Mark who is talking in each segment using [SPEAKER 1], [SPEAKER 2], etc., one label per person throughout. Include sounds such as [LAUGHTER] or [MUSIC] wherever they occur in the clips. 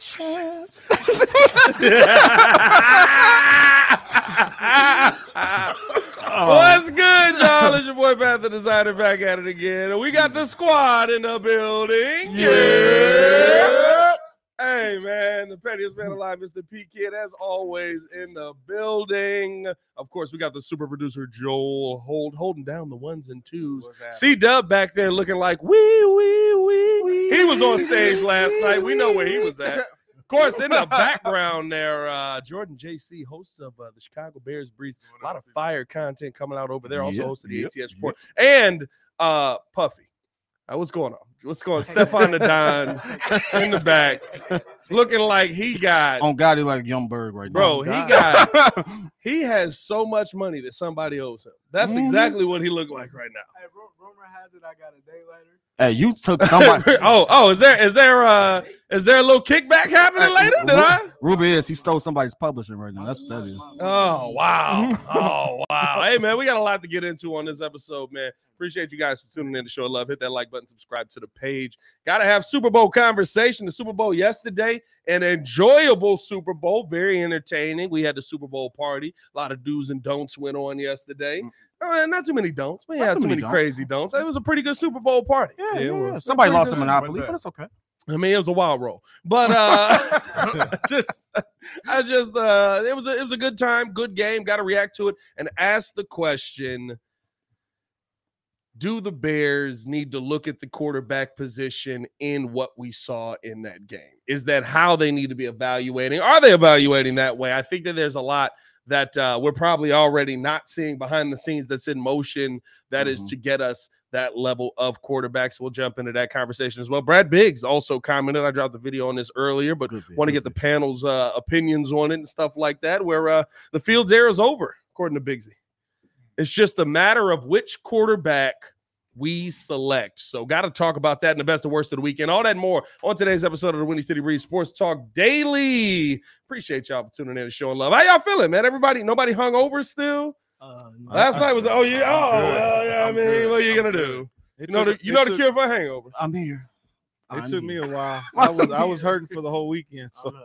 [SPEAKER 1] Situations. What's good, y'all? It's your boy Panther Designer back at it again. And we got the squad in the building. Yeah. Hey, man, the pettiest man alive, Mr. P Kid, as always, in the building. Of course, we got the super producer Joel Hold holding down the ones and twos. C Dub back there looking like wee wee wee. he was on stage last night. We know where he was at. Of course, in the background there, uh, Jordan JC, hosts of uh, the Chicago Bears Breeze. A lot of fire content coming out over there. Also hosts of the ATS Report and uh, Puffy. Uh, what's going on? What's going on? Stefan the Don in the back, looking like he got
[SPEAKER 2] On God, he like young bird right
[SPEAKER 1] Bro,
[SPEAKER 2] now.
[SPEAKER 1] he got he has so much money that somebody owes him. That's
[SPEAKER 2] Mhm.
[SPEAKER 1] exactly what he looked like right now. [LAUGHS]
[SPEAKER 2] Hey, you took somebody.
[SPEAKER 1] oh, oh, is there is there uh is there a little kickback
[SPEAKER 2] Uh,
[SPEAKER 1] happening [LAUGHS] later? Did I?
[SPEAKER 2] Ruby is he stole somebody's publishing right now. That's what that is.
[SPEAKER 1] Oh wow.
[SPEAKER 2] [LAUGHS]
[SPEAKER 1] Oh wow. Hey man, we got a lot to get into on this episode, man. Appreciate you guys for tuning in to show love. Hit that like button, subscribe to the page. Gotta have Super Bowl conversation. The Super Bowl yesterday, an enjoyable Super Bowl, very entertaining. We had the Super Bowl party. A lot of do's and don'ts went on yesterday. Uh, not too many don'ts. We
[SPEAKER 2] Mm. Not
[SPEAKER 1] had
[SPEAKER 2] too
[SPEAKER 1] too many
[SPEAKER 2] many don'ts.
[SPEAKER 1] crazy don'ts. It was a pretty good Super Bowl party.
[SPEAKER 2] Yeah,
[SPEAKER 1] it
[SPEAKER 2] yeah,
[SPEAKER 1] was.
[SPEAKER 2] yeah. Somebody lost a
[SPEAKER 3] Pretty good.
[SPEAKER 2] monopoly, but it's okay.
[SPEAKER 1] I mean, it was a wild roll, but uh, [LAUGHS] just I just uh, it was a, it was a good time, good game. Got to react to it and ask the question: Do the Bears need to look at the quarterback position in what we saw in that game? Is that how they need to be evaluating? Are they evaluating that way? I think that there's a lot that uh, we're probably already not seeing behind the scenes that's in motion That is
[SPEAKER 2] Mhm.
[SPEAKER 1] to get us that level of quarterbacks. We'll jump into that conversation as well. Brad Biggs also commented. I dropped the video on this earlier, but
[SPEAKER 2] Good for you,
[SPEAKER 1] want to
[SPEAKER 2] good
[SPEAKER 1] get the
[SPEAKER 2] for
[SPEAKER 1] panel's uh, opinions on it and stuff like that. Where uh, the Fields era is over, according to Bigsy. It's just a matter of which quarterback we select. So, got to talk about that in the best and worst of the weekend. All that and more on today's episode of the Windy City Breeze Sports Talk Daily. Appreciate y'all for tuning in and showing love. How y'all feeling, man? Everybody, nobody hung over still.
[SPEAKER 2] Uh,
[SPEAKER 1] Last night was oh yeah oh
[SPEAKER 3] I'm good.
[SPEAKER 1] well, yeah. I
[SPEAKER 3] I'm
[SPEAKER 1] mean,
[SPEAKER 3] good.
[SPEAKER 1] what are you
[SPEAKER 3] I'm
[SPEAKER 1] gonna
[SPEAKER 3] good.
[SPEAKER 1] do?
[SPEAKER 3] It
[SPEAKER 1] You know, the,
[SPEAKER 3] took-
[SPEAKER 1] you
[SPEAKER 3] it
[SPEAKER 1] know the
[SPEAKER 3] took-
[SPEAKER 1] cure for hangover.
[SPEAKER 2] I'm here.
[SPEAKER 3] It
[SPEAKER 2] I'm
[SPEAKER 3] took me
[SPEAKER 2] here.
[SPEAKER 3] a
[SPEAKER 1] [LAUGHS]
[SPEAKER 3] while. I was I was hurting for the whole weekend. So
[SPEAKER 1] The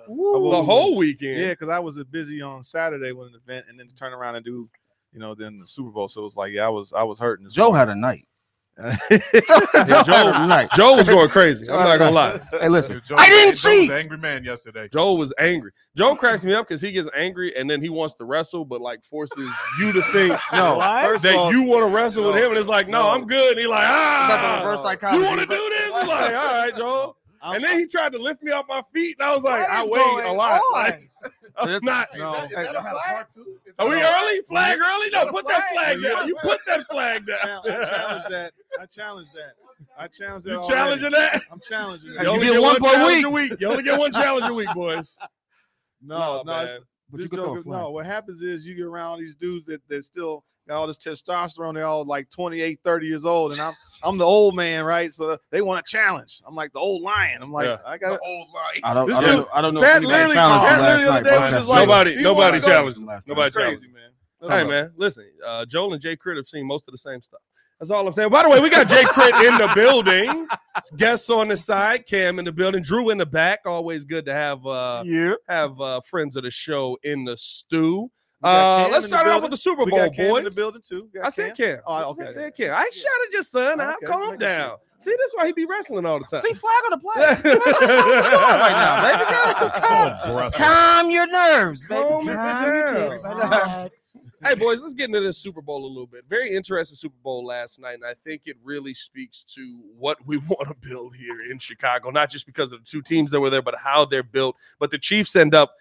[SPEAKER 1] whole weekend.
[SPEAKER 3] yeah, because I was busy on Saturday with an event, and then to turn around and do you know, then the Super Bowl. So it was like, yeah, I was I was hurting. This
[SPEAKER 2] Joe
[SPEAKER 3] morning.
[SPEAKER 2] had
[SPEAKER 1] [LAUGHS]
[SPEAKER 2] a night.
[SPEAKER 3] Yeah,
[SPEAKER 2] had
[SPEAKER 3] Joe,
[SPEAKER 2] a night.
[SPEAKER 1] Joe was
[SPEAKER 3] [LAUGHS]
[SPEAKER 1] going crazy. I'm not gonna lie.
[SPEAKER 2] Hey, listen.
[SPEAKER 4] Joe,
[SPEAKER 2] I didn't
[SPEAKER 4] Joe was
[SPEAKER 2] see.
[SPEAKER 4] an angry man yesterday.
[SPEAKER 1] Joe was angry. Joe cracks me up because he gets angry and then he wants to wrestle, but like forces you to think
[SPEAKER 3] [LAUGHS] no, first
[SPEAKER 1] that
[SPEAKER 3] of all,
[SPEAKER 1] you want to wrestle with him, and it's like, no,
[SPEAKER 3] No.
[SPEAKER 1] I'm good. And he like, ah,
[SPEAKER 2] reverse
[SPEAKER 1] you
[SPEAKER 2] psychology.
[SPEAKER 1] want to do this? He's like, all right, Joe.
[SPEAKER 3] [LAUGHS] I'm-
[SPEAKER 1] and then he tried to lift me off my feet, and I was like, I
[SPEAKER 2] is
[SPEAKER 1] weigh a
[SPEAKER 2] going
[SPEAKER 1] lot. [LAUGHS]
[SPEAKER 2] on?
[SPEAKER 3] [LAUGHS]
[SPEAKER 1] Like, I'm
[SPEAKER 2] This-
[SPEAKER 1] not.
[SPEAKER 2] No.
[SPEAKER 4] Is that a flag?
[SPEAKER 1] Are we early? Flag early? No,
[SPEAKER 4] Got a
[SPEAKER 1] put that
[SPEAKER 4] flag.
[SPEAKER 1] flag down. You put that flag
[SPEAKER 3] Chal- I challenge
[SPEAKER 1] down.
[SPEAKER 3] that. I challenge that. I challenge that.
[SPEAKER 1] You
[SPEAKER 3] already.
[SPEAKER 1] challenging that?
[SPEAKER 3] I'm challenging
[SPEAKER 1] You
[SPEAKER 3] that.
[SPEAKER 1] only
[SPEAKER 2] get
[SPEAKER 1] get
[SPEAKER 2] one
[SPEAKER 1] one
[SPEAKER 2] per
[SPEAKER 1] challenge
[SPEAKER 2] week.
[SPEAKER 1] a week. You only get one challenge a week, boys.
[SPEAKER 3] no, no, it's,
[SPEAKER 1] man.
[SPEAKER 2] But
[SPEAKER 3] this
[SPEAKER 2] you could throw a
[SPEAKER 3] joke is-
[SPEAKER 2] flag.
[SPEAKER 3] no, what happens is you get around all these dudes that, that still got all this testosterone. They're all like 28, 30 years old. And I'm I'm the old man, right? So they want a challenge. I'm like the old lion. I'm like,
[SPEAKER 1] Yeah.
[SPEAKER 3] I got
[SPEAKER 4] The old line.
[SPEAKER 2] I don't,
[SPEAKER 1] This
[SPEAKER 2] I
[SPEAKER 1] dude-
[SPEAKER 2] don't know. I don't know. if
[SPEAKER 3] That
[SPEAKER 2] anybody
[SPEAKER 3] literally-
[SPEAKER 2] challenged him
[SPEAKER 3] that
[SPEAKER 2] last
[SPEAKER 3] literally the
[SPEAKER 2] night,
[SPEAKER 3] other day
[SPEAKER 2] but
[SPEAKER 3] was
[SPEAKER 2] I
[SPEAKER 3] just
[SPEAKER 2] got
[SPEAKER 3] like-
[SPEAKER 2] challenged.
[SPEAKER 1] Nobody,
[SPEAKER 3] you
[SPEAKER 1] nobody
[SPEAKER 3] wanna go-
[SPEAKER 1] challenged. him.
[SPEAKER 2] Last night.
[SPEAKER 1] Nobody challenged.
[SPEAKER 3] crazy, man.
[SPEAKER 1] Hey man, listen, uh, Joel and Jay Crit have seen most of the same stuff. That's all I'm saying. By the way, we got Jay Crit in the building. [LAUGHS] Guests on the side, Cam in the building, Drew in the back. Always good to have uh
[SPEAKER 2] Yeah.
[SPEAKER 1] have uh friends of the show in the stew.
[SPEAKER 3] We got
[SPEAKER 1] Uh
[SPEAKER 3] Cam
[SPEAKER 1] let's
[SPEAKER 3] in the
[SPEAKER 1] start off
[SPEAKER 3] building.
[SPEAKER 1] with the Super
[SPEAKER 3] we
[SPEAKER 1] Bowl,
[SPEAKER 3] got Cam in the
[SPEAKER 1] boys.
[SPEAKER 3] building too. We got
[SPEAKER 1] I said
[SPEAKER 3] Cam.
[SPEAKER 1] Cam.
[SPEAKER 3] Oh, okay.
[SPEAKER 1] I said Cam. I ain't shouted your son. Now
[SPEAKER 3] Okay,
[SPEAKER 1] calm
[SPEAKER 3] just making
[SPEAKER 1] down. See, that's why he be wrestling all the time.
[SPEAKER 2] See,
[SPEAKER 3] [LAUGHS]
[SPEAKER 2] flag on the play.
[SPEAKER 1] [LAUGHS] right
[SPEAKER 4] So aggressive.
[SPEAKER 2] Calm your nerves, baby.
[SPEAKER 1] Calm it
[SPEAKER 2] your
[SPEAKER 1] down.
[SPEAKER 2] nerves.
[SPEAKER 1] hey boys, let's get into this Super Bowl a little bit. Very interesting Super Bowl last night, and I think it really speaks to what we [LAUGHS] want to build here in Chicago. Not just because of the two teams that were there, but how they're built. But the Chiefs end up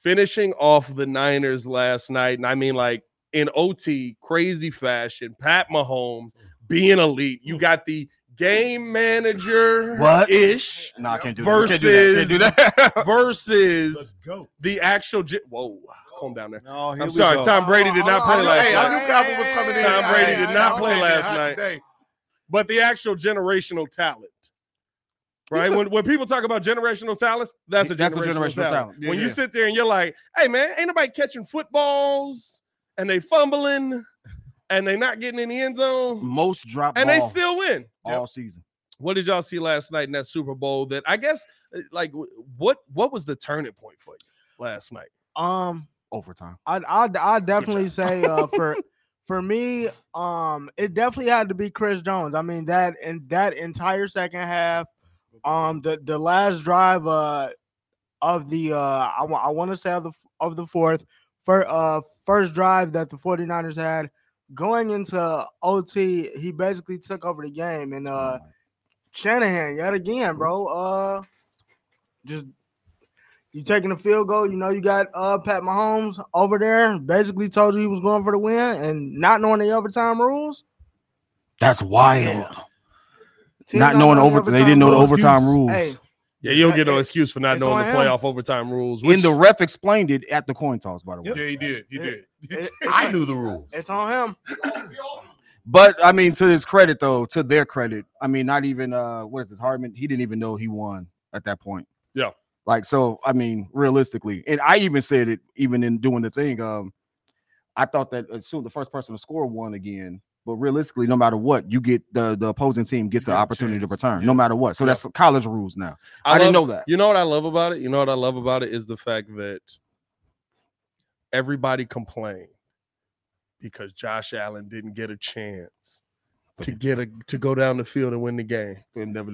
[SPEAKER 1] finishing off the Niners last night, and I mean like in OT, crazy fashion. Pat Mahomes being elite. You got the game manager
[SPEAKER 2] What?
[SPEAKER 1] ish
[SPEAKER 2] Nah, I can't do
[SPEAKER 1] versus
[SPEAKER 2] that. Can't do that.
[SPEAKER 1] versus
[SPEAKER 4] Let's
[SPEAKER 3] [LAUGHS]
[SPEAKER 4] go.
[SPEAKER 1] the actual. J- Whoa, calm down there.
[SPEAKER 3] No, here
[SPEAKER 1] I'm
[SPEAKER 3] we
[SPEAKER 1] sorry,
[SPEAKER 3] go.
[SPEAKER 1] Tom Brady did not
[SPEAKER 4] I
[SPEAKER 1] play
[SPEAKER 4] knew-
[SPEAKER 1] last
[SPEAKER 4] hey,
[SPEAKER 1] night.
[SPEAKER 4] I knew Cowboy was coming in.
[SPEAKER 1] Tom Brady did
[SPEAKER 4] I- I-
[SPEAKER 1] not
[SPEAKER 4] I-
[SPEAKER 1] play
[SPEAKER 4] I-
[SPEAKER 1] last
[SPEAKER 4] I-
[SPEAKER 1] night.
[SPEAKER 4] today.
[SPEAKER 1] but the actual generational talent. Right? When, when people talk about generational talents, that's a generational,
[SPEAKER 2] That's a generational
[SPEAKER 1] talent.
[SPEAKER 2] talent. Yeah,
[SPEAKER 1] when you
[SPEAKER 2] yeah.
[SPEAKER 1] sit there and you're like, hey man, ain't nobody catching footballs and they fumbling and they not getting in the end zone
[SPEAKER 2] Most drop
[SPEAKER 1] and
[SPEAKER 2] balls
[SPEAKER 1] they still win.
[SPEAKER 2] all season.
[SPEAKER 1] What did y'all see last night in that Super Bowl that I guess uh, like w- what what was the turning point for you last night?
[SPEAKER 5] Um,
[SPEAKER 2] Overtime.
[SPEAKER 5] I I I definitely say uh for for me, um, it definitely had to be Chris Jones. I mean that and that entire second half, um, the the last drive uh of the uh I, wa- I want to say of the f- of the fourth for uh first drive that the 49ers had going into OT, he basically took over the game and uh Shanahan yet again, bro. Uh, just you taking a field goal. You know you got uh Pat Mahomes over there. Basically told you he was going for the win, and not knowing the overtime rules.
[SPEAKER 2] That's wild.
[SPEAKER 5] Team
[SPEAKER 2] Not knowing
[SPEAKER 5] knowing the
[SPEAKER 2] over, they didn't know the overtime rules.
[SPEAKER 5] Hey,
[SPEAKER 1] Yeah, you don't
[SPEAKER 5] Uh,
[SPEAKER 1] get no
[SPEAKER 5] it-
[SPEAKER 1] excuse for not
[SPEAKER 5] it's
[SPEAKER 1] knowing
[SPEAKER 5] on
[SPEAKER 1] the
[SPEAKER 5] him.
[SPEAKER 1] playoff overtime rules. [LAUGHS]
[SPEAKER 2] and the ref explained it at the coin toss, by the way.
[SPEAKER 4] Yeah, he did. He did.
[SPEAKER 5] it-
[SPEAKER 4] I knew the rules.
[SPEAKER 5] it's on him.
[SPEAKER 2] But I mean, to his credit, though, to their credit, I mean, not even uh, what is this Hardman? He didn't even know he won at that point.
[SPEAKER 1] Yeah.
[SPEAKER 2] Like so, I mean, realistically, and I even said it, even in doing the thing. Um, I thought that as soon the first person to score won again, but realistically, no matter what, you get the the opposing team gets the
[SPEAKER 4] Get a
[SPEAKER 2] opportunity to
[SPEAKER 4] chance.
[SPEAKER 2] return, no matter what. So that's college rules now. I,
[SPEAKER 1] love-
[SPEAKER 2] didn't know that.
[SPEAKER 1] You know what I love about it? You know what I love about it is the fact that everybody complained because Josh Allen didn't get a chance to get a to go down the field and win the game. And the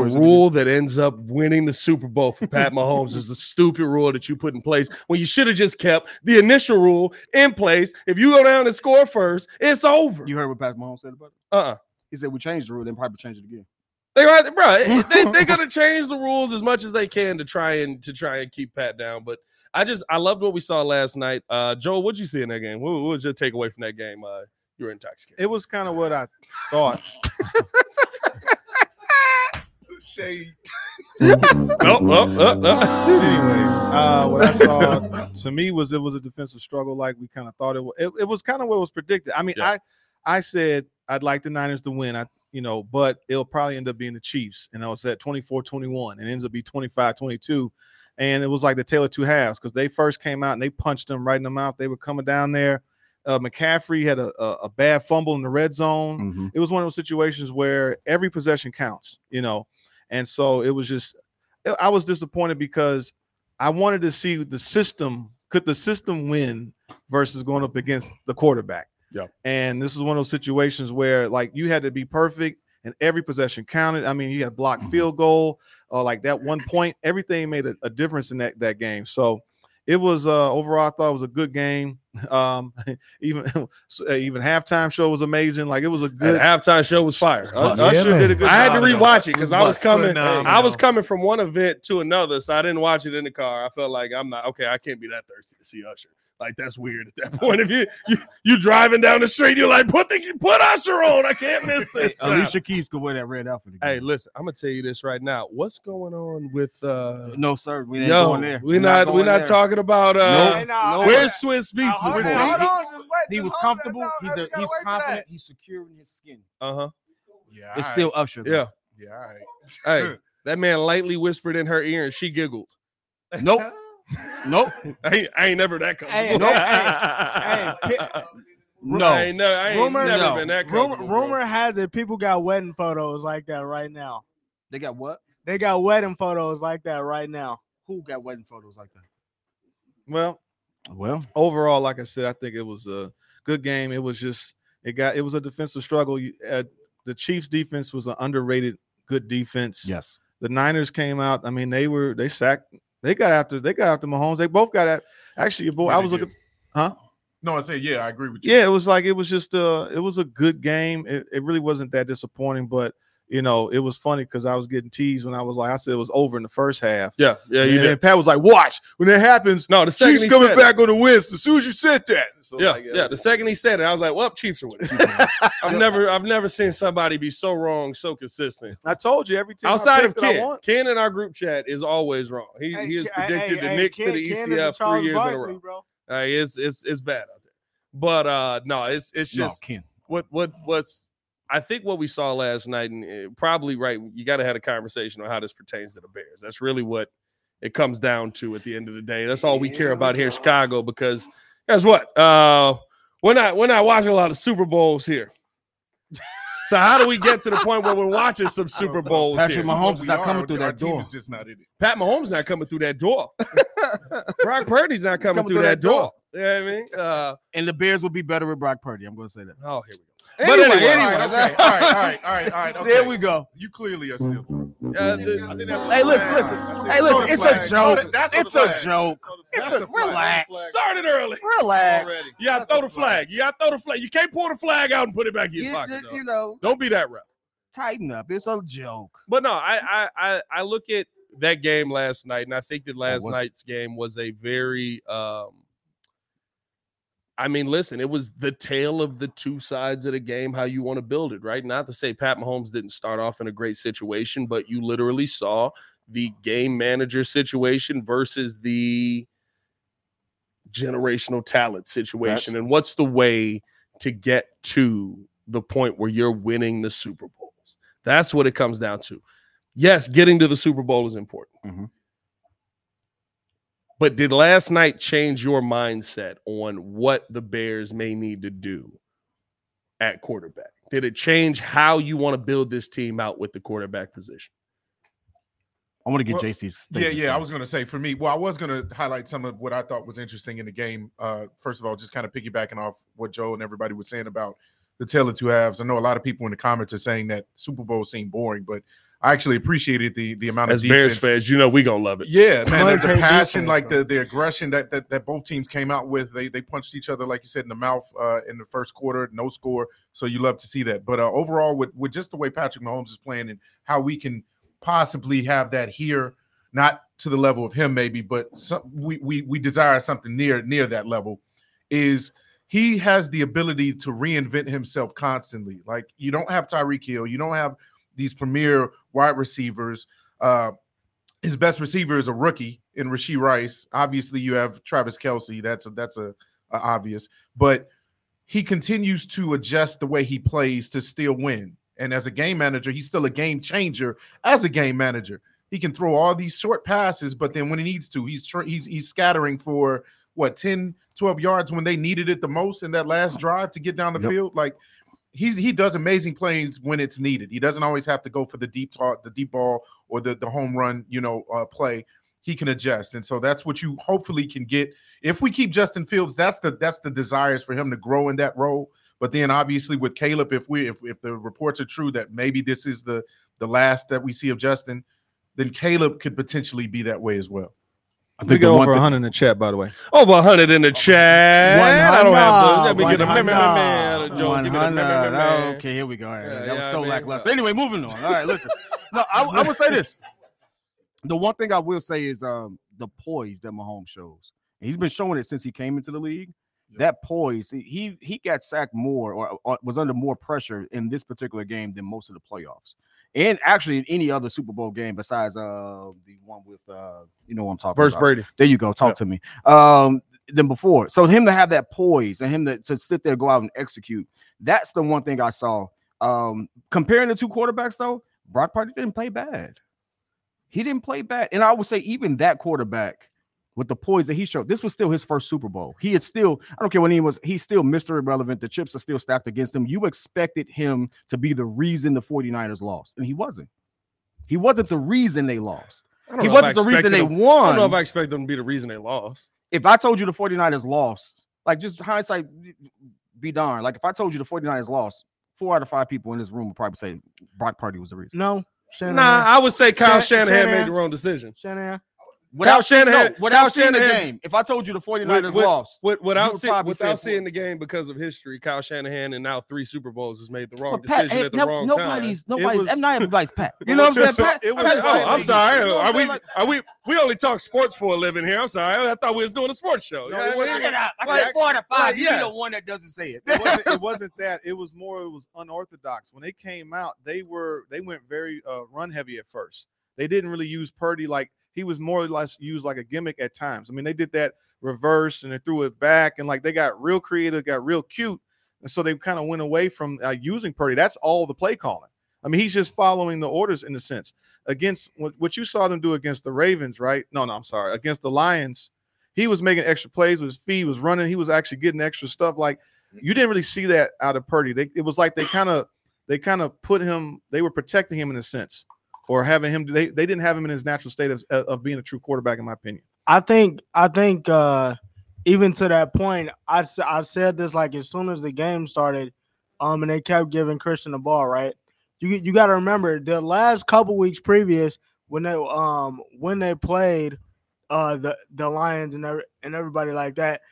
[SPEAKER 1] rule that ends up winning the Super Bowl for Pat Mahomes is the stupid rule that you put in place when you should have just kept the initial rule in place. If you go down and score first, it's over.
[SPEAKER 2] You heard what Pat Mahomes said about it.
[SPEAKER 1] uh-uh.
[SPEAKER 2] He said we changed the rule, then probably change it again.
[SPEAKER 1] They are, bro. They,
[SPEAKER 6] [LAUGHS]
[SPEAKER 1] they're gonna change the rules as much as they can to try and to try and keep Pat down. But I just I loved what we saw last night. Uh, Joel, what'd you see in that game? What, what was your takeaway from that game? Uh, you were intoxicated.
[SPEAKER 3] [LAUGHS] It was kind of what I
[SPEAKER 2] [LAUGHS]
[SPEAKER 3] thought.
[SPEAKER 4] Shade.
[SPEAKER 1] Oh, oh, oh, oh.
[SPEAKER 3] Anyways, uh, what I saw to me was it was a defensive struggle, like we kind of thought it was. It, it was kind of what was predicted. I mean,
[SPEAKER 1] Yeah.
[SPEAKER 3] I I said I'd like the Niners to win. I you know, but it'll probably end up being the Chiefs, and I was at 24-21, and it ends up being 25-22. And it was like the tail of two halves because they first came out and they punched them right in the mouth. They were coming down there. Uh, McCaffrey had a, a, a bad fumble in the red zone
[SPEAKER 2] Mm-hmm.
[SPEAKER 3] it was one of those situations where every possession counts, you know. And so it was just I- I was disappointed because I wanted to see the system could the system win versus going up against the quarterback.
[SPEAKER 1] Yep.
[SPEAKER 6] And this is one of those situations where like you had to be perfect and every possession counted. I mean, you had blocked field goal or like that one point. Everything made a, a difference in that that game. So it was uh overall I thought it was a good game. [LAUGHS] Um even [LAUGHS] so, uh, even halftime show was amazing. Like it was a
[SPEAKER 1] That
[SPEAKER 6] good
[SPEAKER 1] halftime show was fire.
[SPEAKER 6] Uh,
[SPEAKER 7] Yeah,
[SPEAKER 6] Usher
[SPEAKER 7] man.
[SPEAKER 6] did a good
[SPEAKER 1] I had to
[SPEAKER 6] job.
[SPEAKER 1] rewatch it because I was
[SPEAKER 6] Bust.
[SPEAKER 1] coming. I was
[SPEAKER 6] Phenomenal.
[SPEAKER 1] coming from one event to another, so I didn't watch it in the car. I felt like I'm not okay. I can't be that thirsty to see Usher. Like that's weird at that [LAUGHS] point. If you you, you driving down the street, you're like, put the put Usher on. I can't miss this. now.
[SPEAKER 2] Alicia Keys could wear that red outfit
[SPEAKER 1] Hey,
[SPEAKER 2] again.
[SPEAKER 1] listen, I'm gonna tell you this right now. What's going on with uh?
[SPEAKER 2] no sir, we ain't
[SPEAKER 1] Yo,
[SPEAKER 2] going there.
[SPEAKER 1] we're not we're
[SPEAKER 2] going
[SPEAKER 1] not
[SPEAKER 2] there.
[SPEAKER 1] talking about uh.
[SPEAKER 7] Hey, nah,
[SPEAKER 2] Nope. Uh-huh.
[SPEAKER 7] hold
[SPEAKER 1] Where's
[SPEAKER 7] on.
[SPEAKER 1] Swiss
[SPEAKER 7] Nah,
[SPEAKER 1] Beats
[SPEAKER 7] hold
[SPEAKER 1] this
[SPEAKER 7] on,
[SPEAKER 2] He-
[SPEAKER 7] hold
[SPEAKER 1] morning?
[SPEAKER 7] on, just wait,
[SPEAKER 2] He
[SPEAKER 7] just
[SPEAKER 2] was
[SPEAKER 7] hold on,
[SPEAKER 2] comfortable.
[SPEAKER 7] no,
[SPEAKER 2] He's
[SPEAKER 7] you
[SPEAKER 2] a,
[SPEAKER 7] gotta
[SPEAKER 2] he's
[SPEAKER 7] wait for that.
[SPEAKER 2] confident. He's secure in his skin.
[SPEAKER 1] Uh
[SPEAKER 2] [LAUGHS]
[SPEAKER 1] huh.
[SPEAKER 3] Yeah,
[SPEAKER 2] It's
[SPEAKER 3] all
[SPEAKER 2] still Usher. though.
[SPEAKER 1] Yeah.
[SPEAKER 3] right. Yeah, all right.
[SPEAKER 1] Hey, that man lightly whispered in her ear, and she giggled.
[SPEAKER 2] Nope. nope.
[SPEAKER 1] [LAUGHS] I ain't, I ain't never that comfortable.
[SPEAKER 7] Hey, nope.
[SPEAKER 2] [LAUGHS]
[SPEAKER 7] Hey,
[SPEAKER 1] I
[SPEAKER 2] No.
[SPEAKER 1] ain't, no, I ain't
[SPEAKER 7] Rumor-
[SPEAKER 1] never
[SPEAKER 2] no.
[SPEAKER 1] been that
[SPEAKER 7] rumor,
[SPEAKER 1] comfortable. bro.
[SPEAKER 7] rumor has it people got wedding photos like that right now.
[SPEAKER 2] They got what?
[SPEAKER 7] They got wedding photos like that right now.
[SPEAKER 2] Who got wedding photos like that?
[SPEAKER 6] well,
[SPEAKER 2] Well,
[SPEAKER 6] overall, like I said, I think it was a good game. It was just it got it was a defensive struggle. You, uh, the Chiefs' defense was an underrated good defense.
[SPEAKER 2] yes.
[SPEAKER 6] The Niners came out. I mean, they were they sacked. They got after they got after Mahomes. They both got at actually. Your boy,
[SPEAKER 3] What'd
[SPEAKER 6] I
[SPEAKER 3] they
[SPEAKER 6] was
[SPEAKER 3] do?
[SPEAKER 6] looking. Huh?
[SPEAKER 3] No, I said, yeah, I agree with you.
[SPEAKER 6] Yeah, it was like it was just uh it was a good game. It, it really wasn't that disappointing, but you know it was funny because I was getting teased when I was like I said it was over in the first half.
[SPEAKER 1] Yeah, yeah, you
[SPEAKER 6] and
[SPEAKER 1] did.
[SPEAKER 6] then Pat was like, "Watch when it happens."
[SPEAKER 1] No, the second
[SPEAKER 6] Chiefs
[SPEAKER 1] he
[SPEAKER 6] coming
[SPEAKER 1] said
[SPEAKER 6] back on the wins. As soon as you said that, So,
[SPEAKER 1] It, yeah,
[SPEAKER 6] like, uh,
[SPEAKER 1] yeah. The second he said it, I was like, "Well, Chiefs are
[SPEAKER 2] [LAUGHS]
[SPEAKER 1] winning." I've never, I've never seen somebody be so wrong, so consistent.
[SPEAKER 6] I told you every team I
[SPEAKER 1] Outside of
[SPEAKER 6] picked that I
[SPEAKER 1] Ken,
[SPEAKER 6] want-
[SPEAKER 1] Ken in our group chat is always wrong. He,
[SPEAKER 7] Hey,
[SPEAKER 1] he has
[SPEAKER 7] Ke- hey,
[SPEAKER 1] predicted
[SPEAKER 7] hey,
[SPEAKER 1] the
[SPEAKER 7] hey,
[SPEAKER 1] Knicks
[SPEAKER 7] Ken-
[SPEAKER 1] to the
[SPEAKER 7] Ken is a
[SPEAKER 1] ECF three
[SPEAKER 7] Charles
[SPEAKER 1] years in a
[SPEAKER 7] Barkley,
[SPEAKER 1] row.
[SPEAKER 7] bro.
[SPEAKER 1] Uh, it's it's it's bad out there. But uh no, it's it's just
[SPEAKER 2] no, Ken.
[SPEAKER 1] what what what's I think what we saw last night, and uh, probably right, you got to have a conversation on how this pertains to the Bears. That's really what it comes down to at the end of the day. That's all we care about here in Chicago because guess what? Uh, we're not we're not watching a lot of Super Bowls here. So how do we get to the point where we're watching some Super Bowls
[SPEAKER 2] Patrick
[SPEAKER 1] here?
[SPEAKER 2] Mahomes
[SPEAKER 3] But
[SPEAKER 2] is
[SPEAKER 3] we
[SPEAKER 2] not
[SPEAKER 3] are,
[SPEAKER 2] coming through
[SPEAKER 3] our
[SPEAKER 2] that
[SPEAKER 3] team
[SPEAKER 2] door.
[SPEAKER 3] Is just not in it.
[SPEAKER 1] Pat Mahomes not coming through that [LAUGHS] door. Brock Purdy's not coming, through, that, door. You know what I mean? Uh,
[SPEAKER 2] And the Bears would be better with Brock Purdy. I'm going to say that.
[SPEAKER 1] oh, here we go.
[SPEAKER 2] But anyway,
[SPEAKER 3] All right, okay, all right, all right, all right, all right. Okay.
[SPEAKER 2] There we go.
[SPEAKER 3] You clearly are
[SPEAKER 6] Mm.
[SPEAKER 3] still.
[SPEAKER 1] [LAUGHS] uh,
[SPEAKER 3] I
[SPEAKER 1] the-
[SPEAKER 3] think that's
[SPEAKER 2] Hey,
[SPEAKER 3] a
[SPEAKER 2] listen,
[SPEAKER 3] flag.
[SPEAKER 2] listen.
[SPEAKER 3] I think
[SPEAKER 2] Hey,
[SPEAKER 3] that's
[SPEAKER 2] listen, it's a
[SPEAKER 3] flag.
[SPEAKER 2] joke.
[SPEAKER 3] No, that's
[SPEAKER 2] It's
[SPEAKER 3] the
[SPEAKER 2] a
[SPEAKER 3] flag.
[SPEAKER 2] joke.
[SPEAKER 3] That's
[SPEAKER 2] It's
[SPEAKER 3] the
[SPEAKER 2] a
[SPEAKER 3] flag.
[SPEAKER 2] relax.
[SPEAKER 1] started early.
[SPEAKER 2] Relax.
[SPEAKER 3] Already.
[SPEAKER 1] You gotta
[SPEAKER 3] That's
[SPEAKER 1] throw
[SPEAKER 3] a
[SPEAKER 1] the flag. You gotta throw the flag. You can't pull the flag out and put it back in your
[SPEAKER 2] You,
[SPEAKER 1] pocket.
[SPEAKER 2] you-
[SPEAKER 1] though.
[SPEAKER 2] you know,
[SPEAKER 1] Don't be that rough.
[SPEAKER 2] tighten up. It's a joke.
[SPEAKER 1] But no, I, I I I look at that game last night, and I think that last
[SPEAKER 2] was-
[SPEAKER 1] night's game was a very um I mean, listen, it was the tale of the two sides of the game, how you want to build it, right? Not to say Pat Mahomes didn't start off in a great situation, but you literally saw the game manager situation versus the generational talent situation. And what's the way to get to the point where you're winning the Super Bowls? That's what it comes down to. Yes, getting to the Super Bowl is important.
[SPEAKER 2] Mhm.
[SPEAKER 1] But did last night change your mindset on what the Bears may need to do at quarterback? Did it change how you want to build this team out with the quarterback position?
[SPEAKER 2] I want to get
[SPEAKER 3] Well,
[SPEAKER 2] JC's.
[SPEAKER 3] Yeah, yeah. I was going to say for me, well, I was going to highlight some of what I thought was interesting in the game. Uh, first of all, just kind of piggybacking off what Joe and everybody was saying about the tale of two halves. I know a lot of people in the comments are saying that Super Bowl seemed boring, but I actually appreciated the the amount
[SPEAKER 1] As
[SPEAKER 3] of
[SPEAKER 1] Bears
[SPEAKER 3] defense-
[SPEAKER 1] fans, you know we gonna love it.
[SPEAKER 3] Yeah, man, the,
[SPEAKER 7] Players
[SPEAKER 3] the
[SPEAKER 7] hate
[SPEAKER 3] passion,
[SPEAKER 7] defense,
[SPEAKER 3] like
[SPEAKER 7] bro.
[SPEAKER 3] the, the aggression that, that that both teams came out with. They they punched each other, like you said, in the mouth uh, in the first quarter, no score. So you love to see that. But uh, overall, with with just the way Patrick Mahomes is playing and how we can possibly have that here, not to the level of him maybe, but some, we we we desire something near near that level. Is he has the ability to reinvent himself constantly. Like you don't have Tyreek Hill, you don't have these premier wide receivers. Uh, his best receiver is a rookie in Rasheed Rice. Obviously, you have Travis Kelsey. That's a, that's a, a obvious, but he continues to adjust the way he plays to still win. And as a game manager, he's still a game changer. As a game manager, he can throw all these short passes, but then when he needs to, he's tr- he's he's scattering for what 10, 12 yards when they needed it the most in that last drive to get down the
[SPEAKER 2] Yep.
[SPEAKER 3] field. Like he's he does amazing plays when it's needed. He doesn't always have to go for the deep talk, the deep ball or the the home run, you know, uh, play, he can adjust. And so that's what you hopefully can get if we keep Justin Fields. That's the that's the desires for him to grow in that role.
[SPEAKER 4] But then obviously with Caleb, if we if, if the reports are true that maybe this is the the last that we see of Justin, then Caleb could potentially be that way as well.
[SPEAKER 3] I think we
[SPEAKER 4] the
[SPEAKER 3] got
[SPEAKER 4] one
[SPEAKER 3] over
[SPEAKER 4] thing-
[SPEAKER 3] 100 in the chat, by the way.
[SPEAKER 1] Over 100 in the chat. I don't have to. Let me get a
[SPEAKER 2] 100.
[SPEAKER 1] memory, man. a joke. Give me the memory,
[SPEAKER 2] 100.
[SPEAKER 1] man.
[SPEAKER 2] Okay, here we go. All right,
[SPEAKER 1] Yeah,
[SPEAKER 2] that was
[SPEAKER 1] yeah,
[SPEAKER 2] so
[SPEAKER 1] I mean,
[SPEAKER 2] lackluster. Anyway, moving on. All right, listen. No, I, I would say this. The one thing I will say is um, the poise that Mahomes shows. And he's been showing it since he came into the league. That poise, he- he he got sacked more or, or was under more pressure in this particular game than most of the playoffs, and actually in any other Super Bowl game besides uh the one with uh you know what I'm talking
[SPEAKER 1] Verse
[SPEAKER 2] about.
[SPEAKER 1] Brady.
[SPEAKER 2] There you go. Talk to me. Um, than before. So him to have that poise and him to, to sit there, go out and execute. That's the one thing I saw. Um, comparing the two quarterbacks though, Brock Party didn't play bad. He didn't play bad, and I would say even that quarterback with the poise that he showed, this was still his first Super Bowl. He is still, I don't care when he was, he's still Mr. Irrelevant. The chips are still stacked against him. You expected him to be the reason the 49ers lost, and he wasn't. He wasn't the reason they lost.
[SPEAKER 1] I don't
[SPEAKER 2] He
[SPEAKER 1] know if
[SPEAKER 2] wasn't
[SPEAKER 1] I
[SPEAKER 2] the reason
[SPEAKER 1] expected
[SPEAKER 2] they
[SPEAKER 1] them-
[SPEAKER 2] won
[SPEAKER 1] I don't know if I expect them to be the reason they lost.
[SPEAKER 2] if I told you the 49ers lost, like just hindsight be darned. Like if I told you the 49ers lost, four out of five people in this room would probably say Brock Party was the
[SPEAKER 3] Mm,
[SPEAKER 2] reason.
[SPEAKER 5] No, Shanahan.
[SPEAKER 1] Nah, I would say Kyle
[SPEAKER 5] Shan-
[SPEAKER 1] Shanahan made
[SPEAKER 5] Shanahan.
[SPEAKER 1] the wrong decision.
[SPEAKER 5] Shanahan.
[SPEAKER 1] Kyle Shanahan-
[SPEAKER 2] no, without
[SPEAKER 1] Kyle
[SPEAKER 2] seeing the
[SPEAKER 1] Shanahan-
[SPEAKER 2] game, if I told you the 49ers
[SPEAKER 1] With- with-
[SPEAKER 2] lost,
[SPEAKER 1] with-
[SPEAKER 2] you
[SPEAKER 1] without
[SPEAKER 2] would
[SPEAKER 1] see-
[SPEAKER 2] probably say
[SPEAKER 1] without
[SPEAKER 2] four.
[SPEAKER 1] seeing the game because of history, Kyle Shanahan and now three Super Bowls has made the wrong
[SPEAKER 2] But Pat,
[SPEAKER 1] decision
[SPEAKER 2] eh,
[SPEAKER 1] at the
[SPEAKER 2] no-
[SPEAKER 1] wrong time.
[SPEAKER 2] nobody's nobody's
[SPEAKER 3] was-
[SPEAKER 2] I'm not everybody's Pat. You
[SPEAKER 3] It
[SPEAKER 2] know what
[SPEAKER 3] was
[SPEAKER 2] I'm saying?
[SPEAKER 3] just so-
[SPEAKER 2] Pat,
[SPEAKER 3] it was
[SPEAKER 2] Pat's
[SPEAKER 3] so-
[SPEAKER 1] Oh, I'm
[SPEAKER 2] like-
[SPEAKER 1] sorry.
[SPEAKER 2] you know what
[SPEAKER 1] Are
[SPEAKER 2] I'm
[SPEAKER 1] we?
[SPEAKER 2] saying? Like,
[SPEAKER 1] Are we? We only talk sports for a living here. I'm sorry. I thought we was doing a sports show.
[SPEAKER 3] No,
[SPEAKER 1] You know what
[SPEAKER 3] it
[SPEAKER 1] I
[SPEAKER 3] wasn't-
[SPEAKER 1] mean?
[SPEAKER 2] it out. I
[SPEAKER 1] Like,
[SPEAKER 2] said four out of
[SPEAKER 1] like,
[SPEAKER 2] five. You're
[SPEAKER 1] yes.
[SPEAKER 2] the one that doesn't say it. [LAUGHS]
[SPEAKER 3] it wasn't, it wasn't that. It was more. It was unorthodox. When they came out, they were they went very uh, run heavy at first. They didn't really use Purdy like he was more or less used like a gimmick at times. I mean, they did that reverse and they threw it back and like they got real creative, got real cute, and so they kind of went away from uh, using Purdy. That's all the play calling. I mean, he's just following the orders in a sense. Against what, what you saw them do against the Ravens, right? No, no, I'm sorry. Against the Lions, he was making extra plays with his feet, he was running, he was actually getting extra stuff. Like you didn't really see that out of Purdy. They, it was like they kind of they kind of put him. They were protecting him in a sense, or having him. They they didn't have him in his natural state of, of being a true quarterback, in my opinion.
[SPEAKER 5] I think I think uh even to that point, I s- I said this like as soon as the game started, um, and they kept giving Christian the ball. Right, you you got to remember the last couple weeks previous when they um when they played uh the the Lions and every, and everybody like that.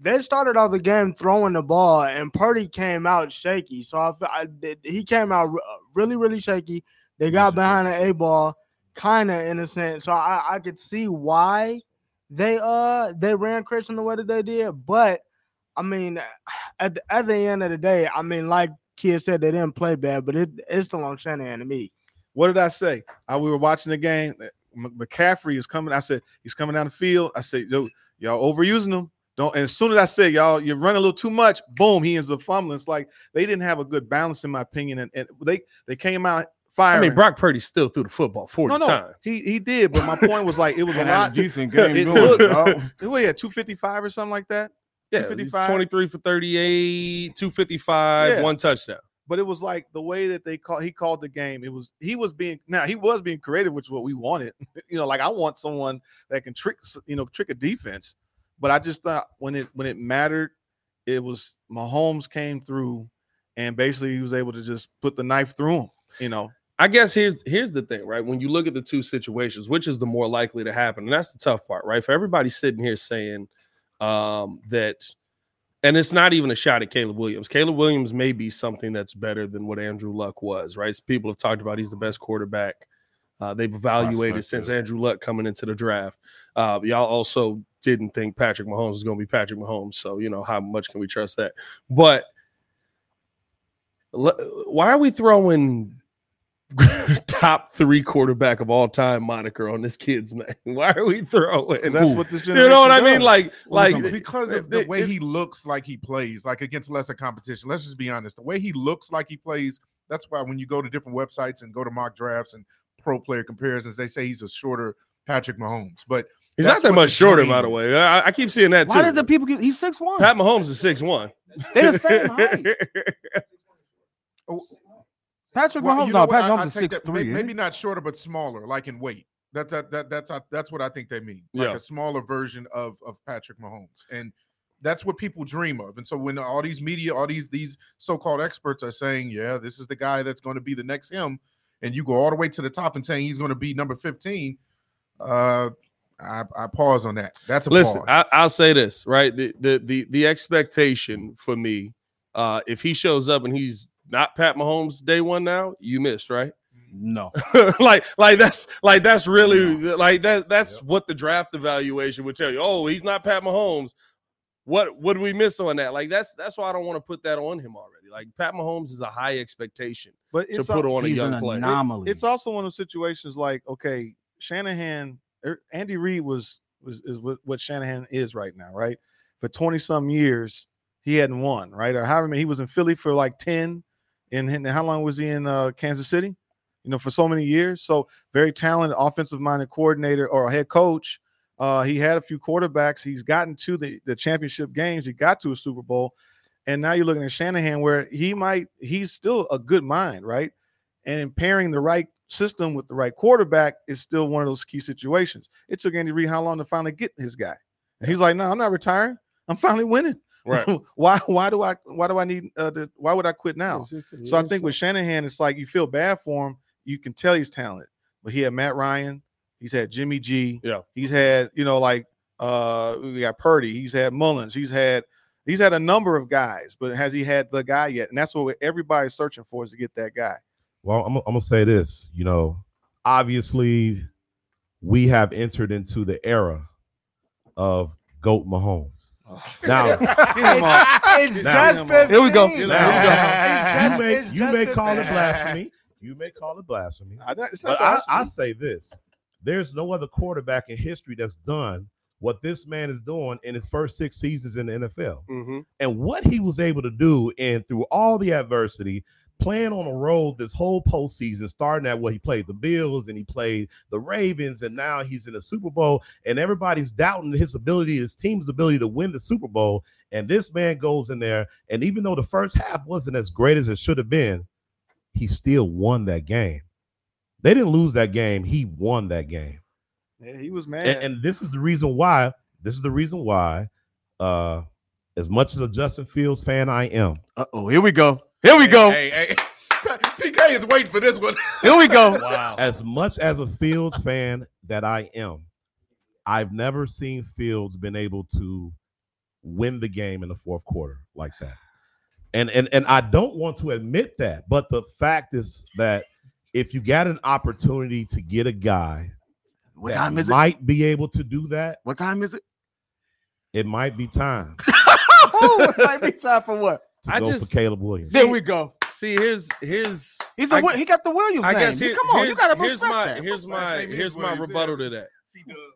[SPEAKER 5] They started off the game throwing the ball, and Purdy came out shaky. So I, fe- I did- he came out re- really, really shaky. They got behind an A ball, kind of in a sense. So I, I could see why they uh they ran Christian the way that they did, but I mean, at the, at the end of the day, I mean, like Kid said, they didn't play bad, but it, it's still on Shanahan to me.
[SPEAKER 3] What did I say? I, we were watching the game. eh, M- McCaffrey is coming. I said he's coming down the field. I said, "Yo, y'all overusing him." Don't. And as soon as I said, "Y'all, you're running a little too much," boom, he ends up fumbling. It's like they didn't have a good balance, in my opinion, and, and they they came out
[SPEAKER 1] I
[SPEAKER 3] firing.
[SPEAKER 1] mean, Brock Purdy still threw the football forty
[SPEAKER 3] no, no,
[SPEAKER 1] times.
[SPEAKER 3] he he did. But my point was like [LAUGHS] it was
[SPEAKER 2] [LAUGHS]
[SPEAKER 3] a
[SPEAKER 2] And had
[SPEAKER 3] lot.
[SPEAKER 2] a decent game
[SPEAKER 3] [LAUGHS] It
[SPEAKER 2] going,
[SPEAKER 3] looked-
[SPEAKER 2] dog.
[SPEAKER 3] Well, yeah, 255 or something like that.
[SPEAKER 1] Yeah, he's
[SPEAKER 3] 255.
[SPEAKER 1] 23 for 38, 255,
[SPEAKER 3] Yeah.
[SPEAKER 1] one touchdown.
[SPEAKER 3] But it was like the way that they call he called the game. It was he was being now he was being creative, which is what we wanted. [LAUGHS] you know, like I want someone that can trick s- you know trick a defense. But I just thought when it when it mattered, it was Mahomes came through, and basically he was able to just put the knife through him. You know,
[SPEAKER 1] I guess here's here's the thing, right? When you look at the two situations, which is the more likely to happen, and that's the tough part, right? For everybody sitting here saying um, that, and it's not even a shot at Caleb Williams. Caleb Williams may be something that's better than what Andrew Luck was, right? People have talked about he's the best quarterback uh, they've evaluated
[SPEAKER 2] Prospect,
[SPEAKER 1] since Andrew Luck coming into the draft. Uh, y'all also didn't think Patrick Mahomes was going to be Patrick Mahomes, so you know how much can we trust that? But le- why are we throwing [LAUGHS] top three quarterback of all time moniker on this kid's name? [LAUGHS] Why are we throwing?
[SPEAKER 3] because that's what this
[SPEAKER 1] [LAUGHS] You
[SPEAKER 3] generation.
[SPEAKER 1] know what I mean?
[SPEAKER 3] does.
[SPEAKER 1] Like, like
[SPEAKER 4] Because- because of the
[SPEAKER 1] it-
[SPEAKER 4] way
[SPEAKER 1] it-
[SPEAKER 4] he looks like he plays, like against lesser competition. Let's just be honest. The way he looks like he plays, that's why when you go to different websites and go to mock drafts and pro player comparisons, they say he's a shorter Patrick Mahomes. But
[SPEAKER 1] he's
[SPEAKER 4] that's
[SPEAKER 1] not that
[SPEAKER 4] what
[SPEAKER 1] much
[SPEAKER 4] the
[SPEAKER 1] shorter,
[SPEAKER 4] dream
[SPEAKER 1] by the
[SPEAKER 4] is.
[SPEAKER 1] way. I, I keep seeing that too.
[SPEAKER 2] Why does the people get he's six one?
[SPEAKER 1] Pat Mahomes is six one.
[SPEAKER 2] They're
[SPEAKER 1] [LAUGHS]
[SPEAKER 2] the same height.
[SPEAKER 4] Oh,
[SPEAKER 2] Patrick
[SPEAKER 4] well,
[SPEAKER 2] Mahomes,
[SPEAKER 4] you know
[SPEAKER 2] no,
[SPEAKER 4] what?
[SPEAKER 2] Patrick
[SPEAKER 4] I-
[SPEAKER 2] Mahomes
[SPEAKER 4] I
[SPEAKER 2] is
[SPEAKER 4] take
[SPEAKER 2] six
[SPEAKER 4] that- may-
[SPEAKER 2] three. eh?
[SPEAKER 4] Maybe not shorter, but smaller, like in weight. That, uh, that, that that's I- that's what I think they mean. Like
[SPEAKER 1] Yeah.
[SPEAKER 4] a smaller version of of Patrick Mahomes. And that's what people dream of. And so when all these media, all these these so-called experts are saying, yeah, this is the guy that's going to be the next him, and you go all the way to the top and saying he's going to be number 15, uh I, I pause on that. That's a
[SPEAKER 1] Listen,
[SPEAKER 4] pause.
[SPEAKER 1] I, I'll say this right: the, the the the expectation for me, uh, if he shows up and he's not Pat Mahomes day one now, you missed, right?
[SPEAKER 2] No.
[SPEAKER 1] [LAUGHS] like like that's like that's really like that that's what the draft evaluation would tell you. Oh, he's not Pat Mahomes. What what do we miss on that? Like that's that's why I don't want to put that on him already. Like Pat Mahomes is a high expectation.
[SPEAKER 3] but
[SPEAKER 1] to
[SPEAKER 3] it's
[SPEAKER 1] put
[SPEAKER 3] al-
[SPEAKER 1] on a
[SPEAKER 2] He's
[SPEAKER 1] young
[SPEAKER 2] an
[SPEAKER 1] player.
[SPEAKER 2] anomaly.
[SPEAKER 3] It's also one of those situations like okay, Shanahan, er, Andy Reid was was is what, what Shanahan is right now, right? For twenty some years, he hadn't won, right? Or however many he was in Philly for like ten, and, and how long was he in uh, Kansas City? You know, for so many years. So very talented offensive minded coordinator or head coach. Uh, he had a few quarterbacks. He's gotten to the, the championship games. He got to a Super Bowl. And now you're looking at Shanahan, where he might, he's still a good mind, right? and pairing the right system with the right quarterback is still one of those key situations. It took Andy Reid how long to finally get his guy? And he's like, no, I'm not retiring. I'm finally winning. [LAUGHS] why? Why do I? Why do I need? Uh, to, why would I quit now? So I think
[SPEAKER 2] [LAUGHS]
[SPEAKER 3] with Shanahan, it's like you feel bad for him. You can tell he's talented, but he had Matt Ryan. He's had Jimmy G.
[SPEAKER 1] Yeah.
[SPEAKER 3] He's had you know like uh we got Purdy. He's had Mullins. He's had he's had a number of guys, but has he had the guy yet? And that's what everybody's searching for is to get that guy.
[SPEAKER 8] Well, I'm, I'm gonna say this. You know, obviously, we have entered into the era of Goat Mahomes. Now,
[SPEAKER 3] [LAUGHS]
[SPEAKER 5] It's, it's
[SPEAKER 8] Now-
[SPEAKER 5] just 15.
[SPEAKER 3] Here we go.
[SPEAKER 8] now,
[SPEAKER 5] Now-
[SPEAKER 8] you may
[SPEAKER 5] It's
[SPEAKER 8] you
[SPEAKER 5] just
[SPEAKER 8] may
[SPEAKER 5] a-
[SPEAKER 8] call it blasphemy. You may call it blasphemy.
[SPEAKER 3] I, don't- it's not
[SPEAKER 8] But I,
[SPEAKER 3] blasphemy.
[SPEAKER 8] I say this: there's no other quarterback in history that's done what this man is doing in his first six seasons in the NFL,
[SPEAKER 1] Mm-hmm.
[SPEAKER 8] and what he was able to do, and through all the adversity, playing on a road this whole postseason, starting at what he played the Bills and he played the Ravens, and now he's in the Super Bowl, and everybody's doubting his ability, his team's ability to win the Super Bowl, and this man goes in there, and even though the first half wasn't as great as it should have been, he still won that game. They didn't lose that game. He won that game.
[SPEAKER 3] Yeah, he was mad.
[SPEAKER 8] And, and this is the reason why. This is the reason why. Uh, as much as a Justin Fields fan I am,
[SPEAKER 2] Uh oh, here we go. Here we go.
[SPEAKER 4] Hey, hey, [LAUGHS] hey. PK is waiting for this one. [LAUGHS]
[SPEAKER 2] Here we go.
[SPEAKER 3] [LAUGHS]
[SPEAKER 8] as much as a Fields fan that I am, I've never seen Fields been able to win the game in the fourth quarter like that. And and and I don't want to admit that, but the fact is that if you got an opportunity to get a guy
[SPEAKER 2] What
[SPEAKER 8] that
[SPEAKER 2] time is it?
[SPEAKER 8] might be able to do that,
[SPEAKER 2] What time
[SPEAKER 3] [LAUGHS]
[SPEAKER 2] is it?
[SPEAKER 8] it might be time
[SPEAKER 3] Oh,
[SPEAKER 5] Ooh, it might
[SPEAKER 2] [LAUGHS]
[SPEAKER 5] be time for what?
[SPEAKER 8] to
[SPEAKER 1] I
[SPEAKER 8] go
[SPEAKER 1] just-
[SPEAKER 8] for Caleb Williams.
[SPEAKER 5] There we go.
[SPEAKER 1] See, herere's here's
[SPEAKER 5] He's a,
[SPEAKER 1] I-
[SPEAKER 5] Wi- he got the Williams
[SPEAKER 1] I
[SPEAKER 5] name.
[SPEAKER 1] guess
[SPEAKER 5] You-
[SPEAKER 1] here-
[SPEAKER 5] Come on, you
[SPEAKER 1] here's-
[SPEAKER 5] gotta
[SPEAKER 1] here's
[SPEAKER 5] respect
[SPEAKER 1] my
[SPEAKER 5] that.
[SPEAKER 1] here's
[SPEAKER 4] last
[SPEAKER 1] my
[SPEAKER 4] name is
[SPEAKER 1] here's my
[SPEAKER 4] Williams, yeah.
[SPEAKER 1] rebuttal to that.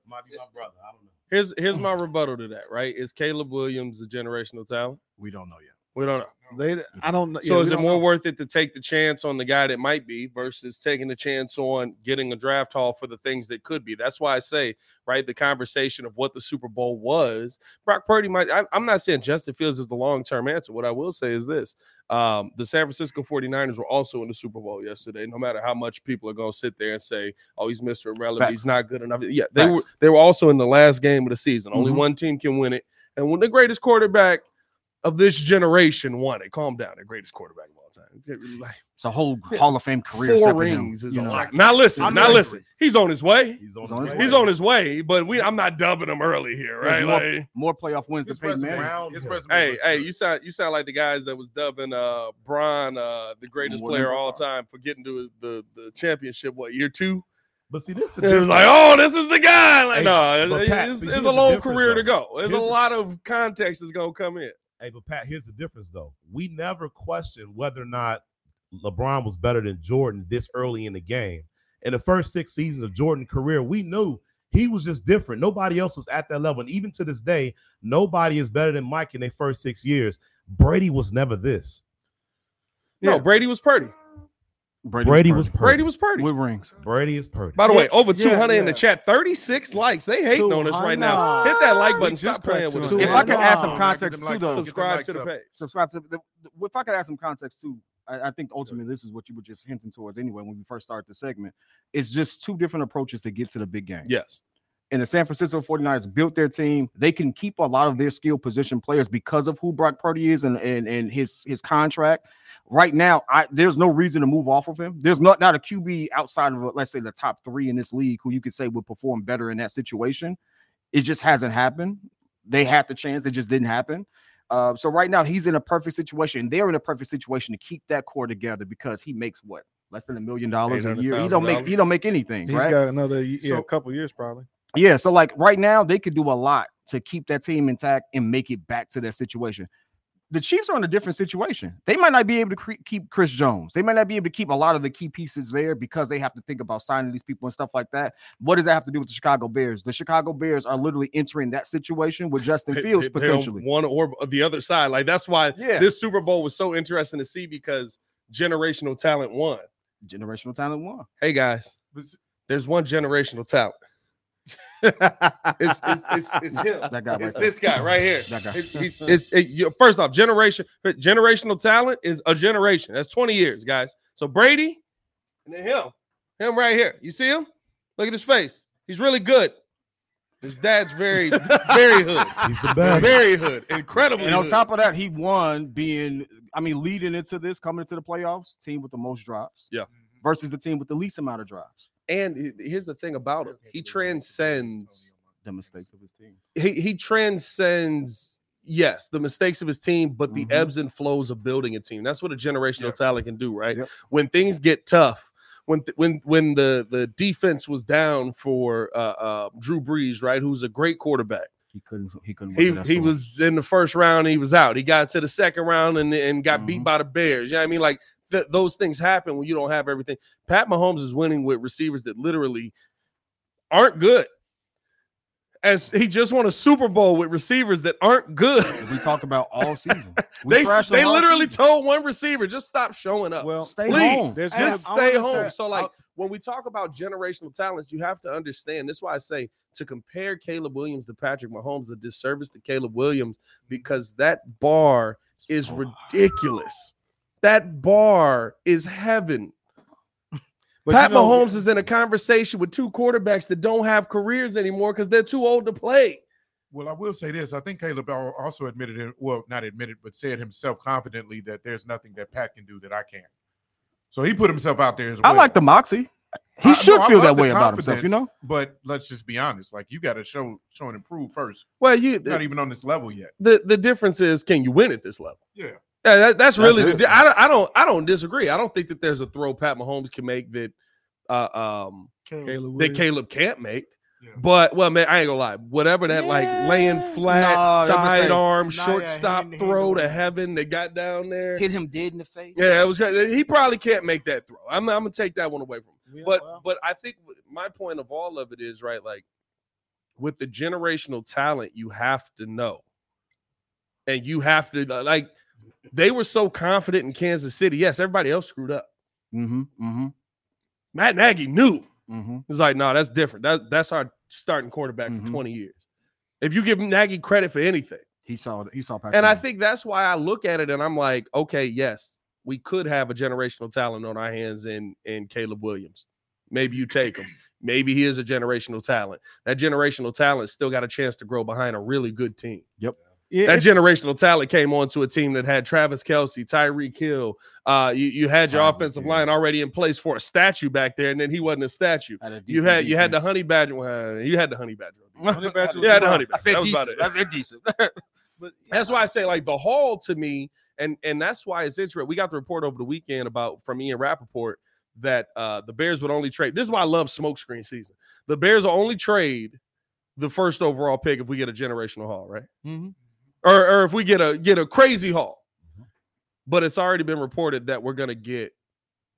[SPEAKER 8] Might be my brother. I don't know.
[SPEAKER 1] Here's
[SPEAKER 5] [LAUGHS]
[SPEAKER 1] here's my rebuttal to that. Right? Is Caleb Williams a generational talent?
[SPEAKER 2] We don't know yet.
[SPEAKER 1] We don't know.
[SPEAKER 3] They, I don't know.
[SPEAKER 1] So is it more worth it to take the chance on the guy that might be versus taking the chance on getting a draft haul for the things that could be? That's why I say, right, the conversation of what the Super Bowl was. Brock Purdy might. I, I'm not saying Justin Fields is the long term answer. What I will say is this: um, the San Francisco 49ers were also in the Super Bowl yesterday. No matter how much people are going to sit there and say, "Oh, he's Mr. Irrelevant.
[SPEAKER 2] Facts.
[SPEAKER 1] He's not good enough." Yeah, they were.
[SPEAKER 2] Facts.
[SPEAKER 1] They were also in the last game of the season. Only
[SPEAKER 2] Mhm.
[SPEAKER 1] one team can win it, and when the greatest quarterback of this generation won it. Calm down, the greatest quarterback of all time. It's getting like
[SPEAKER 2] It's a whole Hall of Fame career.
[SPEAKER 1] Four
[SPEAKER 2] set for him,
[SPEAKER 1] rings is
[SPEAKER 2] you
[SPEAKER 1] a
[SPEAKER 2] know.
[SPEAKER 1] lot. Now listen,
[SPEAKER 5] I'm
[SPEAKER 1] now
[SPEAKER 5] angry.
[SPEAKER 1] listen. He's on his way.
[SPEAKER 8] He's
[SPEAKER 2] He's on his
[SPEAKER 1] He's on his way, but we I'm not dubbing him early here,
[SPEAKER 2] There's
[SPEAKER 1] right?
[SPEAKER 2] more-
[SPEAKER 1] Like,
[SPEAKER 2] More playoff wins than Peyton Manning.
[SPEAKER 1] hey, hey, you sound you sound like the guys that was dubbing uh Bron uh the greatest
[SPEAKER 2] Well,
[SPEAKER 1] player
[SPEAKER 2] number
[SPEAKER 1] of all
[SPEAKER 2] five.
[SPEAKER 1] time for getting to the the championship what year two?
[SPEAKER 8] But see, this is
[SPEAKER 1] It was like, oh, this is the guy. Like,
[SPEAKER 8] Hey,
[SPEAKER 1] no,
[SPEAKER 8] but Pat,
[SPEAKER 1] it's,
[SPEAKER 8] see,
[SPEAKER 1] it's
[SPEAKER 8] here's
[SPEAKER 1] a
[SPEAKER 8] the
[SPEAKER 1] long
[SPEAKER 8] difference,
[SPEAKER 1] career to
[SPEAKER 8] though.
[SPEAKER 1] go. There's a
[SPEAKER 8] Here's the-
[SPEAKER 1] lot of context that's gonna come in.
[SPEAKER 8] Hey, but Pat, here's the difference though. We never questioned whether or not LeBron was better than Jordan this early in the game. In the first six seasons of Jordan's career, we knew he was just different. Nobody else was at that level. And even to this day, nobody is better than Mike in their first six years. Brady was never this.
[SPEAKER 1] No, Brady was Purdy.
[SPEAKER 8] Brady was Purdy.
[SPEAKER 1] Brady was Purdy.
[SPEAKER 2] with rings.
[SPEAKER 8] Brady is Purdy.
[SPEAKER 1] By the
[SPEAKER 5] Yeah,
[SPEAKER 1] way, over
[SPEAKER 5] yeah,
[SPEAKER 1] 200 in the
[SPEAKER 5] yeah.
[SPEAKER 1] chat, 36 likes. They hating on us right now. Hit that like button. Stop playing with us.
[SPEAKER 2] If
[SPEAKER 5] If
[SPEAKER 2] I could add some
[SPEAKER 5] Wow.
[SPEAKER 2] context too, though,
[SPEAKER 1] subscribe to the page.
[SPEAKER 2] subscribe to the, the- if I could add some context too, I, I think ultimately this is what you were just hinting towards anyway when we first started the segment. It's just two different approaches to get to the big game.
[SPEAKER 1] Yes.
[SPEAKER 2] and the San Francisco 49ers built their team. They can keep a lot of their skill position players because of who Brock Purdy is and and, and his his contract. Right now, I there's no reason to move off of him. There's not not a QB outside of let's say the top three in this league who you could say would perform better in that situation. It just hasn't happened. They had the chance, it just didn't happen. Uh, so right now he's in a perfect situation. They're in a perfect situation to keep that core together because he makes what less than a million dollars a year. He don't make he
[SPEAKER 3] $800,000.
[SPEAKER 2] don't make anything.
[SPEAKER 3] He's
[SPEAKER 2] right?
[SPEAKER 3] got another y- yeah,
[SPEAKER 2] So-
[SPEAKER 3] couple years probably.
[SPEAKER 2] Yeah, so like right now, they could do a lot to keep that team intact and make it back to that situation. The Chiefs are in a different situation. They might not be able to cre- keep Chris Jones. They might not be able to keep a lot of the key pieces there because they have to think about signing these people and stuff like that. What does that have to do with the Chicago Bears? The Chicago Bears are literally entering that situation with Justin
[SPEAKER 1] they-
[SPEAKER 2] Fields
[SPEAKER 1] they- they're
[SPEAKER 2] potentially.
[SPEAKER 1] one or the other side. Like that's why
[SPEAKER 2] Yeah.
[SPEAKER 1] this Super Bowl was so interesting to see because generational talent won.
[SPEAKER 2] Generational talent won.
[SPEAKER 1] Hey guys, there's one generational talent. [LAUGHS] it's, it's, it's,
[SPEAKER 2] [LAUGHS]
[SPEAKER 1] it's him.
[SPEAKER 2] That guy
[SPEAKER 1] it's
[SPEAKER 2] right
[SPEAKER 1] this
[SPEAKER 2] there.
[SPEAKER 1] guy right here.
[SPEAKER 2] That guy.
[SPEAKER 1] It's, he's- it's- it- you- first off, generation generational talent is a generation. That's 20 years, guys. So Brady and then him, him right here. You see him? Look at his face. He's really good. His dad's very, very hood.
[SPEAKER 2] [LAUGHS]
[SPEAKER 8] He's the
[SPEAKER 1] Very hood. Incredibly
[SPEAKER 2] And on
[SPEAKER 1] hood.
[SPEAKER 2] top of that, he won being, I mean, leading into this, coming into the playoffs, team with the most drops.
[SPEAKER 1] Yeah.
[SPEAKER 2] Versus the team with the least amount of drops.
[SPEAKER 1] And he- here's the thing about him: he transcends
[SPEAKER 2] the mistakes of his team.
[SPEAKER 1] He he transcends yes the mistakes of his team, but the ebbs and flows of building a team. That's what a generational talent can do, right? When things get tough. When, th- when when the, the defense was down for uh, uh, Drew Brees, right, who's a great quarterback,
[SPEAKER 2] He couldn't. He couldn't.
[SPEAKER 1] he, he was in the first round. He was out. He got to the second round and, and got
[SPEAKER 2] Mm-hmm.
[SPEAKER 1] beat by the Bears. You know what I mean? Like th- those things happen when you don't have everything. Pat Mahomes is winning with receivers that literally aren't good. As he just won a Super Bowl with receivers that aren't good.
[SPEAKER 2] We talked about all season. We
[SPEAKER 1] they
[SPEAKER 2] trashed them
[SPEAKER 1] they
[SPEAKER 2] all
[SPEAKER 1] literally told one receiver, just stop showing up.
[SPEAKER 3] Well,
[SPEAKER 2] Stay
[SPEAKER 1] Please,
[SPEAKER 2] home.
[SPEAKER 3] There's
[SPEAKER 2] And
[SPEAKER 1] just
[SPEAKER 2] I
[SPEAKER 1] stay
[SPEAKER 2] wanna
[SPEAKER 1] home.
[SPEAKER 2] say-
[SPEAKER 1] so, like, when we talk about generational talents, you have to understand. That's why I say to compare Caleb Williams to Patrick Mahomes is a disservice to Caleb Williams because that bar is ridiculous. That bar is heaven.
[SPEAKER 3] But
[SPEAKER 1] Pat
[SPEAKER 3] you know-
[SPEAKER 1] Mahomes is in a conversation with two quarterbacks that don't have careers anymore because they're too old to play.
[SPEAKER 4] Well, I will say this. I think Caleb al- also admitted it. Well, not admitted, but said himself confidently that there's nothing that Pat can do that I can. So he put himself out there as well.
[SPEAKER 2] I like the moxie. He
[SPEAKER 4] I-
[SPEAKER 2] should
[SPEAKER 4] no, I
[SPEAKER 2] feel
[SPEAKER 4] love
[SPEAKER 2] that
[SPEAKER 4] the
[SPEAKER 2] way about himself, you
[SPEAKER 4] confidence,
[SPEAKER 2] know.
[SPEAKER 4] But let's just be honest. Like you got to show show and improve first.
[SPEAKER 1] Well, you
[SPEAKER 3] e
[SPEAKER 4] You're not even on this level yet.
[SPEAKER 1] the the difference is can you win at this level?
[SPEAKER 4] Yeah.
[SPEAKER 1] Yeah, that, that's
[SPEAKER 4] That's
[SPEAKER 1] really. the
[SPEAKER 4] it.
[SPEAKER 1] di- I, don't- I don't. I don't disagree. I don't think that there's a throw Pat Mahomes can make that, uh, um,
[SPEAKER 3] Caleb
[SPEAKER 1] that Caleb can't make. But well, man, I ain't gonna lie. Whatever that like laying flat
[SPEAKER 2] Nah, that was like-
[SPEAKER 1] sidearm
[SPEAKER 2] Nah, yeah,
[SPEAKER 1] shortstop
[SPEAKER 2] hand to hand
[SPEAKER 1] throw to
[SPEAKER 2] away.
[SPEAKER 1] heaven that got down there.
[SPEAKER 2] Hit him dead in the face.
[SPEAKER 1] Yeah, it was. He probably can't make that throw. I'm, I'm gonna take that one away from him. but but I think w- my point of all of it is right. Like with the generational talent, you have to know, and you have to like. They were so confident in Kansas City. Yes, everybody else screwed up.
[SPEAKER 2] Mm-hmm. Mm-hmm.
[SPEAKER 1] Matt Nagy knew.
[SPEAKER 2] Mm-hmm.
[SPEAKER 1] It's like, no, that's different. That, that's our starting quarterback for 20 years. If you give Nagy credit for anything,
[SPEAKER 2] He saw. He saw. Patrick
[SPEAKER 1] and I
[SPEAKER 2] Mahomes.
[SPEAKER 1] think that's why I look at it and I'm like, okay, yes, we could have a generational talent on our hands in in Caleb Williams. Maybe you take him. Maybe he is a generational talent. That generational talent still got a chance to grow behind a really good team.
[SPEAKER 2] Yep.
[SPEAKER 3] Yeah,
[SPEAKER 1] that [LAUGHS]
[SPEAKER 3] it's-
[SPEAKER 1] generational talent came onto a team that had Travis Kelsey, Tyreek Hill. Uh, you, you had your offensive line already in place for a statue back there, and then he wasn't a statue.
[SPEAKER 2] Had a
[SPEAKER 1] You
[SPEAKER 2] decent
[SPEAKER 1] had you had the
[SPEAKER 2] defense.
[SPEAKER 1] honey badger. Well, you had the honey badger. [LAUGHS]
[SPEAKER 3] Honey Badger was
[SPEAKER 1] yeah, the
[SPEAKER 3] mine.
[SPEAKER 1] honey badger.
[SPEAKER 3] I said
[SPEAKER 1] that was about
[SPEAKER 3] decent.
[SPEAKER 1] it.
[SPEAKER 3] I said decent.
[SPEAKER 1] That's why I say like the hall to me, and and that's why it's interesting. We got the report over the weekend about from Ian Rappaport that uh the Bears would only trade. This is why I love smokescreen season. The Bears will only trade the first overall pick if we get a generational haul, right?
[SPEAKER 3] Mhm.
[SPEAKER 1] Or or if we get a get a crazy haul.
[SPEAKER 3] Mm-hmm.
[SPEAKER 1] But it's already been reported that we're gonna get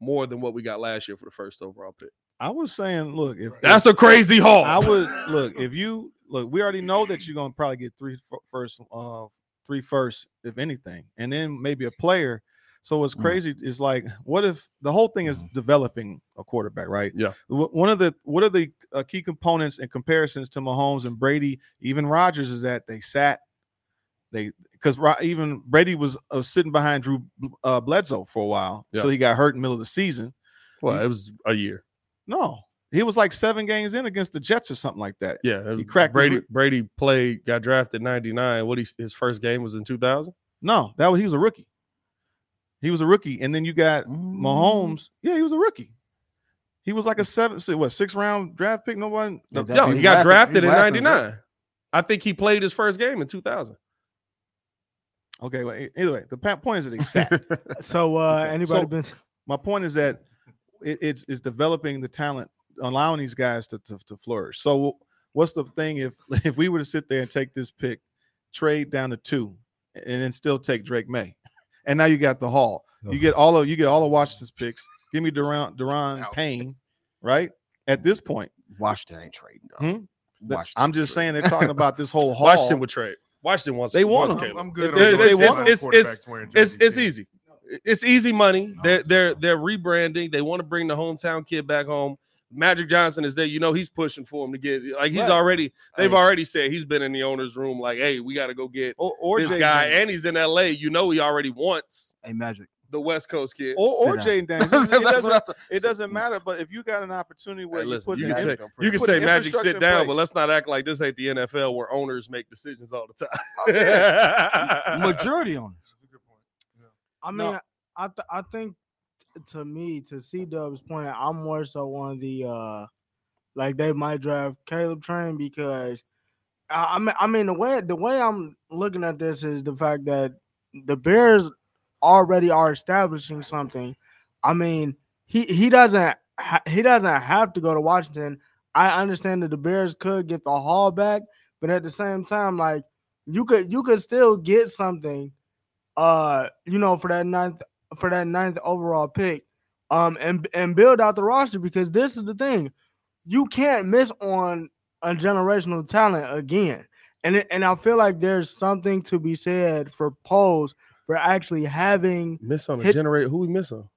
[SPEAKER 1] more than what we got last year for the first overall pick.
[SPEAKER 3] I was saying, look, if
[SPEAKER 1] That's a crazy haul. [LAUGHS]
[SPEAKER 3] I would look if you look. We already know that you're gonna probably get three fir- first, uh, three first, if anything, and then maybe a player. So
[SPEAKER 8] Mm-hmm.
[SPEAKER 3] what's crazy is like, what if the whole thing is developing a quarterback, right?
[SPEAKER 1] Yeah.
[SPEAKER 3] Wh- One of the what are the uh, key components and comparisons to Mahomes and Brady, even Rogers, is that they sat, they because even Brady was uh, sitting behind Drew uh, Bledsoe for a while
[SPEAKER 1] Yeah.
[SPEAKER 3] until he got hurt in the middle of the season.
[SPEAKER 1] Well, it was a year.
[SPEAKER 3] No, He was like seven games in against the Jets or something like that.
[SPEAKER 1] Yeah, uh,
[SPEAKER 3] he cracked his
[SPEAKER 1] Brady.
[SPEAKER 3] rib-
[SPEAKER 1] Brady played, got drafted ninety nine. What he his first game was in two thousand.
[SPEAKER 3] No, that was he was a rookie. He was a rookie, and then you got
[SPEAKER 2] Mm-hmm.
[SPEAKER 3] Mahomes. Yeah, he was a rookie. He was like a seven, si- what six round draft pick? No one.
[SPEAKER 1] No,
[SPEAKER 3] no,
[SPEAKER 1] he got drafted in ninety nine. I think he played his first game in two thousand.
[SPEAKER 3] Okay, well, e- either way, the pa- point is that they sat.
[SPEAKER 2] [LAUGHS] so uh, anybody [LAUGHS] been-
[SPEAKER 3] My point is that it, it's it's developing the talent, allowing these guys to, to to flourish. So what's the thing if if we were to sit there and take this pick, trade down to two, and then still take Drake May, and now you got the Hall. You get all of you get all of Washington's picks. Give me Duran Duran Payne, right? At this point,
[SPEAKER 9] Washington ain't trading.
[SPEAKER 3] Hmm? I'm just saying they're talking about this whole Hall.
[SPEAKER 1] Washington would trade. Washington wants.
[SPEAKER 3] They want
[SPEAKER 1] wants
[SPEAKER 3] [LAUGHS] him.
[SPEAKER 1] Caleb.
[SPEAKER 3] I'm good
[SPEAKER 1] If
[SPEAKER 3] on
[SPEAKER 1] They,
[SPEAKER 3] that.
[SPEAKER 1] they,
[SPEAKER 3] They
[SPEAKER 1] want.
[SPEAKER 3] want
[SPEAKER 1] It's
[SPEAKER 3] him.
[SPEAKER 1] it's
[SPEAKER 3] Quarterbacks wearing
[SPEAKER 1] it's,
[SPEAKER 3] jerseys,
[SPEAKER 1] it's easy. It's easy money. They're they're they're rebranding. They want to bring the hometown kid back home. Magic Johnson is there. You know he's pushing for him to get like he's
[SPEAKER 3] Right.
[SPEAKER 1] already. They've
[SPEAKER 3] Hey.
[SPEAKER 1] already said he's been in the owner's room. Like, hey, we got to go get
[SPEAKER 3] or
[SPEAKER 1] this
[SPEAKER 3] Jay
[SPEAKER 1] guy,
[SPEAKER 3] Jones.
[SPEAKER 1] and he's in L.A. You know he already wants
[SPEAKER 9] a Magic
[SPEAKER 1] the West Coast kid
[SPEAKER 3] or, or
[SPEAKER 1] Jay
[SPEAKER 3] Jaden
[SPEAKER 2] [LAUGHS]
[SPEAKER 3] Daniels. It, it doesn't, it doesn't matter. But if you got an opportunity where
[SPEAKER 1] Hey, listen,
[SPEAKER 3] you put
[SPEAKER 1] you
[SPEAKER 3] the
[SPEAKER 1] can say
[SPEAKER 3] in-
[SPEAKER 1] you can
[SPEAKER 3] put the
[SPEAKER 1] say Magic
[SPEAKER 3] infrastructure
[SPEAKER 1] sit
[SPEAKER 3] in
[SPEAKER 1] down,
[SPEAKER 3] place.
[SPEAKER 1] but let's not act like this ain't the NFL where owners make decisions all the time. [LAUGHS]
[SPEAKER 9] Majority owners.
[SPEAKER 2] I mean, I th- I think t- to me to C Dub's point, I'm more so one of the uh, like they might draft Caleb Train because I, I mean I mean the way the way I'm looking at this is the fact that the Bears already are establishing something. I mean he he doesn't ha- he doesn't have to go to Washington. I understand that the Bears could get the haul back, but at the same time, like you could you could still get something uh, you know, for that ninth for that ninth overall pick, um, and and build out the roster because this is the thing, you can't miss on a generational talent again, and it, and I feel like there's something to be said for polls for actually having
[SPEAKER 1] miss on
[SPEAKER 2] hit-
[SPEAKER 1] generate who we miss on.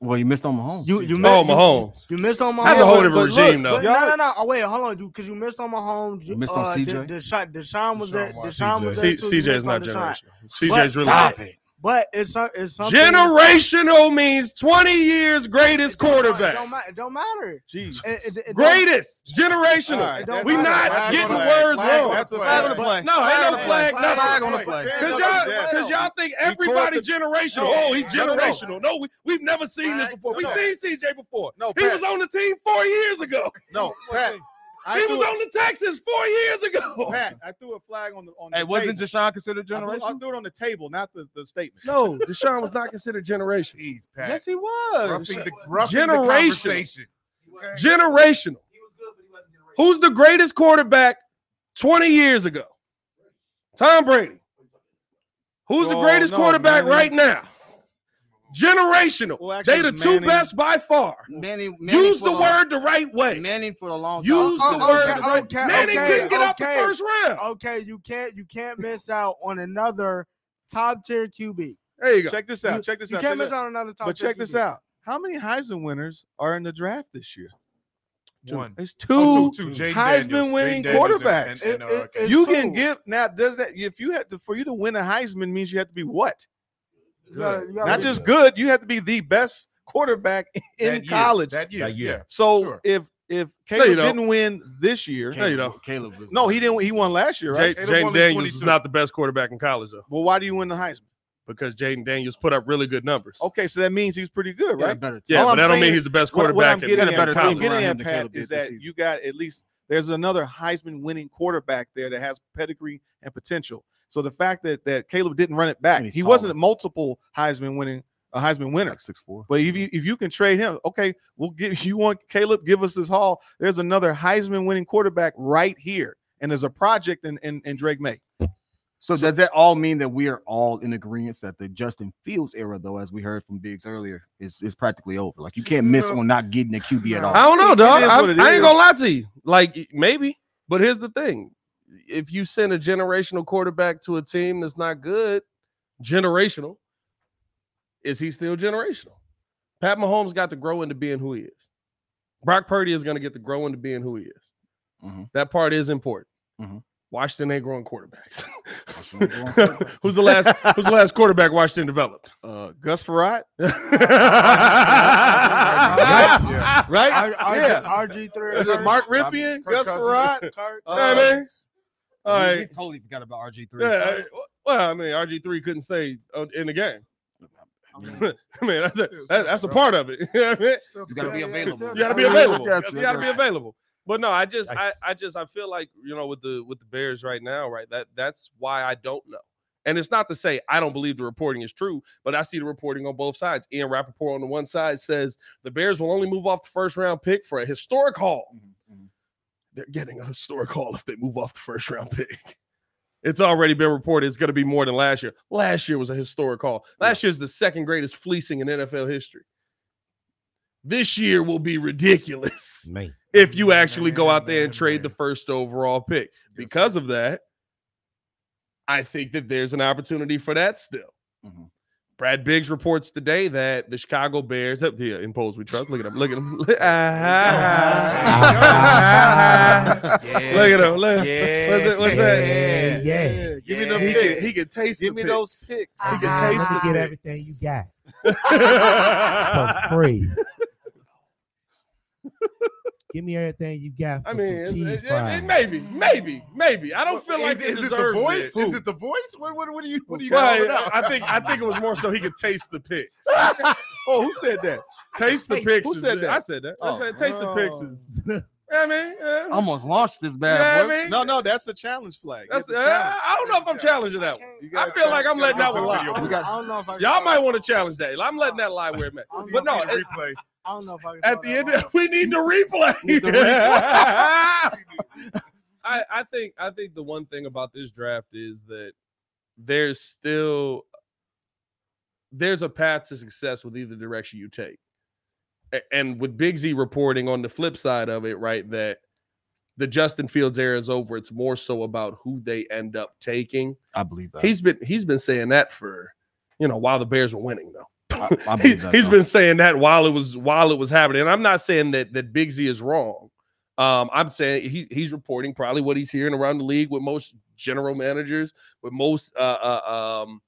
[SPEAKER 9] Well, you missed on Mahomes.
[SPEAKER 2] You you
[SPEAKER 1] Oh,
[SPEAKER 2] mi- you-
[SPEAKER 1] Mahomes.
[SPEAKER 2] You missed on Mahomes.
[SPEAKER 1] That's a whole different
[SPEAKER 2] But look,
[SPEAKER 1] regime, though.
[SPEAKER 2] but No, no, no. Oh, wait, hold on, dude, because you missed on Mahomes. You
[SPEAKER 1] missed on
[SPEAKER 2] uh,
[SPEAKER 1] CJ?
[SPEAKER 2] De- Deshaun, Deshaun was there. Deshaun was
[SPEAKER 1] C-
[SPEAKER 2] there. too. You
[SPEAKER 1] CJ is
[SPEAKER 2] missed
[SPEAKER 1] not
[SPEAKER 2] on
[SPEAKER 1] generational.
[SPEAKER 2] Deshaun.
[SPEAKER 1] CJ is
[SPEAKER 2] But-
[SPEAKER 1] really
[SPEAKER 2] but-
[SPEAKER 1] not.
[SPEAKER 2] But it's some- it's something.
[SPEAKER 1] Generational means 20 years greatest
[SPEAKER 2] It don't,
[SPEAKER 1] quarterback.
[SPEAKER 2] ma- it don't matter.
[SPEAKER 3] Jeez.
[SPEAKER 2] It, it, it
[SPEAKER 1] Greatest
[SPEAKER 2] All right,
[SPEAKER 1] generational.
[SPEAKER 2] it don't
[SPEAKER 1] we
[SPEAKER 2] matter.
[SPEAKER 1] not
[SPEAKER 2] Flag
[SPEAKER 1] getting
[SPEAKER 2] on the
[SPEAKER 1] the words
[SPEAKER 2] flag.
[SPEAKER 1] wrong.
[SPEAKER 2] That's a Flag on the flag. flag.
[SPEAKER 1] No, ain't no
[SPEAKER 2] Flag
[SPEAKER 1] flag.
[SPEAKER 2] on the
[SPEAKER 1] Nothing.
[SPEAKER 2] flag. Flag on the flag.
[SPEAKER 1] Cause y'all, cause y'all think everybody generational.
[SPEAKER 3] No.
[SPEAKER 1] Oh, he
[SPEAKER 3] No, no, no.
[SPEAKER 1] generational. No, we, we've never seen this before. We've
[SPEAKER 3] No, no.
[SPEAKER 1] seen CJ before.
[SPEAKER 3] No,
[SPEAKER 1] he
[SPEAKER 3] Pat.
[SPEAKER 1] was on the team four years ago.
[SPEAKER 3] No, Pat. I
[SPEAKER 1] he
[SPEAKER 3] do
[SPEAKER 1] was
[SPEAKER 3] it-
[SPEAKER 1] on the Texans four years ago.
[SPEAKER 3] Pat, I threw a flag on the on.
[SPEAKER 1] Hey,
[SPEAKER 3] the
[SPEAKER 1] wasn't
[SPEAKER 3] table.
[SPEAKER 1] Deshaun considered
[SPEAKER 3] I threw, I
[SPEAKER 1] generational?
[SPEAKER 3] threw it on the table, not the, the statement.
[SPEAKER 1] No, Deshaun was not considered generation.
[SPEAKER 10] Pat.
[SPEAKER 1] Yes, he was.
[SPEAKER 10] Roughing the- roughing the conversation.
[SPEAKER 1] generational. generational. Who's the greatest quarterback 20 years ago? Tom Brady. Who's the
[SPEAKER 3] Oh,
[SPEAKER 1] greatest
[SPEAKER 3] no,
[SPEAKER 1] quarterback
[SPEAKER 3] Manning.
[SPEAKER 1] right now? Generational.
[SPEAKER 11] Well, actually,
[SPEAKER 1] they the two
[SPEAKER 11] Manning-
[SPEAKER 1] best by far.
[SPEAKER 11] Manning,
[SPEAKER 1] Use
[SPEAKER 3] uh,
[SPEAKER 1] the word the right way.
[SPEAKER 11] Manning for the long time.
[SPEAKER 1] Use the word
[SPEAKER 2] okay,
[SPEAKER 1] the right
[SPEAKER 2] okay,
[SPEAKER 1] Manning
[SPEAKER 2] okay,
[SPEAKER 1] couldn't get out the
[SPEAKER 2] okay.
[SPEAKER 1] first round.
[SPEAKER 2] Okay, you can't you can't miss out on another top tier QB.
[SPEAKER 1] There you go.
[SPEAKER 3] Check this out. Check this
[SPEAKER 2] you
[SPEAKER 3] out.
[SPEAKER 2] can't
[SPEAKER 3] check
[SPEAKER 2] miss
[SPEAKER 3] this-
[SPEAKER 2] out on another top
[SPEAKER 3] But
[SPEAKER 2] tier
[SPEAKER 3] check this
[SPEAKER 2] QB.
[SPEAKER 3] out. How many Heisman winners are in the draft this year? Two.
[SPEAKER 10] One.
[SPEAKER 3] It's two
[SPEAKER 10] Oh, two, two. Jaden Daniels.
[SPEAKER 3] Heisman winning
[SPEAKER 10] Jaden Daniels and-
[SPEAKER 3] quarterbacks.
[SPEAKER 10] and- and, uh, It- it-
[SPEAKER 3] you
[SPEAKER 10] it's
[SPEAKER 3] can
[SPEAKER 10] two.
[SPEAKER 3] give now. Does that if you had to for you to win a Heisman means you have to be what?
[SPEAKER 2] You gotta- you gotta
[SPEAKER 3] Not
[SPEAKER 2] be-
[SPEAKER 3] just good. You have to be the best quarterback [LAUGHS]
[SPEAKER 10] year,
[SPEAKER 3] in college
[SPEAKER 10] that year, That year. yeah,
[SPEAKER 3] So
[SPEAKER 10] sure.
[SPEAKER 3] if if
[SPEAKER 1] No,
[SPEAKER 3] Caleb
[SPEAKER 1] you don't.
[SPEAKER 3] didn't win this year,
[SPEAKER 1] No, you don't.
[SPEAKER 9] Caleb
[SPEAKER 3] No, he didn't. He won last year, right?
[SPEAKER 1] J- Jaden Daniels was not the best quarterback in college, though.
[SPEAKER 3] Well, why do you win the Heisman?
[SPEAKER 1] Because Jaden Daniels put up really good numbers.
[SPEAKER 3] Okay, so that means he's pretty good,
[SPEAKER 1] Yeah,
[SPEAKER 3] right?
[SPEAKER 1] better team. Yeah, but that don't mean he's the best
[SPEAKER 3] what-
[SPEAKER 1] quarterback
[SPEAKER 3] What
[SPEAKER 1] in-
[SPEAKER 3] I'm getting
[SPEAKER 1] Had a
[SPEAKER 3] at,
[SPEAKER 1] better
[SPEAKER 3] what I'm
[SPEAKER 1] team
[SPEAKER 3] getting
[SPEAKER 1] around him
[SPEAKER 3] at
[SPEAKER 1] than
[SPEAKER 3] Pat,
[SPEAKER 1] Caleb did
[SPEAKER 3] is
[SPEAKER 1] this
[SPEAKER 3] that
[SPEAKER 1] season.
[SPEAKER 3] you got at least there's another Heisman winning quarterback there that has pedigree and potential. So the fact that that Caleb didn't run it back, he wasn't a multiple Heisman winning a Heisman winner,
[SPEAKER 9] six four.
[SPEAKER 3] But if you if you can trade him, okay, we'll give [LAUGHS] you want Caleb, give us this haul. There's another Heisman winning quarterback right here, and there's a project in in, in Drake May.
[SPEAKER 9] So, does that all mean that we are all in agreement that the Justin Fields era, though, as we heard from Biggs earlier, is is practically over? Like you can't miss on not getting a QB at all.
[SPEAKER 1] I don't know, dog. I,
[SPEAKER 9] It is what it
[SPEAKER 1] I ain't
[SPEAKER 9] is.
[SPEAKER 1] gonna lie to you. Like maybe, but here's the thing: if you send a generational quarterback to a team that's not good, generational, is he still generational? Pat Mahomes got to grow into being who he is. Brock Purdy is gonna get to grow into being who he is.
[SPEAKER 9] Mhm. Mm-hmm.
[SPEAKER 1] That part is important. Washington ain't growing quarterbacks. [LAUGHS] who's the last? Who's the last quarterback Washington developed?
[SPEAKER 12] Uh, Gus Farrat.
[SPEAKER 1] [LAUGHS] Right?
[SPEAKER 13] yeah. RG3.
[SPEAKER 12] Is it Mark Ripien? Gus Farrat?
[SPEAKER 1] You know
[SPEAKER 3] Uh,
[SPEAKER 1] what I mean? All
[SPEAKER 12] He-
[SPEAKER 1] right.
[SPEAKER 12] he's
[SPEAKER 1] totally forgot about RG3.
[SPEAKER 12] Sorry.
[SPEAKER 1] Yeah, well, I mean, RG3 couldn't stay uh, in the game. [LAUGHS] I mean, that's a, that, that's a part of it. [LAUGHS] You know what I mean?
[SPEAKER 14] You gotta be available.
[SPEAKER 1] You gotta be
[SPEAKER 14] Yeah,
[SPEAKER 1] available.
[SPEAKER 14] yeah, yeah.
[SPEAKER 1] You gotta be available. But no, I just I, I just I feel like you know with the with the Bears right now, right? That that's why I don't know. And it's not to say I don't believe the reporting is true, but I see the reporting on both sides. Ian Rappaport on the one side says the Bears will only move off the first round pick for a historic haul. They're getting a historic haul if they move off the first round pick. It's already been reported it's going to be more than last year. Last year was a historic haul. Last year's the second greatest fleecing in NFL history. This year will be ridiculous if you actually go out there and trade the first overall pick. Because of that, I think that there's an opportunity for that still. Brad Biggs reports today that the Chicago Bears, up yeah, in polls we trust. Look at him. Look at him. [LAUGHS] Look at him. Look at him. Look. What's, it, what's that?
[SPEAKER 8] Yeah.
[SPEAKER 1] Give me them
[SPEAKER 8] Yeah.
[SPEAKER 1] he can, he can taste
[SPEAKER 12] Give
[SPEAKER 1] the
[SPEAKER 12] me
[SPEAKER 1] picks.
[SPEAKER 12] those picks.
[SPEAKER 1] He can taste the
[SPEAKER 15] get
[SPEAKER 1] picks.
[SPEAKER 15] everything you got
[SPEAKER 1] got.
[SPEAKER 15] for free. Give me everything you got. For
[SPEAKER 1] I mean,
[SPEAKER 15] some
[SPEAKER 1] it's-
[SPEAKER 15] cheese
[SPEAKER 1] it- it-
[SPEAKER 15] fries.
[SPEAKER 1] it- maybe, maybe, maybe. I don't feel like it
[SPEAKER 3] is it the
[SPEAKER 1] deserves
[SPEAKER 3] voice?
[SPEAKER 1] Is
[SPEAKER 3] Is it the voice? What what, what do you what do you
[SPEAKER 1] Well,
[SPEAKER 3] calling out?
[SPEAKER 1] I think I think it was more so he could taste the picks.
[SPEAKER 12] [LAUGHS] oh, who said that?
[SPEAKER 1] Taste the picks.
[SPEAKER 12] Who
[SPEAKER 1] is
[SPEAKER 12] said
[SPEAKER 1] it.
[SPEAKER 12] that?
[SPEAKER 1] I said that. I
[SPEAKER 12] Oh.
[SPEAKER 1] said taste the
[SPEAKER 15] [LAUGHS]
[SPEAKER 1] picks is. I mean, uh,
[SPEAKER 2] Almost launched this
[SPEAKER 1] You know
[SPEAKER 2] bad
[SPEAKER 1] what
[SPEAKER 2] boy.
[SPEAKER 1] I mean?
[SPEAKER 12] No, no, that's a challenge flag.
[SPEAKER 1] That's,
[SPEAKER 12] It's a
[SPEAKER 1] uh,
[SPEAKER 12] challenge.
[SPEAKER 1] I don't know if I'm challenging that one. I feel like I'm letting that one lie.
[SPEAKER 13] I don't- I don't know if I
[SPEAKER 1] Y'all might want to challenge that. I'm letting that lie where it may. But no, it-
[SPEAKER 3] replay.
[SPEAKER 13] I don't know if I can
[SPEAKER 1] at the end, of, [LAUGHS] we [LAUGHS] need to replay.
[SPEAKER 13] the [LAUGHS] replay.
[SPEAKER 1] I, I think I think the one thing about this draft is that there's still there's a path to success with either direction you take. A- And with Big Z reporting on the flip side of it, right, that the Justin Fields era is over. It's more so about who they end up taking.
[SPEAKER 2] I believe that.
[SPEAKER 1] He's been he's been saying that for you know while the Bears were winning though.
[SPEAKER 2] I, I
[SPEAKER 1] He- [LAUGHS]
[SPEAKER 2] believe that.
[SPEAKER 1] he's
[SPEAKER 2] though.
[SPEAKER 1] been saying that while it was while it was happening. And I'm not saying that that Big Z is wrong. Um, I'm saying he he's reporting probably what he's hearing around the league with most general managers, with most uh, uh um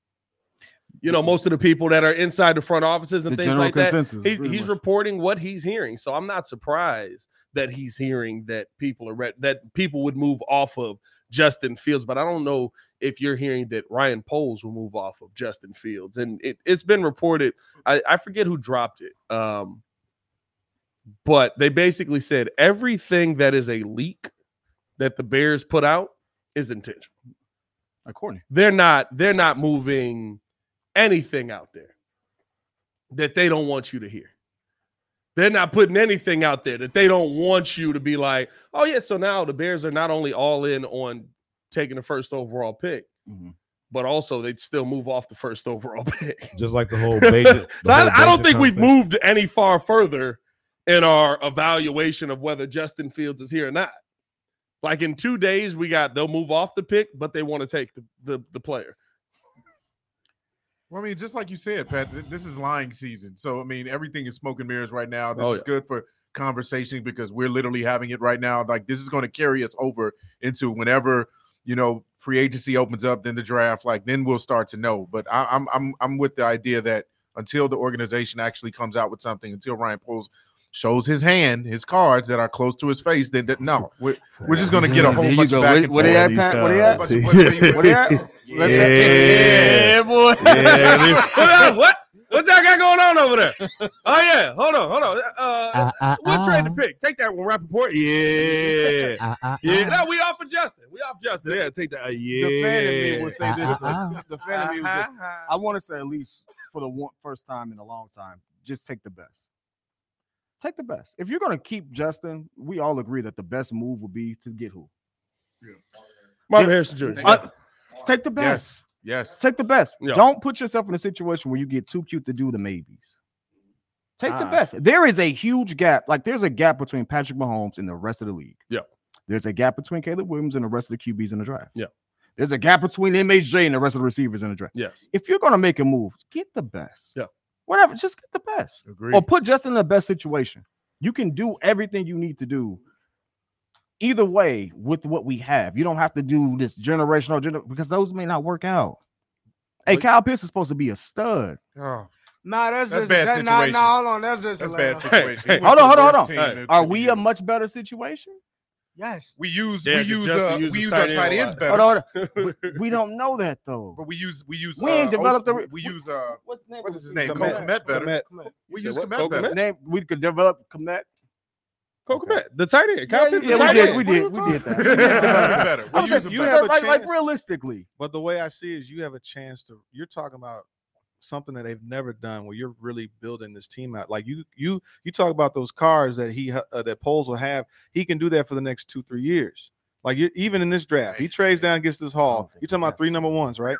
[SPEAKER 1] you know, most of the people that are inside the front offices and
[SPEAKER 2] The
[SPEAKER 1] things
[SPEAKER 2] general
[SPEAKER 1] like that.
[SPEAKER 2] consensus,
[SPEAKER 1] He's,
[SPEAKER 2] pretty
[SPEAKER 1] he's
[SPEAKER 2] much.
[SPEAKER 1] reporting what he's hearing. So I'm not surprised that he's hearing that people are re- that people would move off of Justin Fields, but I don't know if you're hearing that Ryan Poles will move off of Justin Fields. And it, it's been reported, I, I forget who dropped it. Um, but they basically said everything that is a leak that the Bears put out is intentional.
[SPEAKER 2] According.
[SPEAKER 1] They're not they're not moving anything out there that they don't want you to hear. They're not putting anything out there that they don't want you to be like, oh yeah. So now the Bears are not only all in on taking the first overall pick, but also they'd still move off the first overall [LAUGHS] pick.
[SPEAKER 8] Just like the
[SPEAKER 1] [LAUGHS]
[SPEAKER 8] whole
[SPEAKER 1] so
[SPEAKER 8] Bajan.
[SPEAKER 1] I, I don't think we've moved any far further in our evaluation of whether Justin Fields is here or not. Like in two days, we got they'll move off the pick, but they want to take the, the the player.
[SPEAKER 3] Well, I mean, just like you said, Pat, th- this is lying season. So, I mean, everything is smoke and mirrors right now. This
[SPEAKER 1] Oh,
[SPEAKER 3] is
[SPEAKER 1] yeah.
[SPEAKER 3] good for conversation because we're literally having it right now. Like, this is going to carry us over into whenever you know free agency opens up, then the draft. Like, then we'll start to know. But I, I'm I'm I'm with the idea that until the organization actually comes out with something, until Ryan Poles shows his hand, his cards that are close to his face, then that, no, we're we're just going to get
[SPEAKER 2] [LAUGHS]
[SPEAKER 3] a
[SPEAKER 2] There
[SPEAKER 3] whole
[SPEAKER 2] you
[SPEAKER 3] bunch
[SPEAKER 2] go.
[SPEAKER 3] of back
[SPEAKER 2] Where-
[SPEAKER 3] and
[SPEAKER 2] where they
[SPEAKER 3] forth.
[SPEAKER 2] at, Pat? Where they at?
[SPEAKER 3] Bunch of- where
[SPEAKER 1] [LAUGHS]
[SPEAKER 2] [LAUGHS]
[SPEAKER 3] they at?
[SPEAKER 2] Yeah. Yeah,
[SPEAKER 1] [LAUGHS]
[SPEAKER 2] boy.
[SPEAKER 1] what, what? What y'all got going on over there? Oh yeah, hold on, hold on. Uh, we'll trade the pick. Take that one, Rappaport. Yeah, yeah. No, we off for Justin. We off Justin. Yeah, take that. Uh, yeah.
[SPEAKER 2] The fan in me will say this.
[SPEAKER 1] Uh-uh.
[SPEAKER 2] though. The fan in
[SPEAKER 8] Uh-huh.
[SPEAKER 2] me will
[SPEAKER 3] Uh-huh.
[SPEAKER 2] say, I want to say at least for the one, first time in a long time, just take the best. Take the best. If you're gonna keep Justin, we all agree that the best move would be to get who?
[SPEAKER 1] Marvin Harrison Jr.
[SPEAKER 2] Uh, take the best.
[SPEAKER 3] Yes.
[SPEAKER 2] Take the best.
[SPEAKER 1] Yeah.
[SPEAKER 2] Don't put yourself in a situation where you get too cute to do the maybes. Take the
[SPEAKER 1] Ah.
[SPEAKER 2] best. There is a huge gap. Like there's a gap between Patrick Mahomes and the rest of the league.
[SPEAKER 1] Yeah.
[SPEAKER 2] There's a gap between Caleb Williams and the rest of the QBs in the draft.
[SPEAKER 1] Yeah.
[SPEAKER 2] There's a gap between MHJ and the rest of the receivers in the
[SPEAKER 1] [LAUGHS]
[SPEAKER 2] draft.
[SPEAKER 1] Yes.
[SPEAKER 2] If you're gonna make a move, get the best.
[SPEAKER 1] Yeah.
[SPEAKER 2] Whatever, just get the best.
[SPEAKER 3] Agreed.
[SPEAKER 2] Or put Justin in the best situation. You can do everything you need to do either way with what we have. You don't have to do this generational gener- because those may not work out. Hey, Kyle Pitts is supposed to be a stud.
[SPEAKER 8] Oh.
[SPEAKER 16] Nah, that's,
[SPEAKER 8] That's
[SPEAKER 16] just
[SPEAKER 8] bad
[SPEAKER 16] that, nah,
[SPEAKER 8] situation.
[SPEAKER 16] nah, hold on, that's just
[SPEAKER 8] That's
[SPEAKER 16] a
[SPEAKER 8] bad
[SPEAKER 16] laugh.
[SPEAKER 8] situation. [LAUGHS] He went
[SPEAKER 2] hold
[SPEAKER 8] to
[SPEAKER 2] on,
[SPEAKER 8] the
[SPEAKER 2] hold on,
[SPEAKER 8] worst
[SPEAKER 2] hold
[SPEAKER 8] team
[SPEAKER 2] on.
[SPEAKER 8] in
[SPEAKER 2] Are
[SPEAKER 8] two
[SPEAKER 2] we a much better situation?
[SPEAKER 16] Yes.
[SPEAKER 8] We use
[SPEAKER 2] Yeah,
[SPEAKER 8] we
[SPEAKER 2] 'cause
[SPEAKER 8] use
[SPEAKER 2] Justin
[SPEAKER 8] uh,
[SPEAKER 2] uses
[SPEAKER 8] we use
[SPEAKER 2] tight
[SPEAKER 8] our
[SPEAKER 2] end a
[SPEAKER 8] tight ends
[SPEAKER 2] lot.
[SPEAKER 8] better. [LAUGHS]
[SPEAKER 2] Hold on, hold on. we, we don't know that though.
[SPEAKER 8] But we use we use
[SPEAKER 2] We
[SPEAKER 8] uh,
[SPEAKER 2] ain't developed
[SPEAKER 8] Os-
[SPEAKER 2] the re-
[SPEAKER 8] we use uh
[SPEAKER 2] what's his name?
[SPEAKER 8] What is his name? Cole
[SPEAKER 2] Komet.
[SPEAKER 8] Komet better. We
[SPEAKER 2] You
[SPEAKER 8] use
[SPEAKER 2] said what?
[SPEAKER 8] Komet better.
[SPEAKER 2] Name, we could develop Komet.
[SPEAKER 1] Komet, the tight end. Kyle Pitts is
[SPEAKER 2] yeah,
[SPEAKER 1] tight
[SPEAKER 2] we did,
[SPEAKER 1] end.
[SPEAKER 2] we
[SPEAKER 1] What are
[SPEAKER 2] did,
[SPEAKER 1] you
[SPEAKER 2] we did
[SPEAKER 1] talking
[SPEAKER 2] that.
[SPEAKER 8] [LAUGHS]
[SPEAKER 1] about?
[SPEAKER 8] better.
[SPEAKER 2] I'm
[SPEAKER 8] We
[SPEAKER 2] saying
[SPEAKER 8] use 'em
[SPEAKER 2] you
[SPEAKER 8] better.
[SPEAKER 2] have
[SPEAKER 8] You
[SPEAKER 2] like,
[SPEAKER 8] have a
[SPEAKER 2] like
[SPEAKER 8] chance.
[SPEAKER 2] realistically.
[SPEAKER 3] But the way I see is you have a chance to you're talking about something that they've never done where you're really building this team out. Like you you you talk about those cars that he ha- uh, that polls will have. He can do that for the next 2-3 years. Like you even in this draft, he trades down gets this haul. You're talking about three number ones, right?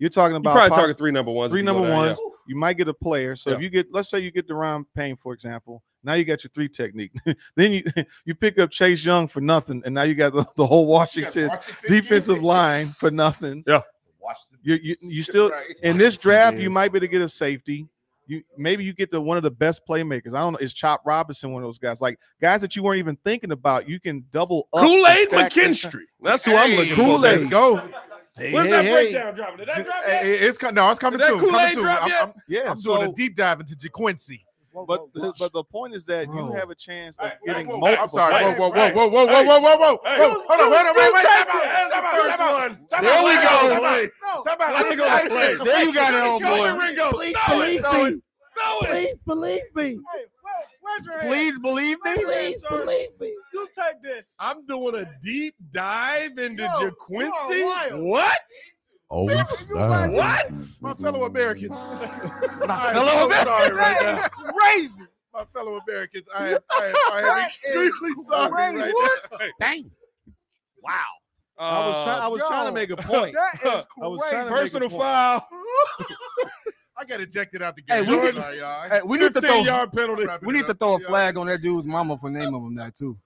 [SPEAKER 3] You're talking about
[SPEAKER 1] probably
[SPEAKER 3] possi-
[SPEAKER 1] talking three number ones if
[SPEAKER 3] Three
[SPEAKER 1] you go
[SPEAKER 3] number
[SPEAKER 1] down,
[SPEAKER 3] ones.
[SPEAKER 1] yeah.
[SPEAKER 3] You might get a player. So if
[SPEAKER 1] Yeah.
[SPEAKER 3] you get, let's say you get Deron Payne, for example, now you got your three technique. [LAUGHS] then you you pick up Chase Young for nothing, and now you got the, the whole Washington, defensive line [LAUGHS] for nothing.
[SPEAKER 1] Yeah,
[SPEAKER 3] you you, you still in this draft you might be able to get a safety. You maybe you get the one of the best playmakers. I don't know. Is Chop Robinson one of those guys? Like guys that you weren't even thinking about. You can double up. and
[SPEAKER 1] Kool-Aid
[SPEAKER 3] stack and-
[SPEAKER 1] McKinstry. That's who I'm looking for.
[SPEAKER 3] Kool-Aid.
[SPEAKER 1] Let's
[SPEAKER 8] go.
[SPEAKER 17] Where's
[SPEAKER 3] Hey,
[SPEAKER 17] that
[SPEAKER 3] hey, hey.
[SPEAKER 17] breakdown dropping? Did that drop
[SPEAKER 8] Hey,
[SPEAKER 17] yet?
[SPEAKER 8] hey, eh, it's co- no, it's coming
[SPEAKER 17] Did that
[SPEAKER 8] soon. Coming
[SPEAKER 17] Kool-Aid
[SPEAKER 8] soon.
[SPEAKER 17] drop
[SPEAKER 8] I'm,
[SPEAKER 17] yet?
[SPEAKER 8] I'm-
[SPEAKER 3] Yeah,
[SPEAKER 8] I'm doing
[SPEAKER 3] so-
[SPEAKER 8] a deep dive into DeQuincy.
[SPEAKER 6] Oh,
[SPEAKER 3] But the, but the point is that you
[SPEAKER 8] Bro.
[SPEAKER 3] have a chance of getting
[SPEAKER 8] whoa,
[SPEAKER 3] multiple.
[SPEAKER 8] I'm sorry. Whoa,
[SPEAKER 3] players.
[SPEAKER 8] whoa, whoa, whoa, whoa, whoa, whoa, whoa, whoa.
[SPEAKER 3] Hey.
[SPEAKER 8] Whoa, Hold on,
[SPEAKER 3] You-
[SPEAKER 8] wait, wait,
[SPEAKER 3] you
[SPEAKER 8] wait,
[SPEAKER 3] take
[SPEAKER 8] time
[SPEAKER 3] it as
[SPEAKER 8] out, time
[SPEAKER 3] the
[SPEAKER 8] out,
[SPEAKER 3] first
[SPEAKER 8] time out.
[SPEAKER 3] one.
[SPEAKER 8] Time
[SPEAKER 3] There
[SPEAKER 8] out,
[SPEAKER 3] we
[SPEAKER 8] time
[SPEAKER 3] go.
[SPEAKER 8] out, time out.
[SPEAKER 3] No,
[SPEAKER 8] Time out.
[SPEAKER 3] there you go, play. There you got it, old
[SPEAKER 8] Go
[SPEAKER 3] boy.
[SPEAKER 8] ahead, Ringo.
[SPEAKER 3] Please
[SPEAKER 8] Throw it,
[SPEAKER 3] believe
[SPEAKER 8] throw it.
[SPEAKER 3] me.
[SPEAKER 17] Throw it.
[SPEAKER 6] Please believe
[SPEAKER 17] Please
[SPEAKER 6] me.
[SPEAKER 17] believe me.
[SPEAKER 6] Please believe me.
[SPEAKER 16] You take this.
[SPEAKER 17] I'm doing a deep dive into
[SPEAKER 16] Yo,
[SPEAKER 17] Yo,
[SPEAKER 16] you
[SPEAKER 17] Jaquincy.
[SPEAKER 16] are wild.
[SPEAKER 17] What?
[SPEAKER 18] Oh,
[SPEAKER 17] What?
[SPEAKER 18] snap.
[SPEAKER 8] My fellow Americans. I am
[SPEAKER 17] Hello,
[SPEAKER 8] so
[SPEAKER 17] America.
[SPEAKER 8] sorry right now.
[SPEAKER 16] Crazy.
[SPEAKER 8] My fellow Americans, I am, I am, I am extremely sorry right now.
[SPEAKER 17] Dang. Wow.
[SPEAKER 3] I was trying. I
[SPEAKER 8] Uh,
[SPEAKER 3] was trying to make a
[SPEAKER 1] [LAUGHS]
[SPEAKER 3] point.
[SPEAKER 16] That is
[SPEAKER 3] I was
[SPEAKER 16] crazy.
[SPEAKER 3] trying to make a
[SPEAKER 17] Personal
[SPEAKER 3] point.
[SPEAKER 17] foul.
[SPEAKER 8] I got ejected out the
[SPEAKER 2] Hey,
[SPEAKER 8] game.
[SPEAKER 2] we
[SPEAKER 8] Sorry,
[SPEAKER 2] need-
[SPEAKER 8] y'all.
[SPEAKER 2] Hey, we need to throw
[SPEAKER 17] 15 yard penalty.
[SPEAKER 2] We need to throw a flag on that dude's mama for naming him that
[SPEAKER 3] [LAUGHS]
[SPEAKER 2] too.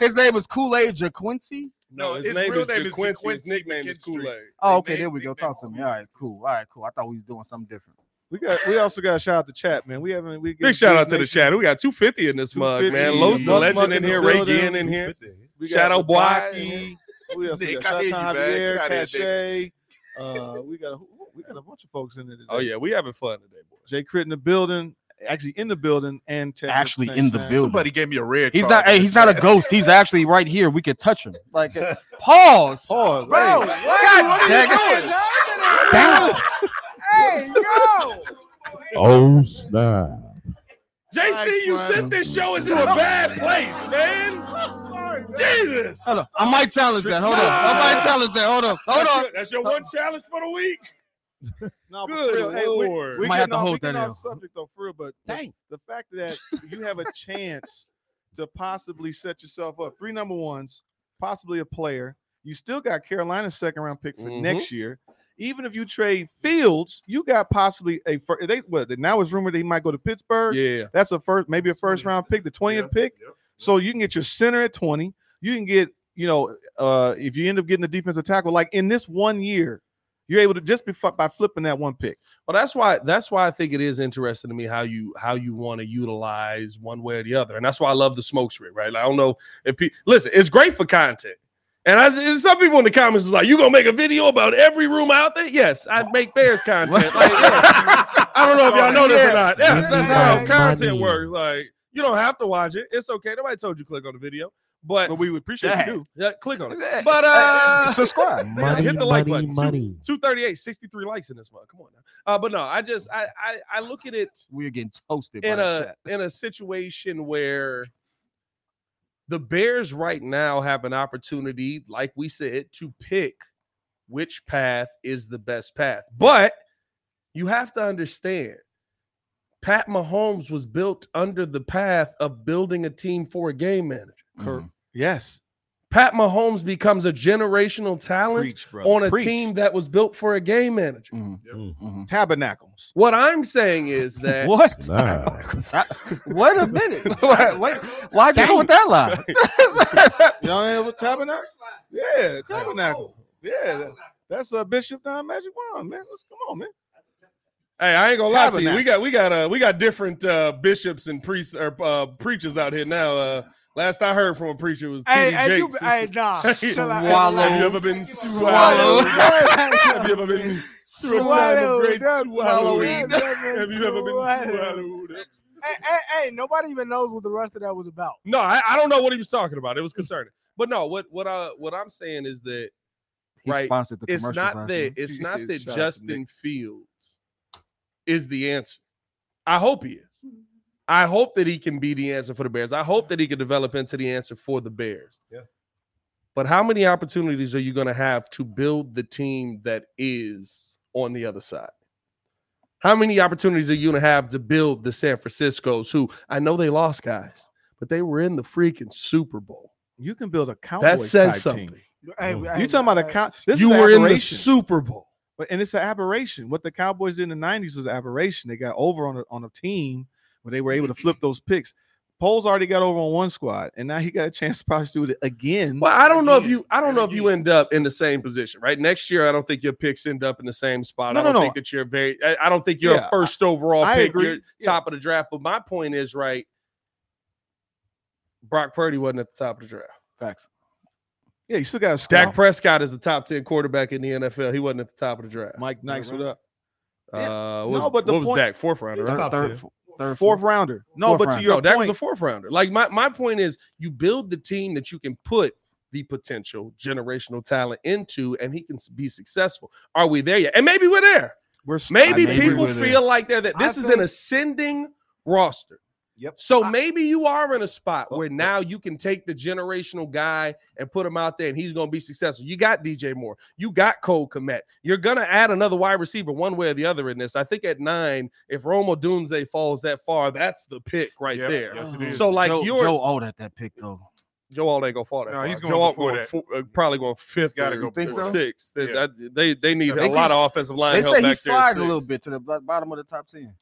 [SPEAKER 2] His name is Kool Aid JaQuincy.
[SPEAKER 1] [LAUGHS] No, his
[SPEAKER 8] his
[SPEAKER 1] name
[SPEAKER 8] real
[SPEAKER 1] is
[SPEAKER 8] name is
[SPEAKER 1] DeQuincy. His
[SPEAKER 8] DeQuincy
[SPEAKER 1] nickname is
[SPEAKER 8] McKinstry.
[SPEAKER 1] Kool-Aid.
[SPEAKER 2] Oh, okay, there we go. Talk to me. All right, cool. All right, cool. I thought we was doing something different.
[SPEAKER 3] We got. We also got to shout out to chat, man. We haven't. We
[SPEAKER 1] Big shout out to the chat. We got 250 in this mug,
[SPEAKER 3] 250.
[SPEAKER 1] man. Los the
[SPEAKER 3] Muck Muck
[SPEAKER 1] legend in
[SPEAKER 3] in the
[SPEAKER 1] here, Ray
[SPEAKER 3] building.
[SPEAKER 1] Ginn in here.
[SPEAKER 3] We got
[SPEAKER 1] Shadow
[SPEAKER 3] Bobaki.
[SPEAKER 1] Blocky.
[SPEAKER 3] We got
[SPEAKER 8] Nick, I hear
[SPEAKER 3] Shatan
[SPEAKER 8] you, man.
[SPEAKER 3] Javier,
[SPEAKER 8] Get outta here,
[SPEAKER 3] Cache. Uh, we got a, we got a bunch of folks in there. Today.
[SPEAKER 1] Oh yeah, we having fun today, boys.
[SPEAKER 3] Jay Crit in the building, actually in the building, and Ted at
[SPEAKER 2] Actually
[SPEAKER 3] same
[SPEAKER 2] in the
[SPEAKER 3] time.
[SPEAKER 2] building.
[SPEAKER 8] Somebody gave me a red.
[SPEAKER 2] He's
[SPEAKER 8] card.
[SPEAKER 2] not. Hey, he's not a ghost. He's actually right here. We could touch him. Like,
[SPEAKER 6] uh,
[SPEAKER 2] pause.
[SPEAKER 3] Pause.
[SPEAKER 16] Bro,
[SPEAKER 3] Hey,
[SPEAKER 16] what,
[SPEAKER 2] God
[SPEAKER 16] what
[SPEAKER 2] dang
[SPEAKER 16] are you doing?
[SPEAKER 2] it.
[SPEAKER 16] Damn. Hey, yo.
[SPEAKER 18] Oh, snap.
[SPEAKER 17] JC, you sent this show into a bad place, man.
[SPEAKER 16] I'm sorry, man.
[SPEAKER 17] Jesus.
[SPEAKER 2] Hold up. I might challenge that. Hold up. I might challenge that. Hold up. Hold
[SPEAKER 17] that's
[SPEAKER 2] on.
[SPEAKER 17] Your, that's your one challenge for the week.
[SPEAKER 3] No, but
[SPEAKER 17] Good
[SPEAKER 3] for real, hey, we-
[SPEAKER 17] Lord.
[SPEAKER 3] we
[SPEAKER 2] Might have
[SPEAKER 3] getting
[SPEAKER 2] to
[SPEAKER 3] off- we
[SPEAKER 2] hold that
[SPEAKER 3] getting off
[SPEAKER 2] in.
[SPEAKER 3] subject though, for real, but the-
[SPEAKER 6] Dang.
[SPEAKER 3] the fact that you have a chance to possibly set yourself up three number ones, possibly a player. You still got Carolina's second round pick for
[SPEAKER 8] Mm-hmm.
[SPEAKER 1] Mhm.
[SPEAKER 3] next year. Even if you trade Fields, you got possibly a first. They what now is rumored that he might go to Pittsburgh.
[SPEAKER 1] Yeah.
[SPEAKER 3] That's a first, maybe a first round pick, the 20th pick. So you can get your center at 20. You can get, you know, uh, if you end up getting a defensive tackle, like in this one year, you're able to just be, by flipping that one pick.
[SPEAKER 1] Well, that's why that's why I think it is interesting to me how you how you want to utilize one way or the other, and that's why I love the smoke screen, right? Like, I don't know if pe- listen, it's great for content, and I and some people in the comments is like, "You gonna make a video about every room out there?" Yes, I make Bears
[SPEAKER 2] [LAUGHS]
[SPEAKER 1] content. Like, yeah. I don't know if
[SPEAKER 2] Oh,
[SPEAKER 1] y'all know this or not. Yes, that's how
[SPEAKER 6] Money.
[SPEAKER 1] content works. Like, you don't have to watch it. It's okay. Nobody told you to click on the video, but
[SPEAKER 3] But we would appreciate
[SPEAKER 2] Dang.
[SPEAKER 3] you. do.
[SPEAKER 1] yeah, click on it.
[SPEAKER 2] Hey,
[SPEAKER 1] But uh,
[SPEAKER 2] Subscribe.
[SPEAKER 1] Yeah,
[SPEAKER 6] Money,
[SPEAKER 1] hit the like
[SPEAKER 6] money,
[SPEAKER 1] button.
[SPEAKER 6] money.
[SPEAKER 1] 238, 63 likes in this one. Come on now. Uh, but no, I just I I, I look at it
[SPEAKER 2] We're getting toasted by
[SPEAKER 1] in
[SPEAKER 2] the
[SPEAKER 1] a
[SPEAKER 2] chat.
[SPEAKER 1] in a situation where the Bears right now have an opportunity, like we said, to pick which path is the best path. But you have to understand Pat Mahomes was built under the path of building a team for a game manager.
[SPEAKER 2] Mm-hmm.
[SPEAKER 3] Cor- Yes.
[SPEAKER 1] Pat Mahomes becomes a generational talent
[SPEAKER 3] Preach, brother.
[SPEAKER 1] on a
[SPEAKER 3] Preach.
[SPEAKER 1] team that was built for a game manager.
[SPEAKER 2] Mhm,
[SPEAKER 8] Yep.
[SPEAKER 2] mhm,
[SPEAKER 1] Mm.
[SPEAKER 2] mhm.
[SPEAKER 3] Tabernacles.
[SPEAKER 1] What I'm saying is that
[SPEAKER 2] [LAUGHS] What?
[SPEAKER 18] Nah.
[SPEAKER 1] [LAUGHS]
[SPEAKER 2] Wait a minute. [LAUGHS] Wait, wait. Why'd you go with that line? [LAUGHS]
[SPEAKER 3] Y'all ain't with tabernacle? Yeah, tabernacle. Yeah. that- That's a uh, Bishop Don Magic Wand, man. Let's come on, man.
[SPEAKER 1] Hey, I ain't gonna lie to you.
[SPEAKER 3] Tabernacle.
[SPEAKER 1] We got we got uh we got different uh bishops and priests or uh preachers out here now. Uh Last I heard from a preacher was
[SPEAKER 5] Hey,
[SPEAKER 1] T.D.
[SPEAKER 5] hey, you-
[SPEAKER 1] Jakes.
[SPEAKER 5] hey, nah.
[SPEAKER 1] [LAUGHS]
[SPEAKER 5] Chill out.
[SPEAKER 1] Have you ever been swallowed?
[SPEAKER 5] Swallowed.
[SPEAKER 1] Have you ever been through a time of
[SPEAKER 5] Swallowed
[SPEAKER 1] great
[SPEAKER 5] up. Have
[SPEAKER 1] swallowing?
[SPEAKER 5] you ever been
[SPEAKER 1] Have you ever been
[SPEAKER 5] swallowed?
[SPEAKER 1] swallowed? up?
[SPEAKER 5] Hey, hey, hey, nobody even knows what the rest of that was about.
[SPEAKER 1] No, I, I don't know what he was talking about. It was concerning. But no, what what I what I'm saying is that
[SPEAKER 2] He
[SPEAKER 1] right,
[SPEAKER 2] sponsored the
[SPEAKER 1] it's
[SPEAKER 2] commercials
[SPEAKER 1] not
[SPEAKER 2] last
[SPEAKER 1] that [LAUGHS]
[SPEAKER 2] year.
[SPEAKER 1] it's not that
[SPEAKER 2] Shout out to
[SPEAKER 1] Justin Fields is the answer. I hope he is. I hope that he can be the answer for the Bears. I hope that he can develop into the answer for the Bears.
[SPEAKER 3] Yeah.
[SPEAKER 1] But how many opportunities are you going to have to build the team that is on the other side? How many opportunities are you going to have to build the San Francisco's who I know they lost guys, but they were in the freaking Super Bowl.
[SPEAKER 3] You can build a
[SPEAKER 1] That
[SPEAKER 3] Cowboys
[SPEAKER 1] says
[SPEAKER 3] type
[SPEAKER 1] something.
[SPEAKER 3] team.
[SPEAKER 5] Hey,
[SPEAKER 3] you
[SPEAKER 5] hey,
[SPEAKER 3] talking about a
[SPEAKER 5] hey.
[SPEAKER 3] cow? This
[SPEAKER 1] You
[SPEAKER 3] is
[SPEAKER 1] were in the
[SPEAKER 3] aberration.
[SPEAKER 1] Super Bowl.
[SPEAKER 3] But- and it's an aberration. What the Cowboys did in the '90s was an aberration. They got over on a, on a team where they were able
[SPEAKER 1] [LAUGHS]
[SPEAKER 3] to flip those picks. Poles already got over on one squad, and now he got a chance to probably do it again.
[SPEAKER 1] Well, I don't know if you I don't know if you end up in the same position, right? Next year, I don't think your picks end up in the same spot.
[SPEAKER 3] No,
[SPEAKER 1] I
[SPEAKER 3] no,
[SPEAKER 1] don't
[SPEAKER 3] no.
[SPEAKER 1] think that you're very I, I don't think you're
[SPEAKER 3] Yeah,
[SPEAKER 1] a first overall
[SPEAKER 3] I
[SPEAKER 1] pick,
[SPEAKER 3] agree.
[SPEAKER 1] you're top of the draft. But my point is right, Brock Purdy wasn't at the top of the draft.
[SPEAKER 2] Facts.
[SPEAKER 3] Yeah, you still got a
[SPEAKER 1] Dak Prescott is the top 10 quarterback in the NFL. He wasn't at the top of the draft.
[SPEAKER 3] Mike Nikes, what up?
[SPEAKER 1] Uh, what
[SPEAKER 3] No,
[SPEAKER 1] was,
[SPEAKER 3] but the
[SPEAKER 1] what was
[SPEAKER 3] point-
[SPEAKER 1] Dak? Fourth rounder.
[SPEAKER 3] Third-
[SPEAKER 1] right?
[SPEAKER 3] third- Top ten. fourth rounder. No, but to your
[SPEAKER 1] no, Dak was a
[SPEAKER 3] point-
[SPEAKER 1] fourth rounder. Like my, my point is you build the team that you can put the potential generational talent into and he can s- be successful. Are we there yet? And maybe we're there.
[SPEAKER 3] We're
[SPEAKER 1] maybe
[SPEAKER 3] maybe
[SPEAKER 1] people
[SPEAKER 3] we're there.
[SPEAKER 1] feel like they're that
[SPEAKER 3] I
[SPEAKER 1] this is an
[SPEAKER 3] think-
[SPEAKER 1] ascending roster.
[SPEAKER 3] Yep.
[SPEAKER 1] So maybe you are in a spot
[SPEAKER 4] Oh,
[SPEAKER 1] where now you can take the generational guy and put him out there and he's going to be successful. You got DJ Moore. You got Cole Komet. You're going to add another wide receiver one way or the other in this. I think at nine, if Romo Dunze falls that far, that's the pick right
[SPEAKER 4] Yep.
[SPEAKER 1] there.
[SPEAKER 4] Yes, it is.
[SPEAKER 1] So, like,
[SPEAKER 2] Joe,
[SPEAKER 1] you're
[SPEAKER 2] Joe Old at that pick though.
[SPEAKER 1] Joe Alt ain't gonna fall that
[SPEAKER 4] No,
[SPEAKER 1] far.
[SPEAKER 4] he's
[SPEAKER 1] Joe
[SPEAKER 4] going
[SPEAKER 1] Alt
[SPEAKER 4] before
[SPEAKER 1] going
[SPEAKER 4] that.
[SPEAKER 1] fo- uh, probably going fifth.
[SPEAKER 4] gotta
[SPEAKER 1] or
[SPEAKER 4] go before that.
[SPEAKER 1] sixth. That-
[SPEAKER 4] Yeah.
[SPEAKER 1] that- they they need
[SPEAKER 2] They
[SPEAKER 1] a lot
[SPEAKER 2] keep-
[SPEAKER 1] of offensive line
[SPEAKER 2] They
[SPEAKER 1] help
[SPEAKER 2] say
[SPEAKER 1] back
[SPEAKER 2] he
[SPEAKER 1] there. at
[SPEAKER 2] sliding a little
[SPEAKER 1] six.
[SPEAKER 2] bit to the bo- bottom of the top ten.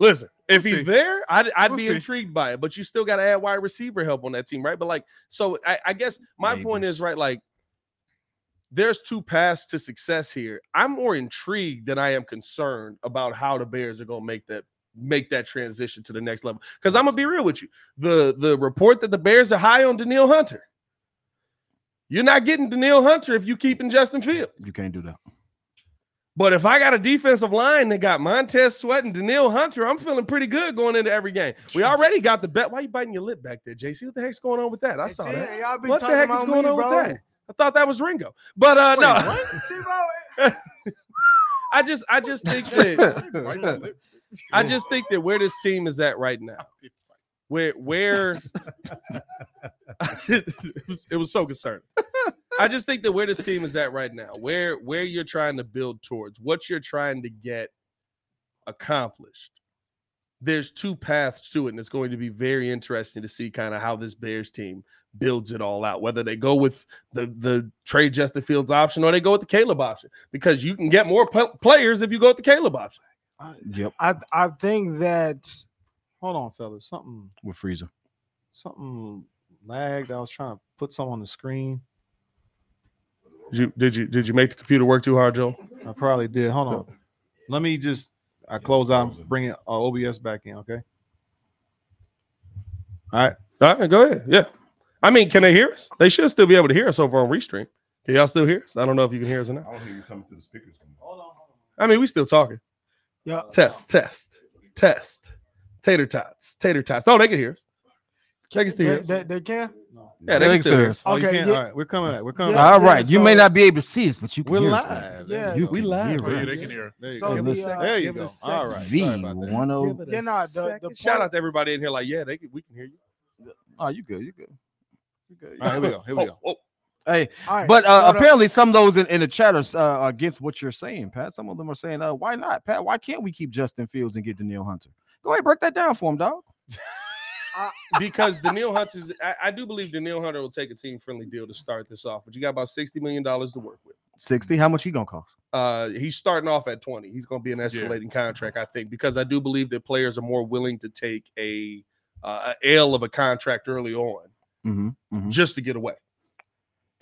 [SPEAKER 1] Listen, if
[SPEAKER 2] We'll
[SPEAKER 1] he's
[SPEAKER 2] see.
[SPEAKER 1] there, I'd, I'd
[SPEAKER 2] We'll
[SPEAKER 1] be
[SPEAKER 2] see.
[SPEAKER 1] intrigued by it. But you still got to add wide receiver help on that team, right? But like, so I, I guess my point is right. Like, there's two paths to success here. I'm more intrigued than I am concerned about how the Bears are going to make that make that transition to the next level. Because I'm gonna be real with you, the the report that the Bears are high on Daniil Hunter. You're not getting Daniil Hunter if you keeping Justin Fields.
[SPEAKER 2] You
[SPEAKER 1] [LAUGHS]
[SPEAKER 2] can't do that.
[SPEAKER 1] But if I got a defensive line that got Montez Sweat and Daniil Hunter, I'm feeling pretty good going into every game. We already got the bet. Why you biting your lip back there, JC? What the heck's going on with that? I saw
[SPEAKER 5] see,
[SPEAKER 1] that.
[SPEAKER 5] y'all be
[SPEAKER 1] What the
[SPEAKER 5] talking
[SPEAKER 1] heck is
[SPEAKER 5] about
[SPEAKER 1] going
[SPEAKER 5] me,
[SPEAKER 1] on
[SPEAKER 5] bro.
[SPEAKER 1] with that? I thought that was Ringo. But uh
[SPEAKER 5] Wait,
[SPEAKER 1] no.
[SPEAKER 5] what? See, bro,
[SPEAKER 1] [LAUGHS] I just I just think
[SPEAKER 4] [LAUGHS]
[SPEAKER 5] [LAUGHS]
[SPEAKER 1] that I just think that where this team is at right now, where where [LAUGHS] it, was, it was so concerning. I just think that where this team is at right now, where where you're trying to build towards, what you're trying to get accomplished. There's two paths to it, and it's going to be very interesting to see kind of how this Bears team builds it all out. Whether they go with the the trade Justin Fields option or they go with the Caleb option, because you can get more pl- players if you go with the Caleb option.
[SPEAKER 2] Uh, Yep,
[SPEAKER 5] I I think that.
[SPEAKER 3] Hold on, fellas. Something
[SPEAKER 2] with Freezer.
[SPEAKER 3] something [LAUGHS] lagged. I was trying to put something on the screen.
[SPEAKER 1] Did you did you did you make the computer work too hard, Joe?
[SPEAKER 3] I probably did. Hold on. Let me just. I close out. and Bring it uh, OBS back in. Okay. All right.
[SPEAKER 1] All right, go ahead. Yeah. I mean, can they hear us? They should still be able to hear us over on Restream. Can y'all still hear us? I don't know if you can hear us or not.
[SPEAKER 8] I don't hear you coming through the speakers.
[SPEAKER 1] I mean, we still talking.
[SPEAKER 5] Yeah.
[SPEAKER 1] Test, test, test. Tater tots, tater tots. Oh, they can hear us. They can still hear
[SPEAKER 5] They,
[SPEAKER 1] us.
[SPEAKER 5] they, they can.
[SPEAKER 1] Yeah, they can still hear us.
[SPEAKER 3] Oh, you
[SPEAKER 5] Okay,
[SPEAKER 3] can't.
[SPEAKER 5] yeah.
[SPEAKER 3] All right. We're coming back. We're coming
[SPEAKER 5] Yeah,
[SPEAKER 3] back.
[SPEAKER 2] All right,
[SPEAKER 5] yeah,
[SPEAKER 2] you may
[SPEAKER 5] so-
[SPEAKER 2] not be able to see us, but you can
[SPEAKER 3] We're
[SPEAKER 2] hear us.
[SPEAKER 3] live.
[SPEAKER 2] man.
[SPEAKER 5] Yeah,
[SPEAKER 2] You
[SPEAKER 5] we
[SPEAKER 2] can
[SPEAKER 5] live.
[SPEAKER 2] Hear
[SPEAKER 5] Yeah,
[SPEAKER 2] us.
[SPEAKER 5] they can hear us.
[SPEAKER 3] There you
[SPEAKER 5] So
[SPEAKER 3] go.
[SPEAKER 5] the,
[SPEAKER 3] Listen.
[SPEAKER 5] uh,
[SPEAKER 3] there you
[SPEAKER 5] give it a
[SPEAKER 3] go. All
[SPEAKER 5] second.
[SPEAKER 3] right. Sorry
[SPEAKER 2] V
[SPEAKER 3] about that.
[SPEAKER 2] one oh.
[SPEAKER 5] Yeah, nah, the, the
[SPEAKER 1] Shout
[SPEAKER 5] point-
[SPEAKER 1] out to everybody in here. Like, yeah, they can, we can hear you.
[SPEAKER 2] Oh, you good? You good? You good?
[SPEAKER 3] All right, here we go. Here we go.
[SPEAKER 1] Oh,
[SPEAKER 2] Hey,
[SPEAKER 5] All right,
[SPEAKER 2] but
[SPEAKER 5] so
[SPEAKER 2] uh,
[SPEAKER 5] the-
[SPEAKER 2] apparently some of those in, in the chat are s- uh, are against what you're saying, Pat. Some of them are saying, uh, "Why not, Pat? Why can't we keep Justin Fields and get Daniil Hunter?" Go ahead, break that down for him, dog.
[SPEAKER 1] because Daniil Hunter's, I, I do believe Daniil Hunter will take a team friendly deal to start this off, but you got about $60 million to work with.
[SPEAKER 2] Sixty.
[SPEAKER 5] Mm-hmm.
[SPEAKER 2] How much he gonna cost?
[SPEAKER 1] Uh, he's starting off at 20. He's going to be an escalating contract, I think, because I do believe that players are more willing to take a, uh, a L of a contract early on
[SPEAKER 2] Mm-hmm. mm-hmm.
[SPEAKER 1] just to get away.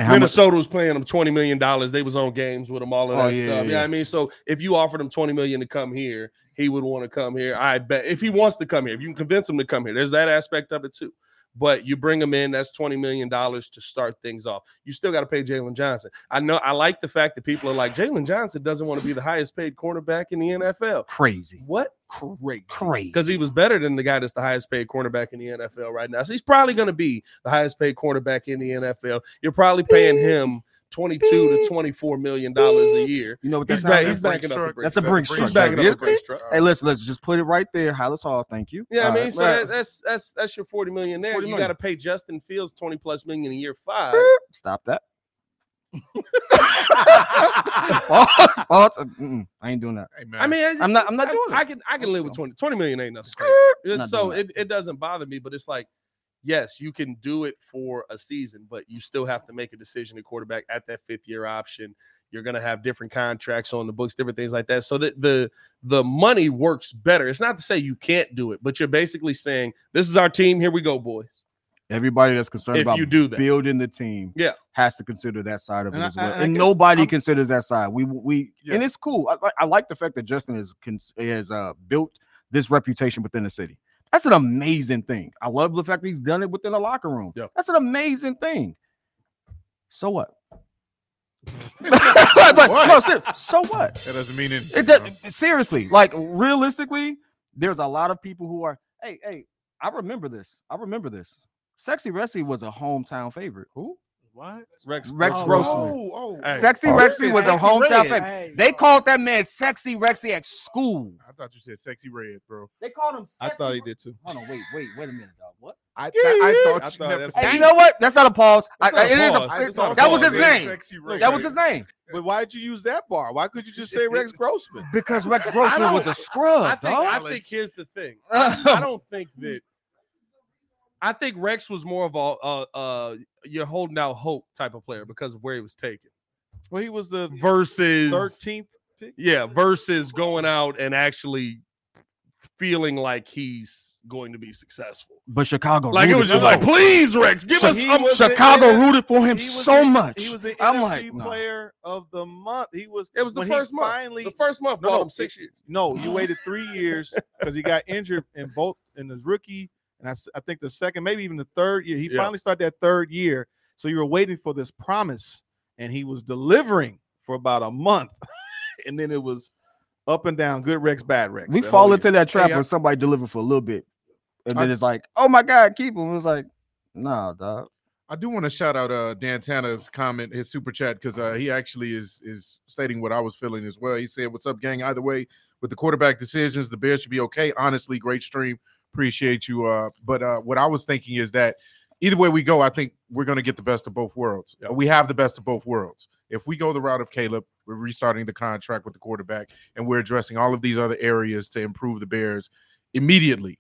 [SPEAKER 2] And how much-
[SPEAKER 1] Minnesota was playing them twenty million dollars. They was on games with him, all of that
[SPEAKER 2] Oh, yeah,
[SPEAKER 1] stuff. Yeah,
[SPEAKER 2] yeah, yeah.
[SPEAKER 1] I mean, so if you offered him twenty million to come here, he would want to come here. I bet if he wants to come here, if you can convince him to come here, there's that aspect of it too. But you bring him in, that's $20 million to start things off. You still got to pay Jalen Johnson. I know I like the fact that people are like, Jalen Johnson doesn't want to be the highest paid cornerback in the NFL.
[SPEAKER 2] Crazy.
[SPEAKER 1] What? Crazy.
[SPEAKER 2] Crazy.
[SPEAKER 1] Because he was better than the guy that's the highest paid cornerback in the NFL right now. So he's probably going to be the highest paid cornerback in the NFL. You're probably paying him 22 to 24 million dollars a year.
[SPEAKER 2] You know what
[SPEAKER 1] he's
[SPEAKER 2] that's
[SPEAKER 1] back, he's backing up.
[SPEAKER 2] That's a brick
[SPEAKER 1] He's
[SPEAKER 2] truck.
[SPEAKER 1] backing
[SPEAKER 2] baby.
[SPEAKER 1] up a brick truck.
[SPEAKER 2] Hey, listen, let's just put it right there. Hollis Hall, thank you.
[SPEAKER 1] Yeah, I
[SPEAKER 2] All
[SPEAKER 1] mean,
[SPEAKER 2] right,
[SPEAKER 1] so
[SPEAKER 2] let-
[SPEAKER 1] that, that's that's that's your 40 million there.
[SPEAKER 2] 40
[SPEAKER 1] you
[SPEAKER 2] million.
[SPEAKER 1] got to pay Justin Fields 20 plus million in year 5.
[SPEAKER 2] stop that. [LAUGHS] Pause, pause. uh, Mm-mm, I ain't doing that.
[SPEAKER 1] I mean, I
[SPEAKER 2] I'm not. I'm not
[SPEAKER 1] I-
[SPEAKER 2] doing it.
[SPEAKER 1] I can I can live with 20. 20 million ain't nothing. It-
[SPEAKER 2] Not
[SPEAKER 1] so
[SPEAKER 2] doing
[SPEAKER 1] it, it doesn't bother me, but it's like, yes, you can do it for a season, but you still have to make a decision at quarterback at that fifth year option. You're gonna have different contracts on the books, different things like that. So that the the money works better. It's not to say you can't do it, but you're basically saying this is our team. Here we go, boys.
[SPEAKER 2] Everybody that's concerned
[SPEAKER 1] If
[SPEAKER 2] about
[SPEAKER 1] you do that.
[SPEAKER 2] building the team,
[SPEAKER 1] Yeah.
[SPEAKER 2] has to consider that side of it
[SPEAKER 1] And I-
[SPEAKER 2] as well.
[SPEAKER 1] I- I
[SPEAKER 2] and
[SPEAKER 1] guess
[SPEAKER 2] nobody considers that side. We we and it's cool. I, I- I like the fact that Justin has con- has uh, built this reputation within the city. That's an amazing thing. I love the fact that he's done it within the locker room. That's an amazing thing.
[SPEAKER 1] [LAUGHS]
[SPEAKER 2] So what? [LAUGHS] but, but- no, ser- so what?
[SPEAKER 19] That doesn't mean anything.
[SPEAKER 2] It does, seriously, like realistically, there's a lot of people who are. Hey, hey, I remember this. I remember this. Sexy Rexy was a hometown favorite. Who?
[SPEAKER 6] What?
[SPEAKER 1] Rex,
[SPEAKER 2] Rex
[SPEAKER 6] Oh,
[SPEAKER 2] Grossman.
[SPEAKER 6] oh,
[SPEAKER 19] oh.
[SPEAKER 2] Sexy
[SPEAKER 19] Hey.
[SPEAKER 2] Rexy was a
[SPEAKER 19] Sexy
[SPEAKER 2] hometown
[SPEAKER 19] Red.
[SPEAKER 2] favorite.
[SPEAKER 19] Hey,
[SPEAKER 2] they called that man Sexy Rexy at school.
[SPEAKER 19] I thought you said sexy red, bro.
[SPEAKER 2] They called him.
[SPEAKER 19] I thought he did too.
[SPEAKER 2] Hold on, wait, wait, wait a minute, dog. What?
[SPEAKER 19] I, th- I thought you never-
[SPEAKER 2] Hey, you know what? That's not a pause. I,
[SPEAKER 19] That's not
[SPEAKER 2] I-
[SPEAKER 19] a
[SPEAKER 2] it is a-
[SPEAKER 19] pause. It's not a
[SPEAKER 2] that was
[SPEAKER 19] pause.
[SPEAKER 2] his
[SPEAKER 19] It's
[SPEAKER 2] name.
[SPEAKER 19] Sexy Red.
[SPEAKER 2] That was his name.
[SPEAKER 3] But why did you use that bar? Why could you just say Rex Grossman?
[SPEAKER 2] Because Rex
[SPEAKER 3] I
[SPEAKER 2] Grossman was
[SPEAKER 3] don't-
[SPEAKER 2] a scrub.
[SPEAKER 1] I think,
[SPEAKER 2] dog.
[SPEAKER 1] I think here's the
[SPEAKER 3] [LAUGHS]
[SPEAKER 1] thing. I I don't think that. I think Rex was more of a uh, uh, you're holding out hope type of player because of where he was taken.
[SPEAKER 3] Well, he was the
[SPEAKER 1] Versus
[SPEAKER 3] 13th pick.
[SPEAKER 1] Yeah, versus going out and actually feeling like he's going to be successful.
[SPEAKER 2] But Chicago,
[SPEAKER 1] Like, it
[SPEAKER 2] rooted
[SPEAKER 1] was
[SPEAKER 2] for
[SPEAKER 1] just like,
[SPEAKER 2] him.
[SPEAKER 1] please, Rex, give us-
[SPEAKER 2] Chi-
[SPEAKER 1] um,
[SPEAKER 2] Chicago,
[SPEAKER 1] Chicago
[SPEAKER 2] rooted for him so much.
[SPEAKER 3] He was the
[SPEAKER 2] I'm
[SPEAKER 3] NFC
[SPEAKER 2] like, nah.
[SPEAKER 3] player of the month. He was.
[SPEAKER 1] It was the
[SPEAKER 3] when
[SPEAKER 1] first
[SPEAKER 3] he
[SPEAKER 1] month.
[SPEAKER 3] Finally,
[SPEAKER 1] The first month bought him six
[SPEAKER 3] it-
[SPEAKER 1] years.
[SPEAKER 3] No, you waited three
[SPEAKER 2] [LAUGHS]
[SPEAKER 3] years because he got injured in both in his rookie and I, s- I think the second, maybe even the third year. He
[SPEAKER 1] Yeah.
[SPEAKER 3] finally started that third year. So you were waiting for this promise, and he was delivering for about a month, [LAUGHS] and then it was up and down, good Rex, bad Rex.
[SPEAKER 2] We
[SPEAKER 3] the
[SPEAKER 2] fall
[SPEAKER 3] whole
[SPEAKER 2] into
[SPEAKER 3] year.
[SPEAKER 2] that trap
[SPEAKER 3] Hey, I-
[SPEAKER 2] when somebody delivers for a little bit, and then
[SPEAKER 19] I-
[SPEAKER 2] it's like, oh my god, keep him. It's like, nah, dog.
[SPEAKER 19] I do want to shout out uh, Dan Tanner's comment, his super chat, because uh, he actually is is stating what I was feeling as well. He said, "What's up, gang? Either way, with the quarterback decisions, the Bears should be okay. Honestly, great stream. Appreciate you. Uh, but uh, what I was thinking is that either way we go, I think we're going to get the best of both worlds. We have the best of both worlds. If we go the route of Caleb, we're restarting the contract with the quarterback, and we're addressing all of these other areas to improve the Bears immediately.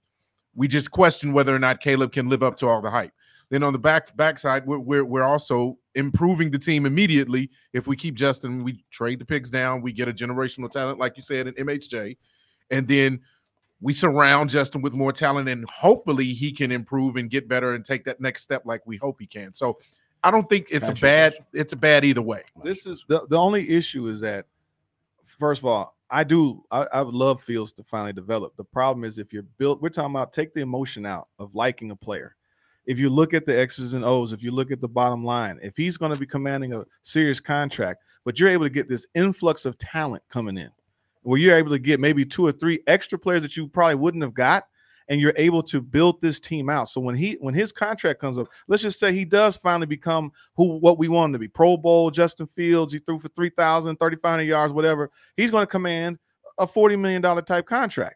[SPEAKER 19] We just question whether or not Caleb can live up to all the hype. Then on the back backside, we're, we're we're also improving the team immediately. If we keep Justin, we trade the picks down, we get a generational talent, like you said, in MHJ, and then we surround Justin with more talent, and hopefully he can improve and get better and take that next step, like we hope he can. So, I don't think it's a bad it's a bad either way.
[SPEAKER 3] This is the, the only issue is that first of all, I do I, I would love Fields to finally develop. The problem is if you're built, we're talking about take the emotion out of liking a player. If you look at the X's and O's, if you look at the bottom line, if he's going to be commanding a serious contract, but you're able to get this influx of talent coming in, where you're able to get maybe two or three extra players that you probably wouldn't have got, and you're able to build this team out. So when he when his contract comes up, let's just say he does finally become who what we want him to be. Pro Bowl, Justin Fields, he threw for 3,000, 3,500 yards, whatever. He's going to command a $40 million type contract.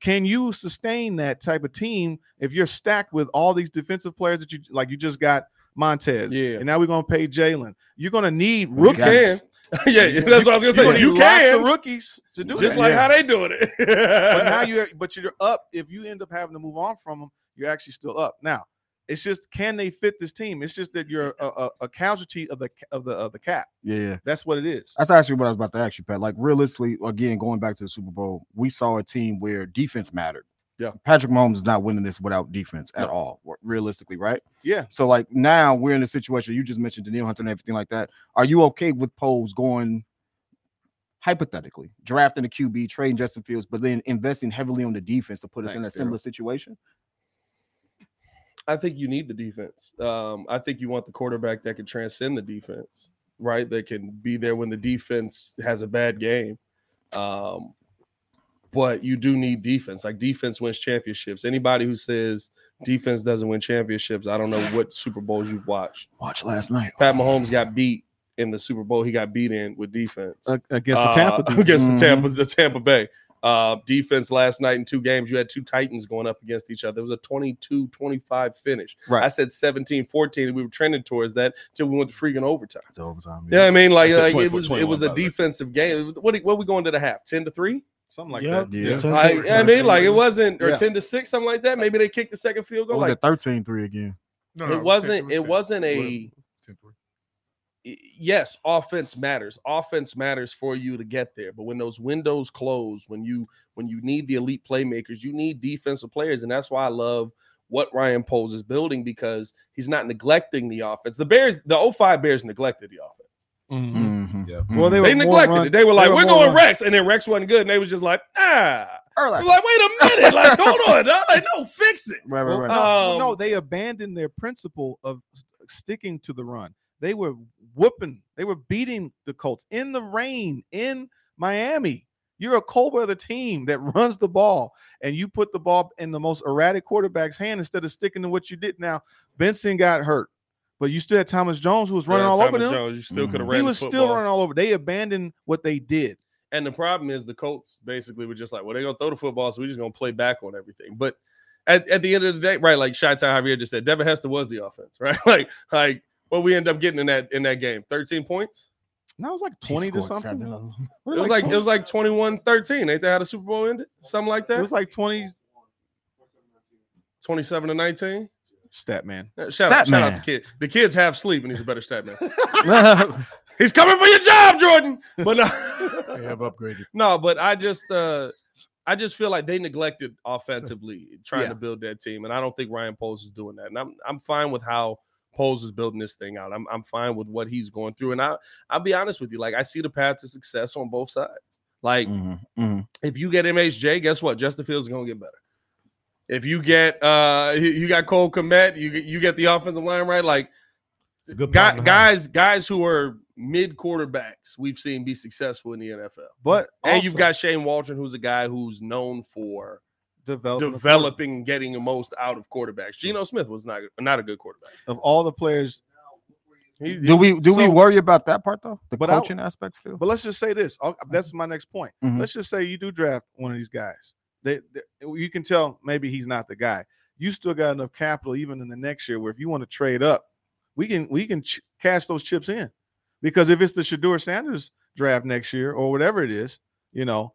[SPEAKER 3] Can you sustain that type of team if you're stacked with all these defensive players that you like you just got Montez? Yeah. And now we're gonna pay Jalen. You're gonna need
[SPEAKER 1] You
[SPEAKER 3] rookies.
[SPEAKER 1] can. [LAUGHS] Yeah, yeah, that's what I was gonna
[SPEAKER 3] You're
[SPEAKER 1] say.
[SPEAKER 3] need
[SPEAKER 1] You
[SPEAKER 3] lots
[SPEAKER 1] can.
[SPEAKER 3] of rookies to do
[SPEAKER 1] Just
[SPEAKER 3] that.
[SPEAKER 1] like how they doing it. [LAUGHS]
[SPEAKER 3] but now you're but you're up. If you end up having to move on from them, you're actually still up. Now it's just can they fit this team? It's just that you're a, a, a casualty of the of the of the cap.
[SPEAKER 2] Yeah.
[SPEAKER 3] That's what it is.
[SPEAKER 2] That's actually what I was about to ask you, Pat. Like realistically, again, going back to the Super Bowl, we saw a team where defense mattered.
[SPEAKER 3] Yeah.
[SPEAKER 2] Patrick Mahomes is not winning this without defense at all, w- realistically, right?
[SPEAKER 3] Yeah.
[SPEAKER 2] So like now we're in a situation you just mentioned Daniel Hunter and everything like that. Are you okay with Poles going hypothetically, drafting a QB, trading Justin Fields, but then investing heavily on the defense to put us in a
[SPEAKER 1] Thanks,
[SPEAKER 2] similar
[SPEAKER 1] Daryl.
[SPEAKER 2] situation?
[SPEAKER 1] I think you need the defense. Um, I think you want the quarterback that can transcend the defense, right? That can be there when the defense has a bad game. Um, but you do need defense. Like defense wins championships. Anybody who says defense doesn't win championships, I don't know what Super Bowls you've watched.
[SPEAKER 2] Watch last night.
[SPEAKER 1] Pat Mahomes got beat in the Super Bowl. He got beat in with defense
[SPEAKER 2] Ag- against the
[SPEAKER 1] [LAUGHS]
[SPEAKER 2] [LAUGHS] Tampa
[SPEAKER 1] Uh, against the
[SPEAKER 2] Mhm.
[SPEAKER 1] Tampa, the Tampa Bay uh, defense last night in two games. You had two Titans going up against each other. It was a 22-25 finish.
[SPEAKER 2] Right.
[SPEAKER 1] I said 17-14. and We were trending towards that till we went to freaking overtime.
[SPEAKER 2] It's overtime.
[SPEAKER 1] Yeah, I mean, like,
[SPEAKER 2] I said
[SPEAKER 1] like it was
[SPEAKER 2] 24,
[SPEAKER 1] it was a
[SPEAKER 2] 21, by the way.
[SPEAKER 1] defensive game. What what we going to the half? Ten to three. Something like
[SPEAKER 2] Yep.
[SPEAKER 1] that.
[SPEAKER 2] Yeah. 10 to
[SPEAKER 1] I,
[SPEAKER 2] three.
[SPEAKER 1] I mean, like it wasn't or
[SPEAKER 2] Yeah.
[SPEAKER 1] ten to six, something like that. Maybe they kicked the second field
[SPEAKER 2] What
[SPEAKER 1] goal.
[SPEAKER 2] was
[SPEAKER 1] Like,
[SPEAKER 2] it 13 3 again?
[SPEAKER 1] it, wasn't. It wasn't a. Y- Yes, offense matters. Offense matters for you to get there. But when those windows close, when you when you need the elite playmakers, you need defensive players, and that's why I love what Ryan Poles is building because he's not neglecting the offense. The Bears, the 05 Bears, neglected the offense.
[SPEAKER 3] Mm-hmm.
[SPEAKER 2] Mm-hmm.
[SPEAKER 3] Yeah.
[SPEAKER 1] Well, they, neglected it. They were like, "We're going Rex," and then Rex wasn't good, and they was just like, "Ah."
[SPEAKER 2] We're
[SPEAKER 1] Like, wait a minute! Like, hold on! dog. Like, no, fix it.
[SPEAKER 2] Right,
[SPEAKER 3] Well,
[SPEAKER 1] right.
[SPEAKER 3] No,
[SPEAKER 1] Um,
[SPEAKER 3] no, they abandoned their principle of s- sticking to the run. They were whooping, they were beating the Colts in the rain in Miami. You're a cold weather team that [LAUGHS] runs the ball, and you put the ball in the most erratic quarterback's hand instead of sticking to what you did. Now Benson got hurt, but you still had Thomas Jones who was running
[SPEAKER 1] Yeah,
[SPEAKER 3] all over
[SPEAKER 1] Thomas
[SPEAKER 3] them.
[SPEAKER 1] Jones, you still coulda
[SPEAKER 3] He
[SPEAKER 1] ran the
[SPEAKER 3] was still
[SPEAKER 1] football.
[SPEAKER 3] running all over. They abandoned what they did.
[SPEAKER 1] And the problem is the Colts basically were just like, well, they're gonna throw the football, so we're just gonna play back on everything. But at, at the end of the day, right, like Shy Town Javier just said, Devin Hester was the offense, [LAUGHS] right? Like, like what we end up getting in that in that game. 13 points.
[SPEAKER 3] And that was like 20 to something.
[SPEAKER 1] It was like it was like 21-13. Ain't that how the Super Bowl ended? Something like that.
[SPEAKER 3] It was like 20
[SPEAKER 1] 27 to 19.
[SPEAKER 3] stat man.
[SPEAKER 1] Uh, Shout, out, shout out the kid. The kids have sleep and he's a better stat
[SPEAKER 3] [LAUGHS]
[SPEAKER 1] man. he's coming for your job, Jordan. But no,
[SPEAKER 20] [LAUGHS] They have upgraded.
[SPEAKER 1] [LAUGHS] No, but I just uh I just feel like they neglected offensively trying
[SPEAKER 20] Yeah.
[SPEAKER 1] to build that team. And I don't think Ryan Poles is doing that. And I'm I'm fine with how Poles is building this thing out. I'm I'm fine with what he's going through. And I I'll be honest with you, like I see the path to success on both sides. Like
[SPEAKER 3] Mm.
[SPEAKER 2] Mm-hmm.
[SPEAKER 1] if you get MHJ, guess what? Justin Fields is gonna get better. If you get uh you- you got Cole Komet, you get you get the offensive line right, like guy- guys guys who are mid quarterbacks we've seen be successful in the NFL.
[SPEAKER 3] But
[SPEAKER 1] and you've
[SPEAKER 3] also-
[SPEAKER 1] got Shane Waldron, who's a guy who's known for
[SPEAKER 3] developing,
[SPEAKER 1] developing and getting the most out of quarterbacks. Geno Smith was not not a good quarterback.
[SPEAKER 3] of all the players.
[SPEAKER 2] Do we do we
[SPEAKER 3] So-
[SPEAKER 2] worry about that part though? The
[SPEAKER 3] I-
[SPEAKER 2] coaching aspect still.
[SPEAKER 3] But let's just say this. I'll- that's my next point.
[SPEAKER 2] Mhm.
[SPEAKER 3] Let's just say you do draft one of these guys. They, they- you can tell maybe he's not the guy. You still got enough capital even in the next year where if you want to trade up, we can we can ch- cash those chips in, because if it's the Shador Sanders draft next year or whatever it is, you know,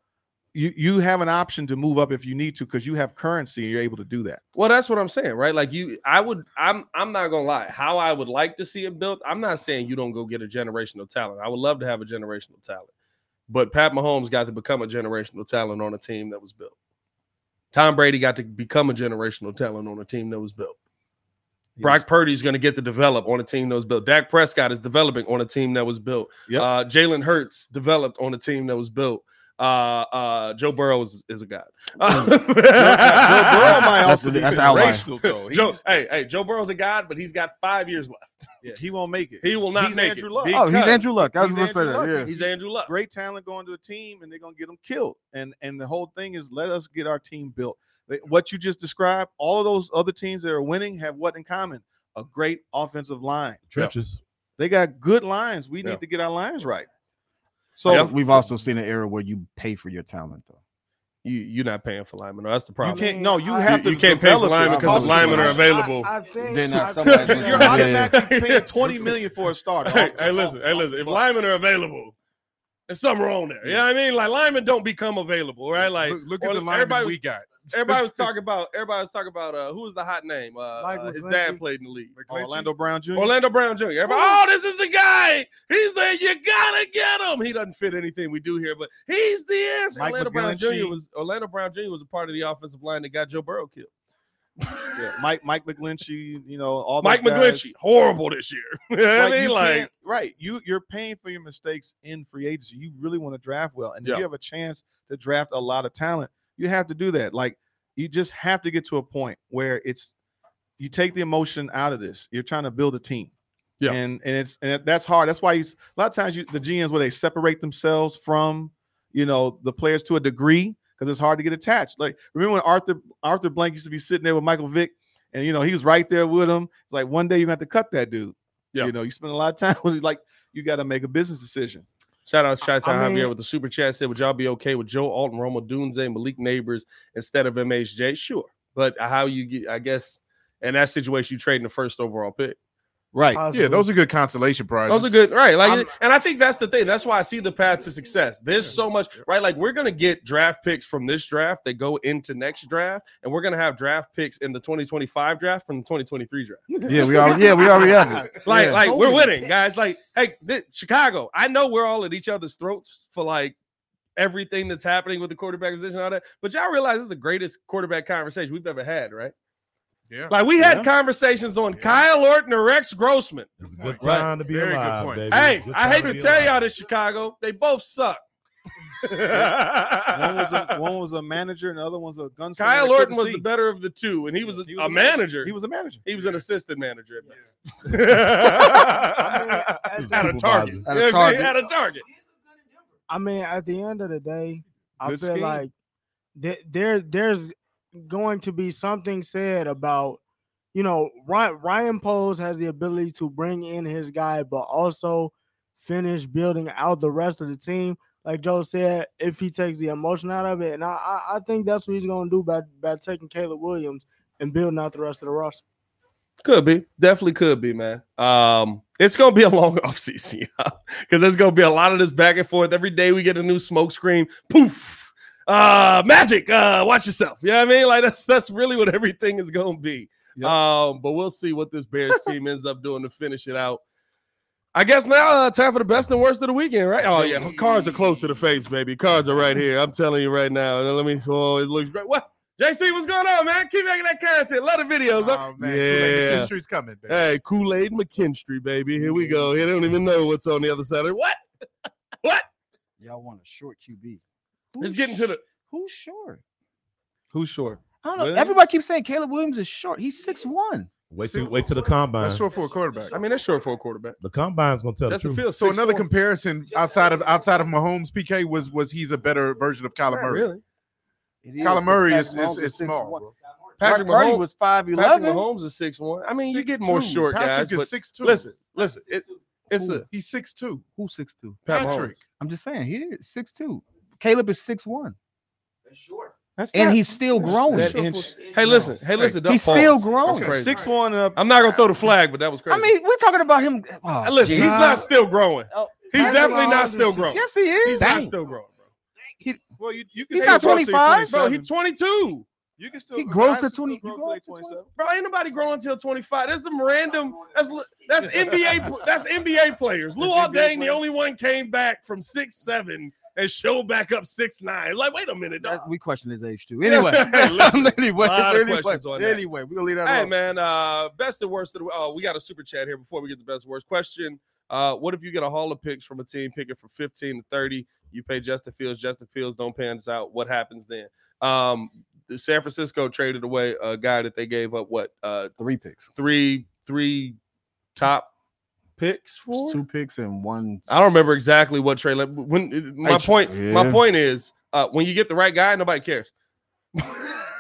[SPEAKER 3] you you have an option to move up if you need to because you have currency and you're able to do that.
[SPEAKER 1] Well, that's what I'm saying, right? Like you, I would, I'm, I'm not gonna lie. How I would like to see it built. I'm not saying you don't go get a generational talent. I would love to have a generational talent, but Pat Mahomes got to become a generational talent on a team that was built. Tom Brady got to become a generational talent on a team that was built. Brock Purdy's going to get to develop on a team that was built. Dak Prescott is developing on a team that was built. Uh, Jalen Hurts developed on a team that was built. Uh, uh, Joe Burrow is, is a god.
[SPEAKER 2] [LAUGHS]
[SPEAKER 1] [LAUGHS]
[SPEAKER 3] Burrow might
[SPEAKER 2] That's also the- be that's outline. generational, [LAUGHS]
[SPEAKER 3] though.
[SPEAKER 1] Joe, hey, hey, Joe Burrow's a god, but he's got five years left.
[SPEAKER 3] He won't make it.
[SPEAKER 1] He will not
[SPEAKER 3] He's
[SPEAKER 1] make
[SPEAKER 3] Andrew
[SPEAKER 1] it.
[SPEAKER 3] Luck.
[SPEAKER 1] because-
[SPEAKER 2] Oh, he's Andrew Luck. I was
[SPEAKER 3] He's
[SPEAKER 2] gonna say
[SPEAKER 3] Andrew
[SPEAKER 2] that,
[SPEAKER 3] Luck.
[SPEAKER 2] yeah.
[SPEAKER 1] He's Andrew Luck.
[SPEAKER 3] Great talent going to a team, and they're gonna get them killed. And and the whole thing is let us get our team built. They- What you just described, all of those other teams that are winning have what in common? A great offensive line.
[SPEAKER 21] Trenches.
[SPEAKER 3] They got good lines. We need
[SPEAKER 21] Yeah.
[SPEAKER 3] to get our lines right.
[SPEAKER 2] So
[SPEAKER 3] So [LAUGHS]
[SPEAKER 2] we've also seen an era where you pay for your talent though.
[SPEAKER 1] You you're not paying for linemen. That's the problem.
[SPEAKER 3] can't- no, you
[SPEAKER 1] I-
[SPEAKER 3] have to
[SPEAKER 1] You can't pay for
[SPEAKER 3] develop it.
[SPEAKER 1] linemen because the
[SPEAKER 3] Cost is
[SPEAKER 1] linemen are
[SPEAKER 3] much.
[SPEAKER 1] available.
[SPEAKER 22] I think
[SPEAKER 2] Then uh,
[SPEAKER 22] I-
[SPEAKER 2] somebody's
[SPEAKER 3] you're
[SPEAKER 1] [LAUGHS]
[SPEAKER 3] automatically paying 20 million for a starter.
[SPEAKER 1] hey, hey, listen, hey, listen. If linemen are available, there's something wrong there. You know what I mean? Like linemen don't become available, right? Like
[SPEAKER 23] Look- look at
[SPEAKER 1] or
[SPEAKER 23] the linemen
[SPEAKER 1] everybody
[SPEAKER 23] we
[SPEAKER 1] was-
[SPEAKER 23] got.
[SPEAKER 1] Everybody was talking about. Everybody was talking about. Uh, who was the hot name? Uh,
[SPEAKER 23] Mike
[SPEAKER 1] uh, his
[SPEAKER 23] McGlinchey.
[SPEAKER 1] dad played in the league.
[SPEAKER 3] Orlando Brown Jr.
[SPEAKER 1] Orlando Brown Jr. Everybody, oh, this is the guy. He's there. You gotta get him. He doesn't fit anything we do here, but he's the answer.
[SPEAKER 3] Mike
[SPEAKER 1] Orlando Brown Jr.
[SPEAKER 3] McGlinchey.
[SPEAKER 1] was Orlando Brown Jr. was a part of the offensive line that got Joe Burrow killed.
[SPEAKER 3] Yeah, Mike Mike McGlinchey, you know, all those
[SPEAKER 1] Mike
[SPEAKER 3] guys.
[SPEAKER 1] McGlinchey, horrible this year. [LAUGHS] You know what I mean?
[SPEAKER 3] you
[SPEAKER 1] Like-
[SPEAKER 3] can't- right. You you're paying for your mistakes in free agency. You really want to draft well. And if
[SPEAKER 1] Yeah.
[SPEAKER 3] you have a chance to draft a lot of talent, you have to do that. Like you just have to get to a point where it's you take the emotion out of this. You're trying to build a team. Yeah. And and it's and that's hard. That's why you, s- a lot of times you, the GMs where they separate themselves from you know the players to a degree because it's hard to get attached. Like remember when Arthur Arthur Blank used to be sitting there with Michael Vick, and you know he was right there with him. It's like one day you have to cut that dude. Yeah. You know you spend a lot
[SPEAKER 1] [LAUGHS]
[SPEAKER 3] of time with like you got to make a business decision.
[SPEAKER 1] Shout out Shots
[SPEAKER 3] I
[SPEAKER 1] out
[SPEAKER 3] mean-
[SPEAKER 1] Javier with the super chat said, Would y'all be okay with Joe Alton, Roma Dunze, Malik Neighbors instead of MHJ? Sure. But how you get, I guess, in that situation, you trading the first overall pick.
[SPEAKER 3] Right.
[SPEAKER 24] Yeah, those are good consolation prizes.
[SPEAKER 1] Those are good, right? Like, and I think that's the thing. That's why I see the path to success. There's so much, right? Like, we're gonna get draft picks from this draft that go into next draft, and we're gonna have draft picks in the 2025 draft from the 2023 draft.
[SPEAKER 2] Yeah, we already- yeah, we already have
[SPEAKER 25] [LAUGHS]
[SPEAKER 2] it.
[SPEAKER 1] Like,
[SPEAKER 2] Yeah.
[SPEAKER 1] like
[SPEAKER 2] So
[SPEAKER 1] we're
[SPEAKER 2] many
[SPEAKER 1] winning, guys. Like, hey, thi- Chicago. I know we're all at each other's throats for like everything that's happening with the quarterback position, and all that. But y'all realize this is the greatest quarterback conversation we've ever had, right?
[SPEAKER 24] Yeah.
[SPEAKER 1] Like we had conversations on Kyle Orton or Rex Grossman.
[SPEAKER 26] Good
[SPEAKER 1] Right.
[SPEAKER 26] time to be
[SPEAKER 1] Very good
[SPEAKER 26] alive,
[SPEAKER 1] point.
[SPEAKER 26] baby.
[SPEAKER 1] Hey,
[SPEAKER 26] Good
[SPEAKER 1] I
[SPEAKER 26] time
[SPEAKER 1] hate to
[SPEAKER 26] be
[SPEAKER 1] tell
[SPEAKER 26] alive.
[SPEAKER 1] y'all this, Chicago. They both suck.
[SPEAKER 3] One was a, one was a manager, and the other one's a
[SPEAKER 1] [LAUGHS]
[SPEAKER 3] gunslinger.
[SPEAKER 1] Kyle
[SPEAKER 3] that
[SPEAKER 1] Orton
[SPEAKER 3] couldn't
[SPEAKER 1] was
[SPEAKER 3] see.
[SPEAKER 1] the better of the two, and he was a,
[SPEAKER 3] was
[SPEAKER 1] a
[SPEAKER 3] a manager.
[SPEAKER 1] manager.
[SPEAKER 3] He was a manager.
[SPEAKER 1] He was an assistant manager at best.
[SPEAKER 3] [LAUGHS]
[SPEAKER 1] [LAUGHS] at a
[SPEAKER 25] supervisor.
[SPEAKER 1] target.
[SPEAKER 25] At
[SPEAKER 1] At
[SPEAKER 25] a target.
[SPEAKER 1] a target. At a target.
[SPEAKER 25] I mean, at the end of the day, I
[SPEAKER 1] Good
[SPEAKER 25] feel
[SPEAKER 1] scheme.
[SPEAKER 25] like th- there there's going to be something said about you know Ryan Ryan Poles has the ability to bring in his guy, but also finish building out the rest of the team. Like Joe said, if he takes the emotion out of it, and I I, I think that's what he's going to do by by taking Caleb Williams and building out the rest of the roster.
[SPEAKER 1] Could be. Definitely could be, man. Um, it's gonna be a long [LAUGHS] offseason, because there's gonna be a lot of this back and forth. Every day we get a new smoke screen. Poof. Uh magic. Uh watch yourself. You know what I mean? Like that's that's really what everything is gonna be. Um, but we'll see what this Bears team ends up doing to finish it out. I guess now uh, time for the best and worst of the weekend, right? Oh yeah, cards are close to the face, baby. Cards are right here. I'm telling you right now. And Let me. Oh, it looks great. What? JC, what's going on, man? Keep making that content. Love the videos. huh?
[SPEAKER 3] Oh,
[SPEAKER 24] Kool-Aid
[SPEAKER 1] yeah.
[SPEAKER 24] McKinstry's coming, baby.
[SPEAKER 1] Hey, Kool Aid McKinstry, baby. Here we go. They don't even know what's on the other side. of- What? [LAUGHS] What?
[SPEAKER 2] Y'all want a short QB?
[SPEAKER 1] Let's get into the.
[SPEAKER 2] Who's short?
[SPEAKER 1] Who's short?
[SPEAKER 2] I don't know.
[SPEAKER 1] Really?
[SPEAKER 2] Everybody keeps saying Caleb Williams is short. He's six one.
[SPEAKER 26] Wait till wait till the combine.
[SPEAKER 24] for a quarterback.
[SPEAKER 1] I mean, that's short for a quarterback.
[SPEAKER 26] The combine's gonna tell the truth.
[SPEAKER 24] So another comparison outside of outside of Mahomes, PK was was he's a better version of Kyler
[SPEAKER 1] Not
[SPEAKER 24] Murray.
[SPEAKER 1] really.
[SPEAKER 2] It
[SPEAKER 24] Kyler Murray
[SPEAKER 2] Patrick
[SPEAKER 24] is
[SPEAKER 2] Mahomes
[SPEAKER 24] is, is small.
[SPEAKER 2] 6'1".
[SPEAKER 24] bro.
[SPEAKER 1] Patrick
[SPEAKER 2] Brock Purdy
[SPEAKER 1] Mahomes
[SPEAKER 2] was five
[SPEAKER 1] Patrick
[SPEAKER 2] eleven.
[SPEAKER 1] Mahomes is six one. I mean, you get
[SPEAKER 24] 6'2".
[SPEAKER 1] more short
[SPEAKER 24] Patrick
[SPEAKER 1] guys,
[SPEAKER 24] is
[SPEAKER 1] but
[SPEAKER 24] 6'2".
[SPEAKER 1] listen, listen, it, it's
[SPEAKER 2] Who?
[SPEAKER 1] a
[SPEAKER 24] He's six two.
[SPEAKER 2] Who's six two?
[SPEAKER 1] Pat
[SPEAKER 24] Patrick.
[SPEAKER 1] Mahomes.
[SPEAKER 2] I'm just saying he is six two. Caleb is six one.
[SPEAKER 3] That's
[SPEAKER 2] and
[SPEAKER 3] not-
[SPEAKER 2] he's still growing.
[SPEAKER 1] that inch. Hey, listen, hey, listen.
[SPEAKER 2] He's
[SPEAKER 1] don't
[SPEAKER 2] still
[SPEAKER 1] pause.
[SPEAKER 2] growing.
[SPEAKER 1] That's crazy.
[SPEAKER 3] Six one and a
[SPEAKER 1] I'm not gonna throw the flag, but that was crazy.
[SPEAKER 2] I mean, we're talking about him. Oh,
[SPEAKER 1] listen, he's
[SPEAKER 2] geez.
[SPEAKER 1] not still growing. He's
[SPEAKER 2] Patrick
[SPEAKER 1] definitely
[SPEAKER 2] Mahomes
[SPEAKER 1] not
[SPEAKER 2] is
[SPEAKER 1] still
[SPEAKER 2] six-
[SPEAKER 1] growing.
[SPEAKER 2] Yes, he is.
[SPEAKER 1] He's
[SPEAKER 2] Dang.
[SPEAKER 1] not still growing, bro.
[SPEAKER 2] He-
[SPEAKER 3] well, you, you can
[SPEAKER 2] He's
[SPEAKER 3] still
[SPEAKER 2] not
[SPEAKER 3] grow to
[SPEAKER 2] 25,
[SPEAKER 1] Bro,
[SPEAKER 3] 27.
[SPEAKER 1] he's 22.
[SPEAKER 3] you can still
[SPEAKER 2] He grows
[SPEAKER 3] guys
[SPEAKER 2] to
[SPEAKER 3] can still
[SPEAKER 2] twenty.
[SPEAKER 3] grow
[SPEAKER 2] you
[SPEAKER 3] to
[SPEAKER 2] grow
[SPEAKER 3] their
[SPEAKER 2] up to
[SPEAKER 3] 27.
[SPEAKER 2] 20?
[SPEAKER 1] Bro, ain't nobody growing until 25. That's them random. That's li- that's NBA. pl- That's NBA players. Lou
[SPEAKER 3] That's NBA
[SPEAKER 1] Dang, the
[SPEAKER 3] players.
[SPEAKER 1] only one came back from six seven and showed back up six nine. Like, wait a minute, dog.
[SPEAKER 2] That- We question his age too.
[SPEAKER 1] [LAUGHS]
[SPEAKER 2] Anyway, [LAUGHS] anyway,
[SPEAKER 1] lot of
[SPEAKER 2] anyway,
[SPEAKER 1] questions on that.
[SPEAKER 2] anyway, we're gonna leave that.
[SPEAKER 1] Hey
[SPEAKER 2] alone.
[SPEAKER 1] man, uh, best and worst of the. Uh, we got a super chat here before we get the best and worst question. Uh, what if you get a haul of picks from a team picking from 15 to 30? You pay Justin Fields. Justin Fields don't pan us out. What happens then? Um, the San Francisco traded away a guy that they gave up what uh
[SPEAKER 2] Three picks,
[SPEAKER 1] three three top picks for.
[SPEAKER 2] two picks, and one.
[SPEAKER 1] I don't remember exactly what Trey. Lance- When uh, my
[SPEAKER 2] Hey,
[SPEAKER 1] point, my
[SPEAKER 2] yeah.
[SPEAKER 1] point is, uh, when you get the right guy, nobody cares.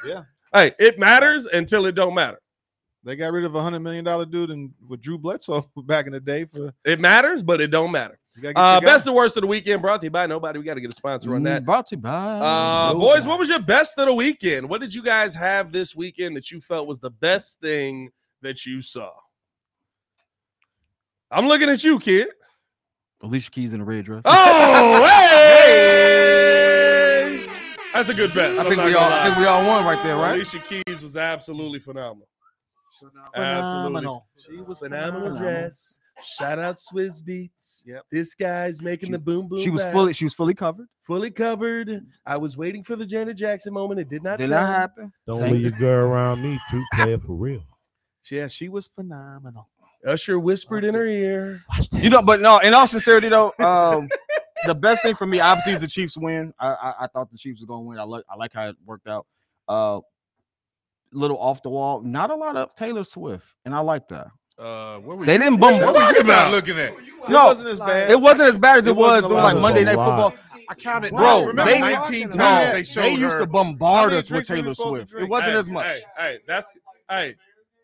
[SPEAKER 3] Yeah.
[SPEAKER 1] [LAUGHS] Hey, it matters until it don't matter.
[SPEAKER 3] They got rid of a hundred million dollar dude and with Drew Bledsoe [LAUGHS] back in the day for
[SPEAKER 1] It matters, but it don't matter.
[SPEAKER 3] you gotta get
[SPEAKER 1] Uh,
[SPEAKER 3] your guy.
[SPEAKER 1] best and worst of the weekend brought to you by nobody. We got to get a sponsor on that.
[SPEAKER 2] Mm, Brought to you by
[SPEAKER 1] Uh,
[SPEAKER 2] Nobody.
[SPEAKER 1] boys, what was your best of the weekend? What did you guys have this weekend that you felt was the best thing that you saw? I'm looking at you, kid.
[SPEAKER 2] Alicia Keys in a red dress.
[SPEAKER 1] Oh, hey! That's a good bet.
[SPEAKER 2] I think we all. I think we all won right there, right?
[SPEAKER 1] Alicia Keys was absolutely phenomenal.
[SPEAKER 2] Phenomenal.
[SPEAKER 1] Absolutely. She was phenomenal, dress. Shout out Swizz Beats.
[SPEAKER 3] Yep.
[SPEAKER 1] This guy's making the boom boom.
[SPEAKER 2] She was
[SPEAKER 1] back.
[SPEAKER 2] fully. She was fully covered.
[SPEAKER 1] fully covered. I was waiting for the Janet Jackson moment. It did not.
[SPEAKER 2] Did not
[SPEAKER 1] come.
[SPEAKER 2] happen.
[SPEAKER 26] Don't
[SPEAKER 2] Thank
[SPEAKER 26] leave your girl around me, true player for real.
[SPEAKER 3] Yeah, she was phenomenal.
[SPEAKER 1] Usher whispered in her ear.
[SPEAKER 2] You know, but no. In all sincerity, though, um, the best thing for me, obviously, is the Chiefs win. I I, I thought the Chiefs were going to win. I like I like how it worked out. Uh, little off the wall. Not a lot of Taylor Swift, and I like that.
[SPEAKER 3] Uh, what were
[SPEAKER 2] They
[SPEAKER 3] you-
[SPEAKER 2] didn't
[SPEAKER 3] what
[SPEAKER 2] bum-
[SPEAKER 3] you
[SPEAKER 2] what were you
[SPEAKER 3] talking about?
[SPEAKER 2] about?
[SPEAKER 3] Looking at
[SPEAKER 2] No, it wasn't as bad. It wasn't as bad as it, was
[SPEAKER 3] wasn't a
[SPEAKER 2] on,
[SPEAKER 3] lot.
[SPEAKER 2] like Monday Night Football.
[SPEAKER 3] I counted,
[SPEAKER 2] Bro,
[SPEAKER 3] remember
[SPEAKER 2] they,
[SPEAKER 3] 19 times
[SPEAKER 2] no,
[SPEAKER 3] they
[SPEAKER 2] they,
[SPEAKER 3] showed
[SPEAKER 2] used
[SPEAKER 3] her-
[SPEAKER 2] to bombard
[SPEAKER 1] How many
[SPEAKER 2] us with
[SPEAKER 1] drinks were you
[SPEAKER 2] Taylor
[SPEAKER 1] supposed to
[SPEAKER 2] Swift. It
[SPEAKER 1] drink?
[SPEAKER 2] wasn't
[SPEAKER 1] Hey,
[SPEAKER 2] as much.
[SPEAKER 1] Hey, hey, that's hey,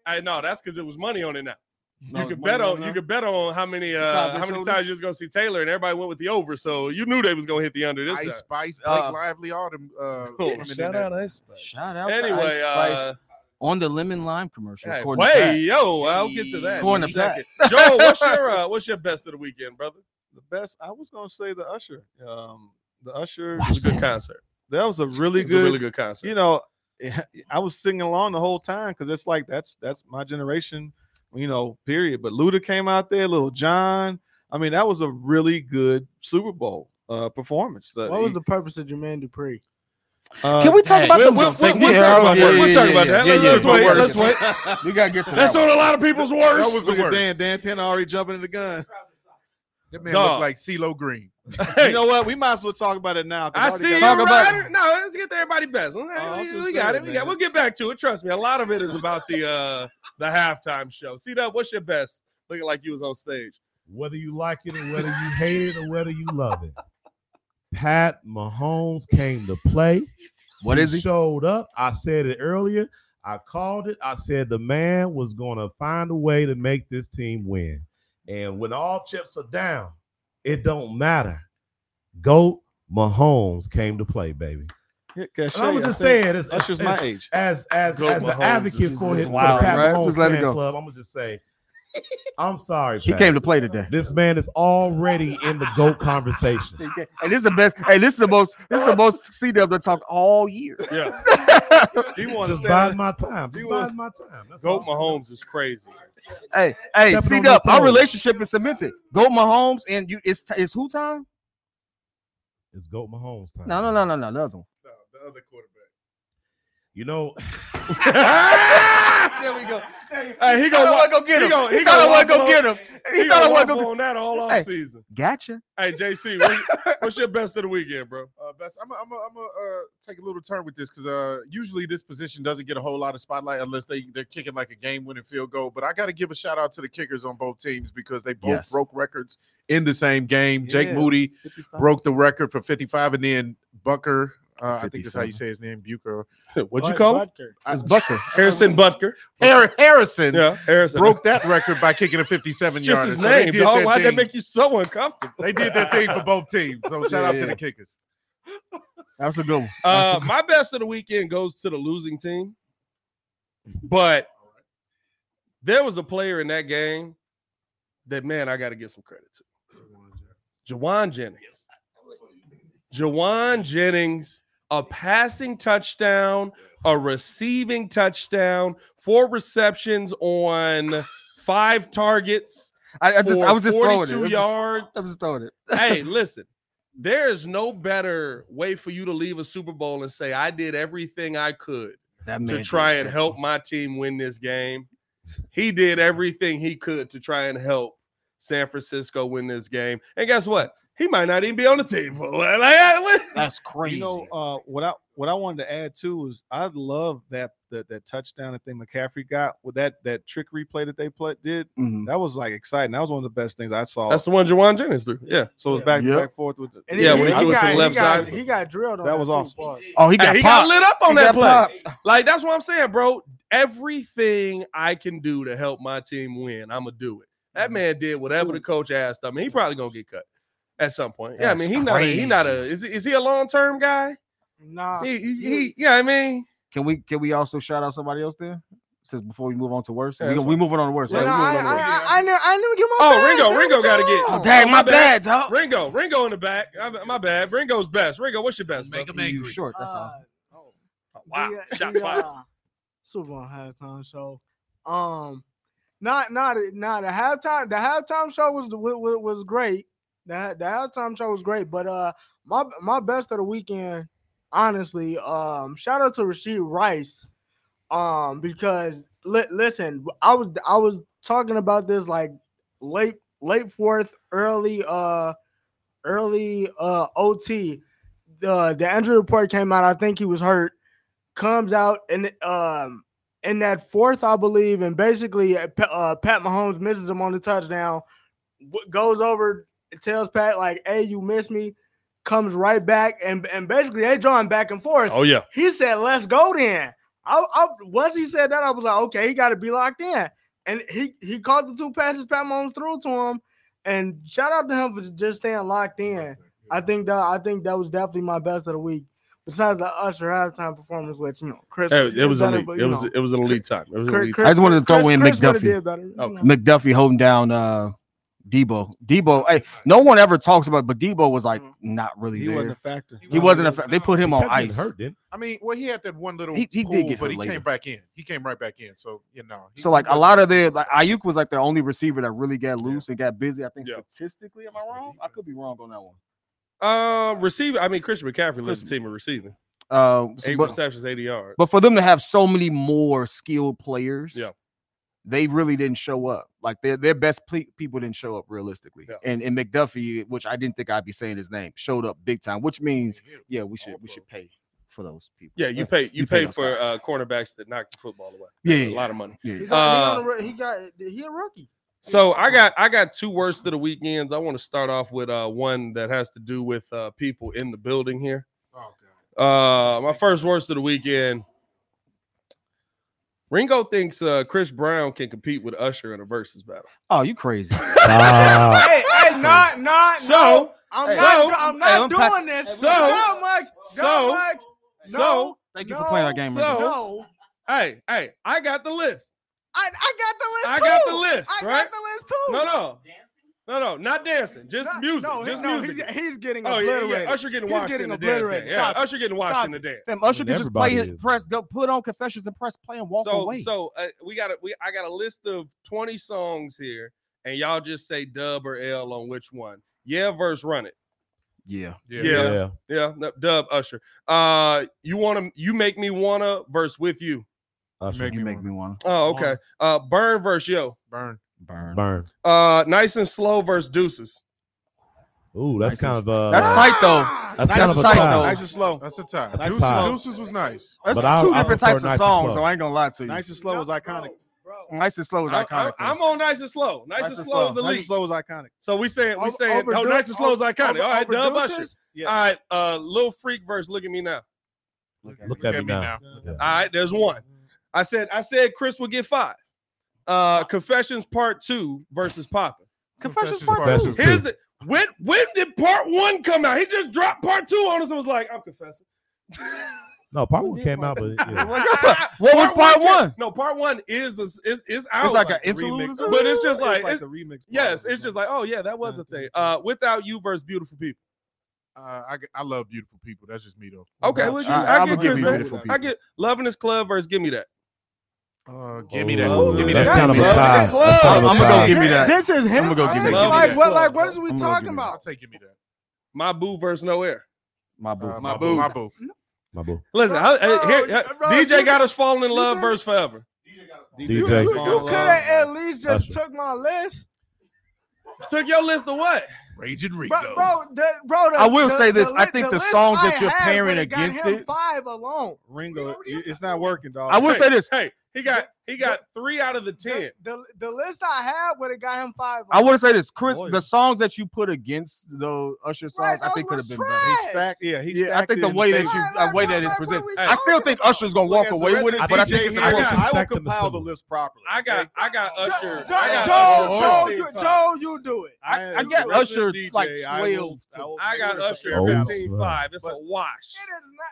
[SPEAKER 1] hey, no, that's because it was money on it now.
[SPEAKER 2] No,
[SPEAKER 1] you could
[SPEAKER 2] it's
[SPEAKER 1] bet
[SPEAKER 2] money
[SPEAKER 1] on
[SPEAKER 2] on it
[SPEAKER 1] you
[SPEAKER 2] now?
[SPEAKER 1] could bet on how many
[SPEAKER 2] top
[SPEAKER 1] uh
[SPEAKER 2] they
[SPEAKER 1] how many
[SPEAKER 2] showed
[SPEAKER 1] times you was gonna see Taylor and everybody went with the over, so you knew they was gonna hit the under this
[SPEAKER 3] Ice
[SPEAKER 1] [LAUGHS] time.
[SPEAKER 3] Spice, Blake
[SPEAKER 1] Uh,
[SPEAKER 3] Lively, all them. Uh, women in
[SPEAKER 1] shout
[SPEAKER 3] there.
[SPEAKER 1] out
[SPEAKER 27] Ice
[SPEAKER 1] Spice.
[SPEAKER 2] Shout out to
[SPEAKER 1] Anyway,
[SPEAKER 2] Ice Spice
[SPEAKER 1] uh,
[SPEAKER 2] on the lemon lime commercial.
[SPEAKER 1] Hey,
[SPEAKER 2] according to
[SPEAKER 1] way
[SPEAKER 2] Pat.
[SPEAKER 1] yo, I'll get to that.
[SPEAKER 2] According
[SPEAKER 1] in a
[SPEAKER 2] to Pat.
[SPEAKER 1] second. Joe, what's your uh, what's your best of the weekend, brother?
[SPEAKER 28] The best I was gonna say the Usher. Um, the Usher
[SPEAKER 1] It was a good concert.
[SPEAKER 28] That was a really
[SPEAKER 1] It was
[SPEAKER 28] good,
[SPEAKER 1] a really good concert.
[SPEAKER 28] You know, I was singing along the whole time because it's like that's that's my generation, you know. Period. But Luda came out there, Little John. I mean, that was a really good Super Bowl uh, performance.
[SPEAKER 8] What was the purpose of Jermaine Dupree?
[SPEAKER 28] Uh,
[SPEAKER 8] Can we talk about
[SPEAKER 28] we'll-
[SPEAKER 8] the-
[SPEAKER 28] we'll-
[SPEAKER 8] Yeah,
[SPEAKER 28] we'll- we'll talk about that. We'll talk about that.
[SPEAKER 8] yeah,
[SPEAKER 28] Let's
[SPEAKER 8] yeah,
[SPEAKER 28] wait.
[SPEAKER 8] yeah.
[SPEAKER 28] Let's wait.
[SPEAKER 2] We gotta get to
[SPEAKER 28] That's
[SPEAKER 2] that
[SPEAKER 28] on
[SPEAKER 2] one.
[SPEAKER 28] a lot of people's worst.
[SPEAKER 3] That was the
[SPEAKER 28] Look at
[SPEAKER 3] worst.
[SPEAKER 28] Dan Dan Tanner already jumping in the gun.
[SPEAKER 3] That man
[SPEAKER 28] Dog.
[SPEAKER 3] looked like CeeLo Green.
[SPEAKER 28] You know what? We might as well talk about it now. 'cause
[SPEAKER 1] I
[SPEAKER 28] already
[SPEAKER 1] see
[SPEAKER 28] got-
[SPEAKER 1] you
[SPEAKER 28] Talk about-
[SPEAKER 1] right. No, let's get to everybody best. We-
[SPEAKER 29] Oh,
[SPEAKER 1] we,
[SPEAKER 28] just
[SPEAKER 1] got
[SPEAKER 28] saying,
[SPEAKER 1] it. We got,
[SPEAKER 28] man.
[SPEAKER 1] we'll get back to it. Trust me. A lot of it is about the uh the halftime show. See that? What's your best? Looking like you was on stage.
[SPEAKER 29] whether you like it or whether you hate it or whether you love it. Pat Mahomes came to play.
[SPEAKER 2] What is he?
[SPEAKER 29] Showed up. I said it earlier. I called it. I said the man was going to find a way to make this team win. And when all chips are down, it don't matter. Goat Mahomes came to play, baby.
[SPEAKER 28] Yeah, 'cause
[SPEAKER 29] And I was
[SPEAKER 28] Shay,
[SPEAKER 29] just
[SPEAKER 28] think
[SPEAKER 29] saying, as,
[SPEAKER 28] that's just
[SPEAKER 29] as-
[SPEAKER 28] my age.
[SPEAKER 29] As as
[SPEAKER 28] Goat
[SPEAKER 29] as an
[SPEAKER 28] Mahomes
[SPEAKER 29] advocate
[SPEAKER 28] is-
[SPEAKER 29] for
[SPEAKER 28] is
[SPEAKER 29] his for the
[SPEAKER 28] wild,
[SPEAKER 29] Pat
[SPEAKER 28] right?
[SPEAKER 29] Mahomes
[SPEAKER 28] Just let it
[SPEAKER 29] fan
[SPEAKER 28] go.
[SPEAKER 29] club, I'm gonna just
[SPEAKER 2] [LAUGHS]
[SPEAKER 29] say, I'm sorry.
[SPEAKER 2] He
[SPEAKER 29] Pat.
[SPEAKER 2] came to play today.
[SPEAKER 29] This man is already in the goat conversation.
[SPEAKER 2] And this is the best. Hey, this is the most. This is the most
[SPEAKER 29] [LAUGHS]
[SPEAKER 2] CW that talked all year.
[SPEAKER 1] Yeah. he wanted
[SPEAKER 29] Just buying my time. Just buying my time. That's
[SPEAKER 1] Goat Mahomes is crazy.
[SPEAKER 2] Hey, hey,
[SPEAKER 29] Stepping on
[SPEAKER 2] CW,
[SPEAKER 29] my
[SPEAKER 2] our
[SPEAKER 29] toes.
[SPEAKER 2] relationship is cemented. Go Mahomes and you. It's it's who time?
[SPEAKER 29] It's goat Mahomes time.
[SPEAKER 2] No, no, no, no, no, another one.
[SPEAKER 3] The other quarterback.
[SPEAKER 29] You
[SPEAKER 2] [LAUGHS]
[SPEAKER 29] know,
[SPEAKER 2] There we go.
[SPEAKER 1] Hey, he
[SPEAKER 2] thought I
[SPEAKER 1] gonna
[SPEAKER 2] wasn't gonna get him.
[SPEAKER 1] He, gonna,
[SPEAKER 2] He thought I wasn't
[SPEAKER 1] waffle
[SPEAKER 2] gonna
[SPEAKER 1] on-
[SPEAKER 2] get him. He
[SPEAKER 1] he
[SPEAKER 2] thought I
[SPEAKER 1] gonna
[SPEAKER 2] wasn't
[SPEAKER 1] waffle
[SPEAKER 2] gonna-
[SPEAKER 1] on that all
[SPEAKER 2] Hey.
[SPEAKER 1] off season.
[SPEAKER 2] Gotcha.
[SPEAKER 1] Hey, JC,
[SPEAKER 2] [LAUGHS]
[SPEAKER 1] what's, what's your best of the weekend, bro?
[SPEAKER 3] Uh, best. I'm gonna I'm I'm uh, take a little turn with this because uh, usually this position doesn't get a whole lot of spotlight unless they they're kicking like a game winning field goal. But I got to give a shout out to the kickers on both teams because they both
[SPEAKER 2] Yes.
[SPEAKER 3] broke records in the same game. Jake
[SPEAKER 2] Yeah.
[SPEAKER 3] Moody broke the record for 55, and then Bucker. Uh, I think that's how
[SPEAKER 2] 57.
[SPEAKER 3] you say his name, [LAUGHS] Bucker.
[SPEAKER 1] What'd you call him?
[SPEAKER 2] It's Bucker.
[SPEAKER 1] Harrison Butker.
[SPEAKER 3] [LAUGHS] Har- Harrison
[SPEAKER 1] Yeah, Harrison.
[SPEAKER 3] broke [LAUGHS] that record by kicking a 57
[SPEAKER 1] Just
[SPEAKER 3] yarder.
[SPEAKER 1] his
[SPEAKER 3] So they
[SPEAKER 1] name,
[SPEAKER 3] did
[SPEAKER 1] dog.
[SPEAKER 3] their
[SPEAKER 1] Why'd that
[SPEAKER 3] thing.
[SPEAKER 1] make you so uncomfortable?
[SPEAKER 3] They did their thing for both teams. [LAUGHS] So shout
[SPEAKER 2] Yeah,
[SPEAKER 3] out
[SPEAKER 2] yeah.
[SPEAKER 3] to the kickers.
[SPEAKER 2] That's a good one.
[SPEAKER 28] Um,
[SPEAKER 1] Uh, my best of the weekend goes to the losing team, but there was a player in that game that man, I got to give some credit to. Jawan Jennings. Jawan Jennings, a passing touchdown, a receiving touchdown, four receptions on five targets.
[SPEAKER 2] I, I just,
[SPEAKER 1] for
[SPEAKER 2] I was just throwing
[SPEAKER 1] 42
[SPEAKER 2] it. I was just-
[SPEAKER 1] yards.
[SPEAKER 2] I was just throwing it.
[SPEAKER 1] hey, listen, there is no better way for you to leave a Super Bowl and say, I did everything I could
[SPEAKER 2] That
[SPEAKER 1] to try and help my team win this game. He did everything he could to try and help San Francisco win this game. And guess what? He might not even be on the team. [LAUGHS] Like, I- what-
[SPEAKER 2] That's crazy.
[SPEAKER 28] You know uh, what I what I wanted to add too was I love that that, that touchdown that thing McCaffrey got with that that trick replay that they played did.
[SPEAKER 2] Mhm.
[SPEAKER 28] That was like exciting. That was one of the best things I saw.
[SPEAKER 1] That's the one Jawan Jennings threw. Yeah.
[SPEAKER 28] So it's back
[SPEAKER 2] Yep.
[SPEAKER 28] back forth with the,
[SPEAKER 8] And
[SPEAKER 1] Yeah, when he threw it to
[SPEAKER 8] got-
[SPEAKER 1] the left
[SPEAKER 8] got-
[SPEAKER 1] side.
[SPEAKER 8] he got drilled on
[SPEAKER 28] That was
[SPEAKER 8] too,
[SPEAKER 28] awesome.
[SPEAKER 8] boy.
[SPEAKER 2] Oh, he got
[SPEAKER 1] Hey, he got
[SPEAKER 2] popped.
[SPEAKER 1] lit up on
[SPEAKER 2] He
[SPEAKER 1] that
[SPEAKER 2] got
[SPEAKER 1] play.
[SPEAKER 2] popped.
[SPEAKER 1] Like that's what I'm saying, bro. Everything I can do to help my team win, I'm gonna do it. That man did whatever the coach asked. I mean, he probably gonna get cut at some point. yeah, I mean,
[SPEAKER 2] That's
[SPEAKER 1] he not a, he not a is he, is he a long term guy?
[SPEAKER 2] Uh,
[SPEAKER 8] Nah,
[SPEAKER 1] He, he, he- yeah, I mean,
[SPEAKER 2] Can we, can we also shout out somebody else there? Since before we move on to worse,
[SPEAKER 1] Yeah,
[SPEAKER 2] we,
[SPEAKER 1] that's
[SPEAKER 2] we moving on to worse.
[SPEAKER 1] Yeah,
[SPEAKER 2] right?
[SPEAKER 8] But
[SPEAKER 1] we
[SPEAKER 8] I,
[SPEAKER 1] moving
[SPEAKER 8] I,
[SPEAKER 1] on to
[SPEAKER 8] I, I never, I never get my.
[SPEAKER 1] oh,
[SPEAKER 8] badge,
[SPEAKER 1] Ringo,
[SPEAKER 8] man,
[SPEAKER 1] Ringo
[SPEAKER 8] what
[SPEAKER 1] got to
[SPEAKER 8] y'all?
[SPEAKER 1] get.
[SPEAKER 2] Oh, dang, my bad, dog.
[SPEAKER 1] Ringo, Ringo in the back. I- My bad. Ringo's best. Ringo, what's your best? Make
[SPEAKER 2] You short. That's all.
[SPEAKER 8] Uh, oh,
[SPEAKER 1] Wow,
[SPEAKER 8] the,
[SPEAKER 1] shots
[SPEAKER 8] the,
[SPEAKER 1] fired.
[SPEAKER 8] uh, Super Bowl halftime show. Um, not not not the halftime. The halftime show was the wa- wa- was great. The, the halftime show was great, but uh, my my best of the weekend, honestly. Um, shout out to Rasheed Rice, um, because li- listen, I was I was talking about this like late late fourth, early uh, early uh OT
[SPEAKER 3] uh,
[SPEAKER 8] the the injury report came out. I think he was hurt. Comes out and um
[SPEAKER 3] in that fourth, I believe, and basically uh, Pa- uh, Pat Mahomes misses him on the touchdown, w- goes over, tells Pat like, "Hey, you missed me," comes right back, and and basically they drawing back and forth.
[SPEAKER 1] Oh, yeah.
[SPEAKER 3] he said, "Let's go then." I, I once he said that, I was like, "Okay, he got to be locked in," and he he caught the two passes Pat Mahomes threw to him, and shout out to him for just staying locked in. I think that I think that was definitely my best of the week. Besides the Usher halftime performance, which you know, Chris,
[SPEAKER 1] Hey, it was
[SPEAKER 3] better,
[SPEAKER 1] elite.
[SPEAKER 3] but,
[SPEAKER 1] It
[SPEAKER 3] you
[SPEAKER 1] was
[SPEAKER 3] know.
[SPEAKER 1] it was an elite time. It was an
[SPEAKER 3] Chris-
[SPEAKER 1] elite
[SPEAKER 3] Chris-
[SPEAKER 1] time.
[SPEAKER 2] I just wanted to throw in
[SPEAKER 3] Chris would've
[SPEAKER 2] McDuffie.
[SPEAKER 3] did better, you know.
[SPEAKER 2] Oh, McDuffie holding down uh Debo. Debo, hey, no one ever talks about, but Debo was like not
[SPEAKER 28] Mm-hmm.
[SPEAKER 2] really
[SPEAKER 28] He
[SPEAKER 2] there.
[SPEAKER 28] wasn't a factor.
[SPEAKER 2] He wasn't a factor. They put him
[SPEAKER 28] He
[SPEAKER 2] on
[SPEAKER 28] kept getting
[SPEAKER 2] ice.
[SPEAKER 28] hurt, I mean, well, he had that one little
[SPEAKER 2] He- he did
[SPEAKER 28] pull,
[SPEAKER 2] get
[SPEAKER 28] but
[SPEAKER 2] hurt
[SPEAKER 28] he
[SPEAKER 2] later.
[SPEAKER 28] came back in. He came right back in. So you know, he-
[SPEAKER 2] So like a lot of their like Ayuk was like the only receiver that really got loose and got busy. I think statistically, am I wrong? I could be wrong on that one.
[SPEAKER 1] Uh, receiver. I mean, Christian McCaffrey led the team in receiving.
[SPEAKER 2] Uh, so-
[SPEAKER 1] Eight
[SPEAKER 2] but,
[SPEAKER 1] receptions, eighty yards.
[SPEAKER 2] but for them to have so many more skilled players,
[SPEAKER 1] Yeah.
[SPEAKER 2] they really didn't show up. Like their their best ple- people didn't show up realistically. And and McDuffie, which I didn't think I'd be saying his name, showed up big time. Which means, yeah, we should we should pay for those people.
[SPEAKER 1] yeah, you pay you,
[SPEAKER 2] pay
[SPEAKER 1] pay,
[SPEAKER 2] those
[SPEAKER 1] for
[SPEAKER 2] guys.
[SPEAKER 1] uh, cornerbacks that knock the football away.
[SPEAKER 2] Yeah,
[SPEAKER 1] That's
[SPEAKER 2] yeah,
[SPEAKER 1] a lot of money.
[SPEAKER 2] yeah,
[SPEAKER 3] He's
[SPEAKER 1] Uh,
[SPEAKER 3] on, he, on a, ro- he got he a rookie.
[SPEAKER 1] So I got I got two words to the weekends. I want to start off with uh one that has to do with uh people in the building here.
[SPEAKER 28] Oh,
[SPEAKER 1] Uh my first words to the weekend. Ringo thinks uh Chris Brown can compete with Usher in a versus battle.
[SPEAKER 2] Oh, you crazy.
[SPEAKER 3] hey,
[SPEAKER 1] [LAUGHS]
[SPEAKER 3] hey, not not
[SPEAKER 1] So-
[SPEAKER 3] no. I'm
[SPEAKER 1] hey,
[SPEAKER 3] not
[SPEAKER 1] so-
[SPEAKER 3] do- I'm
[SPEAKER 1] hey,
[SPEAKER 3] not
[SPEAKER 1] unpack-
[SPEAKER 3] doing this.
[SPEAKER 1] so-
[SPEAKER 3] not much.
[SPEAKER 1] so-
[SPEAKER 3] not much.
[SPEAKER 1] so-
[SPEAKER 3] No,
[SPEAKER 2] Thank you for playing our game.
[SPEAKER 1] So,
[SPEAKER 2] Ringo.
[SPEAKER 1] hey, hey, I got the list.
[SPEAKER 3] I, I got the list.
[SPEAKER 1] I got the
[SPEAKER 3] too.
[SPEAKER 1] list,
[SPEAKER 3] I
[SPEAKER 1] right?
[SPEAKER 3] got the list too.
[SPEAKER 1] No, no. No, no, not dancing, just
[SPEAKER 3] Not-
[SPEAKER 1] music,
[SPEAKER 3] no, he-
[SPEAKER 1] just
[SPEAKER 3] no,
[SPEAKER 1] music.
[SPEAKER 3] He's, he's getting
[SPEAKER 1] Oh, yeah, yeah,
[SPEAKER 3] obliterated.
[SPEAKER 1] Usher getting
[SPEAKER 3] He's
[SPEAKER 1] washed
[SPEAKER 3] getting
[SPEAKER 1] in the dance,
[SPEAKER 3] obliterated.
[SPEAKER 1] man. Yeah,
[SPEAKER 3] Stop it.
[SPEAKER 1] Usher getting washed
[SPEAKER 3] Stop
[SPEAKER 1] in the
[SPEAKER 3] it.
[SPEAKER 1] dance.
[SPEAKER 2] Fam, Usher could just play
[SPEAKER 8] everybody
[SPEAKER 2] his
[SPEAKER 8] is.
[SPEAKER 2] press, go put on Confessions and press play and walk
[SPEAKER 1] so,
[SPEAKER 2] away.
[SPEAKER 1] So uh, we got a, we I got a list of 20 songs here, and y'all just say dub or L on which one. Yeah, verse run it.
[SPEAKER 2] yeah.
[SPEAKER 1] Yeah. Yeah.
[SPEAKER 8] Yeah.
[SPEAKER 1] no, dub Usher. Uh you wanna you make me wanna verse with you.
[SPEAKER 8] Usher,
[SPEAKER 2] you make me want
[SPEAKER 1] Oh, okay. Uh burn verse yo.
[SPEAKER 28] Burn.
[SPEAKER 2] burn.
[SPEAKER 8] Burn.
[SPEAKER 1] Uh nice and slow verse deuces.
[SPEAKER 8] Ooh, that's kind of uh,
[SPEAKER 2] That's tight though.
[SPEAKER 8] That's kind of a tie.
[SPEAKER 28] and slow. That's a tie.
[SPEAKER 8] That's a
[SPEAKER 28] Deuces,
[SPEAKER 8] tie.
[SPEAKER 28] Deuces was nice.
[SPEAKER 2] That's
[SPEAKER 8] But I-
[SPEAKER 2] two
[SPEAKER 8] I
[SPEAKER 2] different
[SPEAKER 8] prefer
[SPEAKER 2] types of
[SPEAKER 8] nice and
[SPEAKER 2] songs,
[SPEAKER 8] slow.
[SPEAKER 2] so I ain't gonna lie to you.
[SPEAKER 30] Nice and slow was iconic.
[SPEAKER 2] Nice and slow is
[SPEAKER 1] I,
[SPEAKER 2] iconic.
[SPEAKER 1] am on nice and slow. Nice, and slow, is elite.
[SPEAKER 30] Nice and slow was iconic.
[SPEAKER 1] So we saying we
[SPEAKER 30] Over-
[SPEAKER 1] saying
[SPEAKER 30] over
[SPEAKER 1] oh
[SPEAKER 30] Deu-
[SPEAKER 1] nice and slow is
[SPEAKER 30] over-
[SPEAKER 1] iconic.
[SPEAKER 30] over-
[SPEAKER 1] All right,
[SPEAKER 30] over
[SPEAKER 1] dub
[SPEAKER 30] Deuces?
[SPEAKER 1] Usher.
[SPEAKER 30] Yeah.
[SPEAKER 1] All right, uh Lil Freak verse look at me now.
[SPEAKER 8] Look at me now.
[SPEAKER 1] All right, there's one. I said I said Chris will get five. Uh Confessions Part Two versus Papa.
[SPEAKER 2] Confessions,
[SPEAKER 8] Part Two. Two.
[SPEAKER 1] Here's the when when did Part One come out? He just dropped Part Two on us and was like, I'm confessing. [LAUGHS]
[SPEAKER 8] No, part one came out, but yeah.
[SPEAKER 2] What was part
[SPEAKER 1] came-
[SPEAKER 2] one?
[SPEAKER 1] No, Part One is is is, is out.
[SPEAKER 2] like
[SPEAKER 1] a
[SPEAKER 2] an interlude or something?
[SPEAKER 1] but it's just like,
[SPEAKER 30] like
[SPEAKER 1] it's-
[SPEAKER 30] the remix.
[SPEAKER 1] yes, it's just like oh yeah, that was a thing. Uh, without you versus beautiful people.
[SPEAKER 28] Uh, I, I love beautiful people. That's just me though.
[SPEAKER 1] Okay,
[SPEAKER 28] Not
[SPEAKER 1] well, you,
[SPEAKER 28] you.
[SPEAKER 1] I,
[SPEAKER 2] I'ma
[SPEAKER 1] get
[SPEAKER 2] give
[SPEAKER 1] Chris
[SPEAKER 2] you
[SPEAKER 1] that.
[SPEAKER 2] Beautiful
[SPEAKER 1] I
[SPEAKER 28] People.
[SPEAKER 1] get loving this club versus give me that.
[SPEAKER 28] Uh, give me
[SPEAKER 8] Ooh,
[SPEAKER 28] that. Give me
[SPEAKER 8] that's
[SPEAKER 28] that.
[SPEAKER 8] kind of a
[SPEAKER 28] Give me that.
[SPEAKER 8] tie. That's kind of
[SPEAKER 2] I'm
[SPEAKER 8] a
[SPEAKER 2] gonna go
[SPEAKER 8] tie.
[SPEAKER 2] give me that.
[SPEAKER 3] This is him.
[SPEAKER 2] I'm gonna go give me
[SPEAKER 3] Like,
[SPEAKER 1] that.
[SPEAKER 3] like, what, like, what
[SPEAKER 1] Love
[SPEAKER 3] is we
[SPEAKER 2] I'm gonna
[SPEAKER 3] talking
[SPEAKER 2] give you
[SPEAKER 28] I'll
[SPEAKER 3] about?
[SPEAKER 28] take give me that.
[SPEAKER 1] My boo versus no air.
[SPEAKER 2] my boo.
[SPEAKER 28] Uh,
[SPEAKER 8] My
[SPEAKER 28] boo.
[SPEAKER 8] boo.
[SPEAKER 28] My boo.
[SPEAKER 8] My boo.
[SPEAKER 1] Listen,
[SPEAKER 3] Bro,
[SPEAKER 1] I- I-
[SPEAKER 3] bro,
[SPEAKER 1] here,
[SPEAKER 3] you-
[SPEAKER 1] uh,
[SPEAKER 3] bro,
[SPEAKER 1] DJ
[SPEAKER 3] you-
[SPEAKER 1] got us falling in
[SPEAKER 3] you
[SPEAKER 1] love
[SPEAKER 3] really-
[SPEAKER 1] verse forever.
[SPEAKER 3] You,
[SPEAKER 8] DJ.
[SPEAKER 3] could have at least just
[SPEAKER 8] Usher.
[SPEAKER 3] took my list,
[SPEAKER 1] Took your list of what?
[SPEAKER 28] Raging Rico.
[SPEAKER 3] bro. Bro, the, bro the,
[SPEAKER 2] I will
[SPEAKER 3] the-
[SPEAKER 2] say this,
[SPEAKER 3] The,
[SPEAKER 2] I
[SPEAKER 3] li-
[SPEAKER 2] think
[SPEAKER 3] the
[SPEAKER 2] the
[SPEAKER 3] list
[SPEAKER 2] songs
[SPEAKER 3] I
[SPEAKER 2] that you're
[SPEAKER 3] had
[SPEAKER 2] pairing
[SPEAKER 3] would've got
[SPEAKER 2] against
[SPEAKER 3] him
[SPEAKER 2] it-
[SPEAKER 3] Five alone.
[SPEAKER 30] Ringo. it- It's not working, dog.
[SPEAKER 2] I will say this.
[SPEAKER 1] Hey, he got he got three out of the ten.
[SPEAKER 3] The, the list I had would have got him five.
[SPEAKER 2] I want to say this, Chris.
[SPEAKER 30] Lawyer.
[SPEAKER 2] The songs that you put against the Usher songs,
[SPEAKER 3] Right,
[SPEAKER 1] oh,
[SPEAKER 2] I think could
[SPEAKER 3] those
[SPEAKER 2] have been
[SPEAKER 3] were
[SPEAKER 2] better.
[SPEAKER 30] He
[SPEAKER 3] trash.
[SPEAKER 30] stacked. Yeah, he
[SPEAKER 2] Yeah, I
[SPEAKER 30] stacked
[SPEAKER 2] think
[SPEAKER 30] it
[SPEAKER 2] the
[SPEAKER 30] in
[SPEAKER 2] way that
[SPEAKER 30] favor.
[SPEAKER 2] you,
[SPEAKER 3] Right,
[SPEAKER 2] the way
[SPEAKER 3] right,
[SPEAKER 2] that it's
[SPEAKER 3] right,
[SPEAKER 2] presented,
[SPEAKER 3] right,
[SPEAKER 2] I still think Usher's gonna walk
[SPEAKER 30] Look, as the
[SPEAKER 2] away with it,
[SPEAKER 30] resident
[SPEAKER 2] but I think
[SPEAKER 30] DJ
[SPEAKER 2] it's
[SPEAKER 30] here, I
[SPEAKER 1] important.
[SPEAKER 30] got- I will
[SPEAKER 8] Stack them in
[SPEAKER 30] compile the
[SPEAKER 8] similar.
[SPEAKER 30] list properly.
[SPEAKER 1] I got I got Usher.
[SPEAKER 3] Joe,
[SPEAKER 1] I
[SPEAKER 3] Joe,
[SPEAKER 1] got
[SPEAKER 3] Joe,
[SPEAKER 1] Usher
[SPEAKER 3] you-
[SPEAKER 1] 15.
[SPEAKER 3] Joe, you do it.
[SPEAKER 30] I,
[SPEAKER 2] I got Usher like twelve.
[SPEAKER 1] I got Usher
[SPEAKER 8] Oh,
[SPEAKER 1] 15
[SPEAKER 8] snap.
[SPEAKER 1] 5. It's a
[SPEAKER 30] But-
[SPEAKER 1] wash.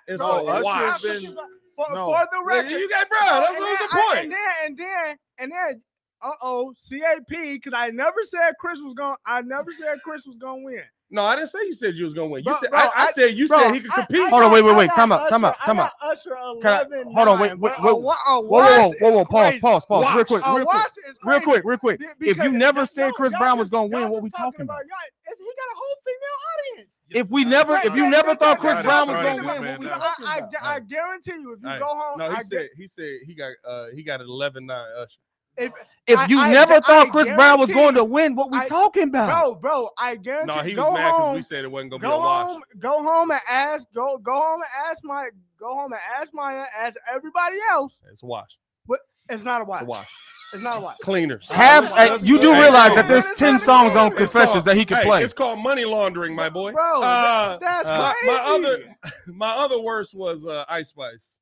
[SPEAKER 3] It is
[SPEAKER 1] It's
[SPEAKER 3] not. bro,
[SPEAKER 1] a
[SPEAKER 3] it's
[SPEAKER 1] wash.
[SPEAKER 3] not-
[SPEAKER 1] Been-
[SPEAKER 3] for,
[SPEAKER 30] no.
[SPEAKER 3] for the
[SPEAKER 1] Well,
[SPEAKER 3] record,
[SPEAKER 1] You got bro, that's
[SPEAKER 3] and
[SPEAKER 1] what's
[SPEAKER 3] then-
[SPEAKER 1] the
[SPEAKER 3] I-
[SPEAKER 1] point.
[SPEAKER 3] And then, and then, and then, uh oh, CAP, because I never said Chris was going. to I never said Chris was going to win.
[SPEAKER 1] No, I didn't say you said you was gonna win. You
[SPEAKER 3] Bro,
[SPEAKER 1] said
[SPEAKER 3] bro,
[SPEAKER 1] I, I
[SPEAKER 3] I-
[SPEAKER 1] said you
[SPEAKER 3] Bro,
[SPEAKER 1] said he could
[SPEAKER 3] I- I
[SPEAKER 1] compete.
[SPEAKER 2] Hold on,
[SPEAKER 3] got-
[SPEAKER 2] wait, wait,
[SPEAKER 3] I
[SPEAKER 2] wait,
[SPEAKER 3] got
[SPEAKER 2] time out, time
[SPEAKER 3] Usher-
[SPEAKER 2] out, time
[SPEAKER 3] I
[SPEAKER 2] out.
[SPEAKER 3] got Usher
[SPEAKER 2] Can I-
[SPEAKER 3] 11,
[SPEAKER 2] hold on, wait, wait,
[SPEAKER 3] nine, but
[SPEAKER 2] wait. Whoa,
[SPEAKER 3] a wa- a
[SPEAKER 2] whoa, whoa,
[SPEAKER 3] wash
[SPEAKER 2] whoa, whoa,
[SPEAKER 3] is
[SPEAKER 2] pause,
[SPEAKER 3] crazy.
[SPEAKER 2] pause, pause, real
[SPEAKER 1] Watch.
[SPEAKER 2] quick,
[SPEAKER 3] A
[SPEAKER 2] real quick,
[SPEAKER 3] wash is
[SPEAKER 2] real
[SPEAKER 3] crazy.
[SPEAKER 2] quick, real quick.
[SPEAKER 3] Be-
[SPEAKER 2] If
[SPEAKER 3] because
[SPEAKER 2] you never
[SPEAKER 3] y'all-
[SPEAKER 2] said
[SPEAKER 3] y'all-
[SPEAKER 2] Chris
[SPEAKER 3] y'all
[SPEAKER 2] Brown was
[SPEAKER 3] just-
[SPEAKER 2] gonna win,
[SPEAKER 3] y'all
[SPEAKER 2] what
[SPEAKER 3] just
[SPEAKER 2] we talking about?
[SPEAKER 3] Y'all, is he got a whole female audience?
[SPEAKER 2] If we never, if you never thought Chris
[SPEAKER 28] Y'all
[SPEAKER 2] Brown was
[SPEAKER 28] just
[SPEAKER 2] gonna
[SPEAKER 28] started
[SPEAKER 2] win, what we
[SPEAKER 28] this, man.
[SPEAKER 2] talking
[SPEAKER 3] I,
[SPEAKER 2] about?
[SPEAKER 3] I, I guarantee you, if you
[SPEAKER 1] Hey,
[SPEAKER 3] go home,
[SPEAKER 1] No,
[SPEAKER 3] I
[SPEAKER 1] he
[SPEAKER 3] gu-
[SPEAKER 1] said he said he got uh he got an 11 9 Usher.
[SPEAKER 3] if, I-
[SPEAKER 2] If you
[SPEAKER 3] I-
[SPEAKER 2] never
[SPEAKER 3] I
[SPEAKER 2] thought Chris Brown was
[SPEAKER 3] guarantee-
[SPEAKER 2] going to win, what we
[SPEAKER 3] I-
[SPEAKER 2] talking about?
[SPEAKER 3] bro, bro, I guarantee.
[SPEAKER 1] No, he
[SPEAKER 3] go
[SPEAKER 1] was mad because
[SPEAKER 3] home,
[SPEAKER 1] we said it wasn't gonna be a
[SPEAKER 3] go
[SPEAKER 1] wash.
[SPEAKER 3] home, go home and ask, go, go home and ask my, go home and ask Maya, ask everybody else.
[SPEAKER 1] It's a wash.
[SPEAKER 3] But It's not a watch.
[SPEAKER 1] It's a watch.
[SPEAKER 3] It's not
[SPEAKER 1] [LAUGHS]
[SPEAKER 3] a watch.
[SPEAKER 1] Cleaners.
[SPEAKER 2] Have- hey,
[SPEAKER 3] uh,
[SPEAKER 2] you do
[SPEAKER 1] Hey,
[SPEAKER 2] realize
[SPEAKER 1] hey,
[SPEAKER 2] that there's ten songs on Confessions that he could
[SPEAKER 1] hey,
[SPEAKER 2] play.
[SPEAKER 1] It's called money laundering, my boy. Uh,
[SPEAKER 3] Bro, that- that's
[SPEAKER 1] my, my
[SPEAKER 3] crazy.
[SPEAKER 1] other [LAUGHS] my other worst was uh, Ice Spice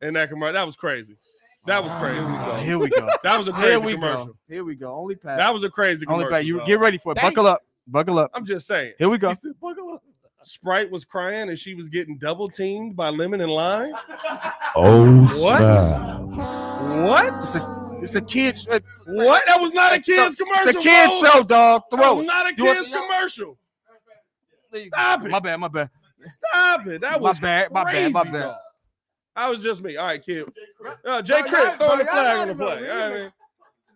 [SPEAKER 1] and that commercial. That was crazy. That was crazy.
[SPEAKER 2] Ah, Here we go.
[SPEAKER 1] That was a
[SPEAKER 2] Here
[SPEAKER 1] crazy
[SPEAKER 2] we go.
[SPEAKER 1] commercial.
[SPEAKER 3] Here we go. Only pass.
[SPEAKER 1] That was a crazy
[SPEAKER 2] Only
[SPEAKER 1] commercial.
[SPEAKER 2] back. You
[SPEAKER 1] dog.
[SPEAKER 2] get ready for it. Buckle up. Buckle up.
[SPEAKER 1] I'm just saying.
[SPEAKER 2] Here we go.
[SPEAKER 1] He said, "Buckle up." Sprite was crying and she was getting double teamed by Lemon and Lime.
[SPEAKER 8] Oh,
[SPEAKER 1] What?
[SPEAKER 8] snap.
[SPEAKER 1] What? It's
[SPEAKER 2] a, it's a kid.
[SPEAKER 1] What? That was not a kid's commercial.
[SPEAKER 2] It's a kid's
[SPEAKER 1] bro.
[SPEAKER 2] show, dog.
[SPEAKER 1] That
[SPEAKER 2] Throw
[SPEAKER 1] was
[SPEAKER 2] it.
[SPEAKER 1] not a
[SPEAKER 2] Do it.
[SPEAKER 1] kid's commercial. Stop it.
[SPEAKER 2] My bad. My bad.
[SPEAKER 1] Stop it. That
[SPEAKER 2] My
[SPEAKER 1] was
[SPEAKER 2] bad. My bad. My
[SPEAKER 1] crazy,
[SPEAKER 2] bad.
[SPEAKER 1] dog. That was just me. All right, kid. Uh, Jay
[SPEAKER 31] Bro,
[SPEAKER 1] Crip
[SPEAKER 31] y'all-
[SPEAKER 1] throwing the
[SPEAKER 31] bro, y'all
[SPEAKER 1] flag
[SPEAKER 31] not
[SPEAKER 1] on the
[SPEAKER 31] even
[SPEAKER 1] play.
[SPEAKER 31] reading
[SPEAKER 1] I
[SPEAKER 31] it.
[SPEAKER 1] mean,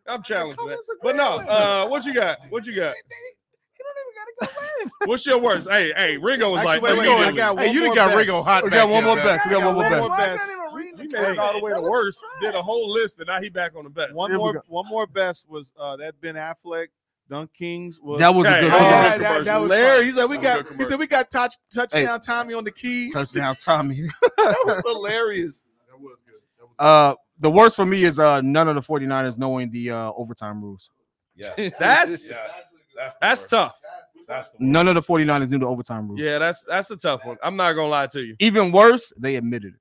[SPEAKER 1] I'm challenged to that. But no, uh, what you got? What you
[SPEAKER 3] [LAUGHS]
[SPEAKER 1] got? [LAUGHS] What's your worst? Hey, hey, Ringo was
[SPEAKER 32] Actually,
[SPEAKER 1] like,
[SPEAKER 32] wait,
[SPEAKER 1] "Let
[SPEAKER 32] wait,
[SPEAKER 1] me do
[SPEAKER 32] wait, I
[SPEAKER 1] it."
[SPEAKER 32] got Hey, one you done more got best. Ringo hot
[SPEAKER 1] We
[SPEAKER 32] back
[SPEAKER 1] got one
[SPEAKER 32] there,
[SPEAKER 1] more
[SPEAKER 32] man.
[SPEAKER 1] best. We got
[SPEAKER 32] I
[SPEAKER 1] one
[SPEAKER 32] got
[SPEAKER 1] more
[SPEAKER 32] one more
[SPEAKER 1] best.
[SPEAKER 32] best.
[SPEAKER 1] You made it all the way to worst. Did a whole list, and now he back on the best.
[SPEAKER 33] One more, one more best was uh, that Ben Affleck Dunk Kings was
[SPEAKER 2] That was a Hey, good that was a commercial. good
[SPEAKER 33] That, that was
[SPEAKER 2] commercial.
[SPEAKER 33] hilarious. He said we
[SPEAKER 2] That was a
[SPEAKER 33] got.
[SPEAKER 2] good
[SPEAKER 33] He said we got touch, touchdown
[SPEAKER 2] Hey.
[SPEAKER 33] Tommy on the keys.
[SPEAKER 2] Touchdown, Tommy. [LAUGHS]
[SPEAKER 33] that was
[SPEAKER 32] [LAUGHS]
[SPEAKER 33] hilarious.
[SPEAKER 2] Uh, the worst for me is uh none of the 49ers knowing the uh overtime rules.
[SPEAKER 32] [LAUGHS]
[SPEAKER 1] Yeah, that's that's tough.
[SPEAKER 2] None of the 49ers knew the overtime rules.
[SPEAKER 1] Yeah, that's that's a tough one. I'm not gonna lie to you.
[SPEAKER 2] Even worse, they admitted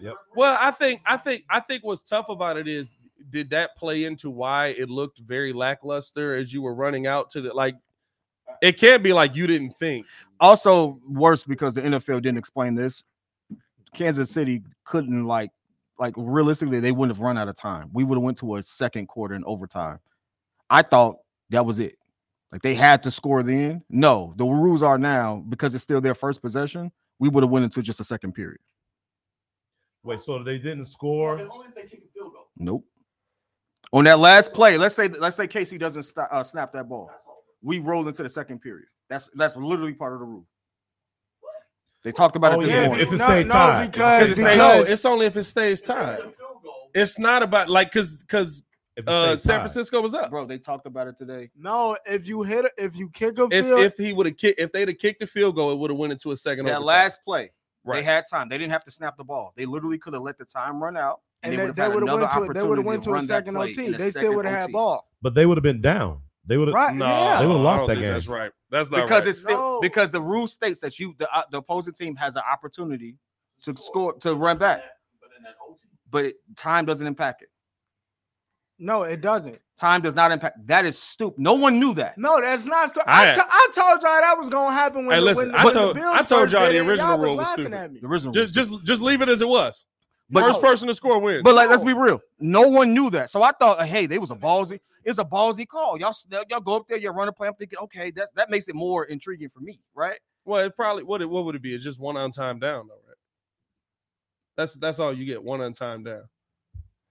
[SPEAKER 2] it.
[SPEAKER 1] Well, I think I think I think what's tough about it is did that play into why it looked very lackluster as you were running out to the like it can't be like you didn't think.
[SPEAKER 2] Also worse because the NFL didn't explain this. Kansas City couldn't like like realistically they wouldn't have run out of time. We would have went to a second quarter in overtime. I thought that was it. Like they had to score then. No, the rules are now because it's still their first possession. We would have went into just a second period.
[SPEAKER 8] Wait, so they didn't score?
[SPEAKER 2] Nope. On that last play, let's say let's say Casey doesn't st- uh, snap that ball. We roll into the second period. That's that's literally part of the rule. They talked about
[SPEAKER 8] Oh,
[SPEAKER 2] it this
[SPEAKER 8] yeah, if-
[SPEAKER 2] morning.
[SPEAKER 8] if it No, stayed no, tied. because-
[SPEAKER 2] If it stayed-
[SPEAKER 1] no, it's only if it stays tied. It's not about like cause cause uh,
[SPEAKER 2] stays
[SPEAKER 1] San
[SPEAKER 2] tied.
[SPEAKER 1] Francisco was up.
[SPEAKER 2] Bro, they talked about it today.
[SPEAKER 3] No, if you hit, a- if you kick a
[SPEAKER 1] It's
[SPEAKER 3] field,
[SPEAKER 1] if he would have kicked if they'd have kicked the field goal, it would have went into a second.
[SPEAKER 2] That
[SPEAKER 1] overtime.
[SPEAKER 2] last play, they
[SPEAKER 1] Right.
[SPEAKER 2] had time. They didn't have to snap the ball. They literally could have let the time run out, and, they, would have had
[SPEAKER 3] would've
[SPEAKER 2] another
[SPEAKER 3] went to- they
[SPEAKER 2] opportunity
[SPEAKER 3] would've went
[SPEAKER 2] to
[SPEAKER 3] to a
[SPEAKER 2] run
[SPEAKER 3] second
[SPEAKER 2] that play
[SPEAKER 3] OT.
[SPEAKER 2] in a
[SPEAKER 3] They still
[SPEAKER 2] second
[SPEAKER 3] would've had
[SPEAKER 2] OT.
[SPEAKER 3] ball.
[SPEAKER 8] But they would have been down. They would have.
[SPEAKER 3] Right,
[SPEAKER 8] No,
[SPEAKER 3] yeah.
[SPEAKER 8] they would have
[SPEAKER 1] I
[SPEAKER 8] lost
[SPEAKER 1] don't
[SPEAKER 8] that
[SPEAKER 1] think
[SPEAKER 8] game.
[SPEAKER 1] Oh, That's right. That's not
[SPEAKER 2] because
[SPEAKER 1] right.
[SPEAKER 2] it's still because the rule states that you the, uh, the opposing team has an opportunity to score to run back, but it, time doesn't impact it.
[SPEAKER 3] no, it doesn't.
[SPEAKER 2] Time does not impact. That is stupid. No one knew that.
[SPEAKER 3] No, that's not. St- I,
[SPEAKER 2] I-
[SPEAKER 3] to- I told y'all that was gonna happen. When
[SPEAKER 1] Hey,
[SPEAKER 3] the-
[SPEAKER 1] listen,
[SPEAKER 3] when the,
[SPEAKER 1] I
[SPEAKER 3] when
[SPEAKER 1] told
[SPEAKER 3] the
[SPEAKER 1] I
[SPEAKER 3] Bills
[SPEAKER 1] told
[SPEAKER 3] first
[SPEAKER 1] y'all
[SPEAKER 3] did
[SPEAKER 1] the
[SPEAKER 3] it,
[SPEAKER 1] original
[SPEAKER 3] y'all
[SPEAKER 1] rule was
[SPEAKER 3] laughing
[SPEAKER 1] stupid.
[SPEAKER 3] at me.
[SPEAKER 2] The original
[SPEAKER 1] just just just leave it as it was.
[SPEAKER 2] But-
[SPEAKER 1] First person to score wins.
[SPEAKER 2] But like, let's be real. No one knew that. So I thought, uh, hey, they was a ballsy. It's a ballsy call. Y'all, s- y'all go up there. Y'all run a play. I'm thinking, okay, that's that makes it more intriguing for me, right?
[SPEAKER 1] Well, it probably what it, what would it be? It's just one on time down, though, right? That's that's all you get, one on time down.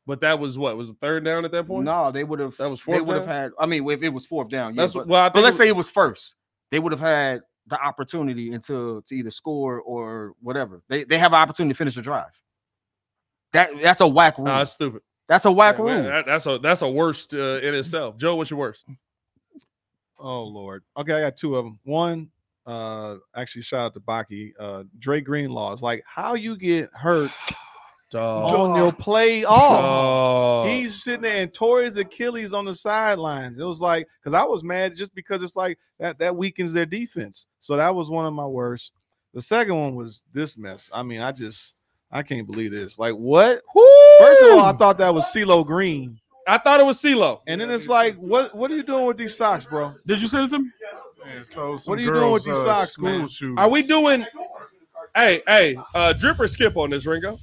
[SPEAKER 1] But that was what was a third down at that point.
[SPEAKER 2] No, they would have.
[SPEAKER 1] That was
[SPEAKER 2] They
[SPEAKER 1] fourth.
[SPEAKER 2] would have
[SPEAKER 1] down?
[SPEAKER 2] had. I mean, if it was fourth down, yeah,
[SPEAKER 1] That's-
[SPEAKER 2] but,
[SPEAKER 1] well, I
[SPEAKER 2] but
[SPEAKER 1] think
[SPEAKER 2] let's
[SPEAKER 1] it-
[SPEAKER 2] say it was first, they would have had the opportunity into to either score or whatever. They they have an opportunity to finish the drive. That that's a whack rule.
[SPEAKER 1] Nah, Ah, that's stupid.
[SPEAKER 2] That's a whack
[SPEAKER 1] Yeah, man,
[SPEAKER 2] rule.
[SPEAKER 1] that- that's a that's a worst uh, in itself. Joe, what's your worst?
[SPEAKER 33] Oh Lord. Okay, I got two of them. One, uh, actually, shout out to Baki. Uh, Dre Greenlaw is like, how you get
[SPEAKER 1] [SIGHS]
[SPEAKER 33] hurt on your play off?
[SPEAKER 1] Dog.
[SPEAKER 33] He's sitting there and tore his Achilles on the sidelines. It was like, because I was mad just because it's like that that weakens their defense. So that was one of my worst. The second one was this mess. I mean, I just I can't believe this. Like what? First of all, I thought that was CeeLo Green.
[SPEAKER 1] I thought it was CeeLo.
[SPEAKER 33] And then it's like, what what are you doing with these socks, bro?
[SPEAKER 2] Did you send it to me?
[SPEAKER 33] What are you doing with these
[SPEAKER 32] uh,
[SPEAKER 33] socks, man?
[SPEAKER 1] Are we doing? Hey, hey, uh, drip or skip on
[SPEAKER 33] [LAUGHS]
[SPEAKER 1] this, Ringo?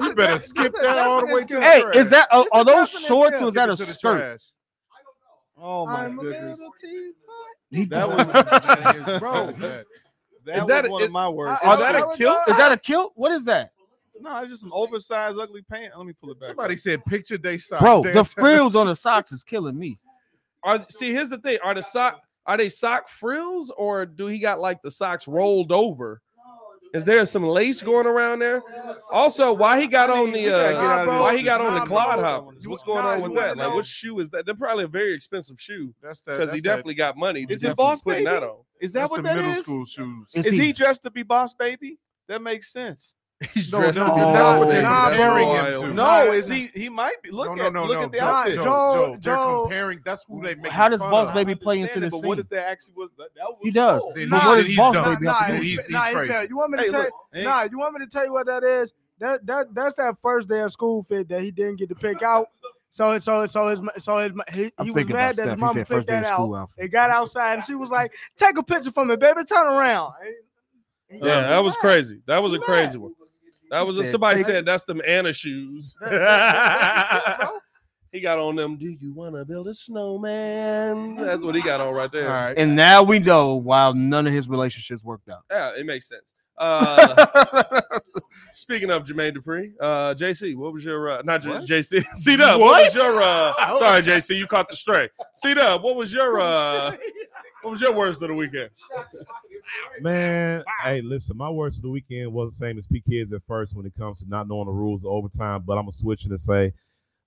[SPEAKER 32] You better skip that all the way to the
[SPEAKER 2] Hey,
[SPEAKER 32] trash.
[SPEAKER 2] is that are, are those
[SPEAKER 32] definite
[SPEAKER 2] shorts or
[SPEAKER 32] tip.
[SPEAKER 2] is that
[SPEAKER 32] Give
[SPEAKER 2] a
[SPEAKER 32] it to the
[SPEAKER 2] skirt?
[SPEAKER 32] trash.
[SPEAKER 33] Oh my goodness.
[SPEAKER 2] That [LAUGHS]
[SPEAKER 33] was bro.
[SPEAKER 1] [LAUGHS]
[SPEAKER 33] That,
[SPEAKER 2] Is
[SPEAKER 33] was
[SPEAKER 2] that a-
[SPEAKER 33] one of my words.
[SPEAKER 2] Are that a kilt? Is that a kilt? What is that?
[SPEAKER 33] No, it's just an oversized, ugly pant. Let me pull it back.
[SPEAKER 32] Somebody said picture day socks.
[SPEAKER 2] Bro,
[SPEAKER 32] damn
[SPEAKER 2] the
[SPEAKER 32] time.
[SPEAKER 2] frills on the socks is killing me.
[SPEAKER 1] Are see? Here's the thing: are the sock are they sock frills or do he got like the socks rolled over? Is there some lace going around there? Also, why he got on
[SPEAKER 33] gotta
[SPEAKER 1] the
[SPEAKER 33] get
[SPEAKER 1] uh,
[SPEAKER 33] out of this-
[SPEAKER 1] why he got
[SPEAKER 33] this
[SPEAKER 1] on the
[SPEAKER 33] mob
[SPEAKER 1] clod
[SPEAKER 33] mode.
[SPEAKER 1] hoppers? What's going
[SPEAKER 33] Nah,
[SPEAKER 1] on
[SPEAKER 33] you
[SPEAKER 1] with
[SPEAKER 33] wanna
[SPEAKER 1] that? Like,
[SPEAKER 33] know-
[SPEAKER 1] what shoe is that? They're probably a very expensive shoe.
[SPEAKER 32] That's that-
[SPEAKER 1] because he
[SPEAKER 32] that's that-
[SPEAKER 1] definitely got money. to
[SPEAKER 33] Is it
[SPEAKER 1] definitely
[SPEAKER 33] Boss
[SPEAKER 1] putting
[SPEAKER 33] Baby?
[SPEAKER 1] that on.
[SPEAKER 33] Is that
[SPEAKER 32] That's
[SPEAKER 33] what
[SPEAKER 32] the
[SPEAKER 33] that
[SPEAKER 32] middle
[SPEAKER 33] is?
[SPEAKER 32] school shoes.
[SPEAKER 33] Is he dressed to be Boss Baby? That makes sense.
[SPEAKER 3] [LAUGHS] He's
[SPEAKER 4] No,
[SPEAKER 3] dressed
[SPEAKER 4] no,
[SPEAKER 3] up.
[SPEAKER 4] no,
[SPEAKER 3] That's
[SPEAKER 4] no,
[SPEAKER 3] what they-
[SPEAKER 4] nah,
[SPEAKER 3] that's
[SPEAKER 4] bro.
[SPEAKER 3] what they-
[SPEAKER 4] Nah,
[SPEAKER 3] No,
[SPEAKER 4] nah.
[SPEAKER 3] is he? He might be. Look
[SPEAKER 4] no,
[SPEAKER 3] at
[SPEAKER 4] no,
[SPEAKER 3] look
[SPEAKER 4] no,
[SPEAKER 3] at the
[SPEAKER 4] Joe,
[SPEAKER 3] outfit.
[SPEAKER 4] Joe, Joe, they're comparing. That's who they make.
[SPEAKER 3] How does Boss Baby
[SPEAKER 5] play into
[SPEAKER 3] But what if that actually was? That, that was
[SPEAKER 5] He does.
[SPEAKER 3] cool.
[SPEAKER 5] But what does Boss Baby have to do?
[SPEAKER 4] He's- he's
[SPEAKER 5] Nah, he
[SPEAKER 4] crazy.
[SPEAKER 5] failed. You want me to
[SPEAKER 4] Hey,
[SPEAKER 5] tell?
[SPEAKER 4] look, hey.
[SPEAKER 5] nah, you want me to tell you what that is? That that that's that first day of school fit that he didn't get to pick out. So so so his so his he,
[SPEAKER 2] I'm
[SPEAKER 5] he was
[SPEAKER 2] thinking
[SPEAKER 5] mad that his
[SPEAKER 2] about Steph. He
[SPEAKER 5] mama
[SPEAKER 2] said
[SPEAKER 5] picked
[SPEAKER 2] first day
[SPEAKER 5] that
[SPEAKER 2] of school
[SPEAKER 5] out.
[SPEAKER 2] outfit.
[SPEAKER 5] It got outside and she was like, "Take a picture for me, baby. Turn around."
[SPEAKER 1] Yeah, that was crazy. That was a
[SPEAKER 5] He
[SPEAKER 1] crazy
[SPEAKER 5] mad.
[SPEAKER 1] one. That was a,
[SPEAKER 5] said,
[SPEAKER 1] somebody
[SPEAKER 5] "Take-
[SPEAKER 1] said that's them Anna shoes. [LAUGHS] he got on them. Do you want to build a snowman? That's what he got on right there.
[SPEAKER 2] And now we know why none of his relationships worked out.
[SPEAKER 1] Yeah, it makes sense. Uh, speaking of Jermaine Dupree, uh, JC, what was your uh, not J-
[SPEAKER 34] What?
[SPEAKER 1] JC? C [LAUGHS] Dub, what
[SPEAKER 34] What?
[SPEAKER 1] was your uh, sorry, JC, you caught the stray. C Dub, what was your uh,
[SPEAKER 5] [LAUGHS]
[SPEAKER 1] what was your worst of the weekend?
[SPEAKER 8] Man, hey, listen, my words of the weekend was the same as P Kids at first when it comes to not knowing the rules of overtime, but I'm gonna switch it and say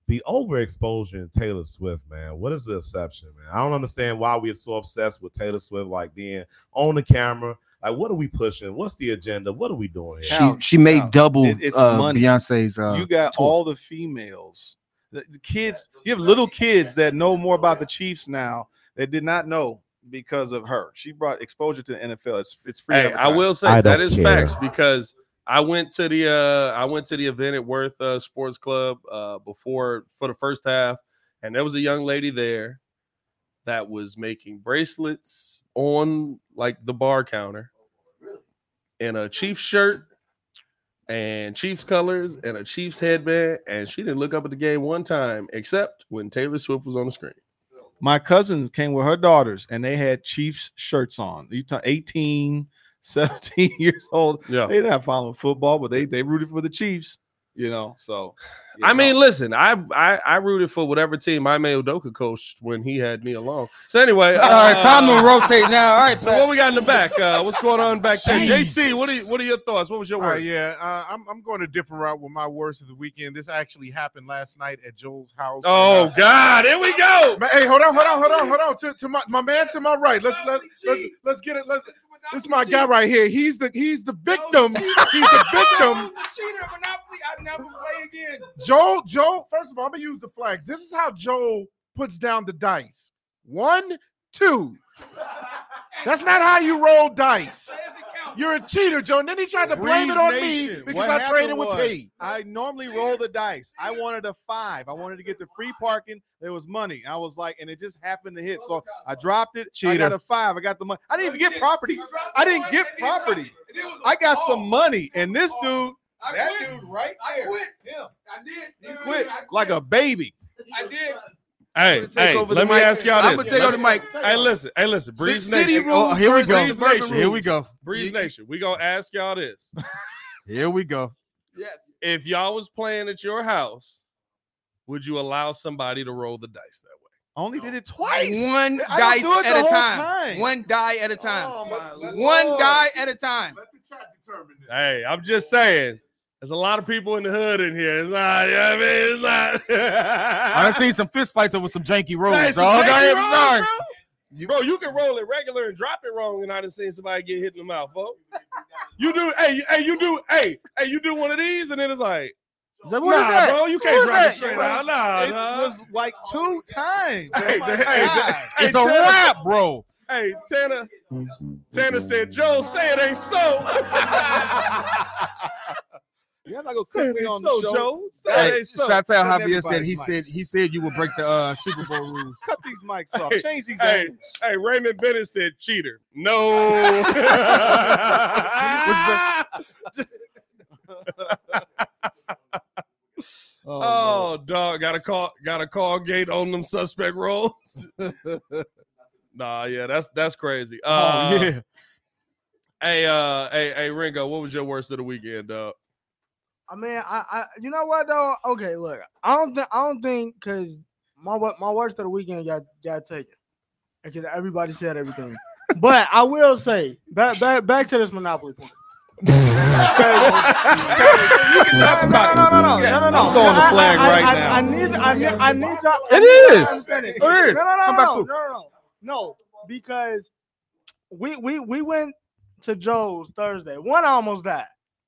[SPEAKER 8] the overexposure in Taylor Swift, man. What is the exception, man? I don't understand why we are so obsessed with Taylor Swift, like being on the camera. Like, what are we pushing? What's the agenda? What are we doing?
[SPEAKER 2] She
[SPEAKER 8] Here?
[SPEAKER 2] she made double
[SPEAKER 8] It- it's
[SPEAKER 2] uh,
[SPEAKER 8] money.
[SPEAKER 2] Beyonce's. Uh,
[SPEAKER 3] you got
[SPEAKER 2] tour.
[SPEAKER 3] all the females, the, the kids. You have little kids that know more about the Chiefs now that did not know because of her. She brought exposure to the NFL. It's it's free.
[SPEAKER 1] Hey, I
[SPEAKER 3] advertising.
[SPEAKER 1] will say that is facts because I went to the uh I went to the event at Worth uh, Sports Club uh before for the first half, and there was a young lady there that was making bracelets on like the bar counter in a Chiefs shirt and Chiefs colors and a Chiefs headband, and she didn't look up at the game one time except when Taylor Swift was on the screen.
[SPEAKER 3] my cousin came with her daughters and they had Chiefs shirts on. You talk [LAUGHS] 18, 17 [LAUGHS] years old.
[SPEAKER 1] Yeah.
[SPEAKER 3] They're not following football, but they they rooted for the Chiefs, you know. So
[SPEAKER 1] I mean, listen, I, I I rooted for whatever team I made Odoka coached when he had me along. So anyway, uh,
[SPEAKER 2] All right, time to rotate now. All right,
[SPEAKER 1] so what we got in the back? Uh, what's going on back there? JC, what are you,
[SPEAKER 4] Jesus.
[SPEAKER 1] what are your thoughts? What was your
[SPEAKER 4] All right,
[SPEAKER 1] worst?
[SPEAKER 4] yeah, uh, I'm, I'm going a different route with my worst of the weekend. This actually happened last night at Joel's house.
[SPEAKER 1] Oh,
[SPEAKER 4] Uh,
[SPEAKER 1] God, here we go.
[SPEAKER 4] Ma- Hey, hold on, hold on, hold on, hold on. To, to my, my man to my right. Let's let's let's let's get it. Let's. This is my guy right here. He's the he's the
[SPEAKER 35] [LAUGHS]
[SPEAKER 4] victim. He's the victim.
[SPEAKER 35] cheater, Monopoly. I never play again.
[SPEAKER 4] Joel, Joel, first of all, I'm gonna use the flags. This is how Joel puts down the dice. One,
[SPEAKER 35] [LAUGHS]
[SPEAKER 4] two. That's not how you roll dice. You're a cheater, Joe. And then he tried to blame it on me because I traded with P.
[SPEAKER 3] P. I normally roll the dice. I wanted a five. I wanted to get the free parking. There was money. I was like, and it just happened to hit. So I dropped it. I got
[SPEAKER 34] Cheater.
[SPEAKER 3] a five. I got the money. I didn't even get property. I didn't get property. I got some money. And this dude, that dude right there. Yeah.
[SPEAKER 35] I did.
[SPEAKER 3] He quit like a baby.
[SPEAKER 35] I did.
[SPEAKER 1] Hey,
[SPEAKER 3] take
[SPEAKER 1] hey,
[SPEAKER 3] over
[SPEAKER 1] let
[SPEAKER 3] the
[SPEAKER 1] me
[SPEAKER 3] mic.
[SPEAKER 1] ask y'all this.
[SPEAKER 3] I'ma take over the mic.
[SPEAKER 1] Hey, listen, hey, listen.
[SPEAKER 3] Ci-
[SPEAKER 1] Breeze
[SPEAKER 3] city
[SPEAKER 1] Nation.
[SPEAKER 3] rules Oh, here we go. versus
[SPEAKER 1] Breeze
[SPEAKER 3] suburban
[SPEAKER 1] Nation.
[SPEAKER 3] Here we
[SPEAKER 2] go.
[SPEAKER 1] Breeze Nation. We gonna ask y'all this.
[SPEAKER 2] Here we go.
[SPEAKER 1] Yes. If y'all was playing at your house, would you allow somebody to roll the dice that way?
[SPEAKER 3] Only did it twice.
[SPEAKER 36] One
[SPEAKER 3] I
[SPEAKER 36] dice
[SPEAKER 3] don't do it
[SPEAKER 36] at
[SPEAKER 3] the
[SPEAKER 36] a
[SPEAKER 3] whole
[SPEAKER 36] time. One die at a time.
[SPEAKER 3] my
[SPEAKER 36] One
[SPEAKER 3] Lord.
[SPEAKER 36] die at a time.
[SPEAKER 1] Hey, I'm just saying. There's a lot of people in the hood in here. It's not, you know what I mean? It's not.
[SPEAKER 2] I done seen some fist fights over some janky rules,
[SPEAKER 1] Hey, some
[SPEAKER 2] dog.
[SPEAKER 1] janky
[SPEAKER 2] I am
[SPEAKER 1] rules,
[SPEAKER 2] sorry.
[SPEAKER 1] You- Bro, you can roll it regular and drop it wrong, and I done seen somebody get hit in the mouth, bro. You do, hey, you- hey, you do, hey, hey, you do one of these, and then it's like,
[SPEAKER 3] What
[SPEAKER 1] nah, bro, you can't drop it straight out. Nah,
[SPEAKER 3] It
[SPEAKER 1] nah.
[SPEAKER 3] was like two times.
[SPEAKER 1] Hey,
[SPEAKER 3] Oh
[SPEAKER 1] the-
[SPEAKER 3] my
[SPEAKER 1] hey,
[SPEAKER 3] God.
[SPEAKER 1] the- hey,
[SPEAKER 3] It's a
[SPEAKER 1] Tanner-
[SPEAKER 3] wrap,
[SPEAKER 2] bro.
[SPEAKER 1] Hey, Tanner, Tanner said, Joe, say it ain't so. [LAUGHS]
[SPEAKER 3] You're not gonna
[SPEAKER 1] say
[SPEAKER 3] cook
[SPEAKER 1] it
[SPEAKER 3] me
[SPEAKER 1] ain't
[SPEAKER 3] on
[SPEAKER 1] so,
[SPEAKER 3] the show.
[SPEAKER 1] Joe. Say it
[SPEAKER 2] Hey,
[SPEAKER 1] ain't so.
[SPEAKER 2] shout out Javier said he said he said you would break the uh, Super Bowl rules.
[SPEAKER 3] Cut these mics off. Change these.
[SPEAKER 1] Hey,
[SPEAKER 3] angles.
[SPEAKER 1] hey, Raymond Bennett said cheater.
[SPEAKER 3] [LAUGHS]
[SPEAKER 1] [LAUGHS] No. Oh, dog, gotta call, gotta call gate on them
[SPEAKER 37] [LAUGHS]
[SPEAKER 1] suspect rolls. nah, yeah, that's that's crazy.
[SPEAKER 37] Oh,
[SPEAKER 1] Uh,
[SPEAKER 2] yeah.
[SPEAKER 1] Hey, uh, hey, hey, Ringo, what was your worst of the weekend, dog?
[SPEAKER 5] I mean, I, I, you know what though? Okay, look, I don't think, I don't think, cause my wo- my worst of the weekend got got taken, because everybody said everything. but I will say back back back to this monopoly point. you can talk about no, no, no, no, no, no, no.
[SPEAKER 3] I'm throwing the
[SPEAKER 5] I- I-
[SPEAKER 3] flag
[SPEAKER 5] I-
[SPEAKER 3] right
[SPEAKER 5] I-
[SPEAKER 3] now.
[SPEAKER 5] I need, I need, I need y'all.
[SPEAKER 3] It
[SPEAKER 5] I need y'all to
[SPEAKER 3] is.
[SPEAKER 5] understand this.
[SPEAKER 3] It
[SPEAKER 5] No,
[SPEAKER 3] is.
[SPEAKER 5] No, no,
[SPEAKER 3] Come
[SPEAKER 5] no,
[SPEAKER 3] back
[SPEAKER 5] no, no,
[SPEAKER 3] through.
[SPEAKER 5] no, no, because we we we went to Joe's Thursday. One I almost died.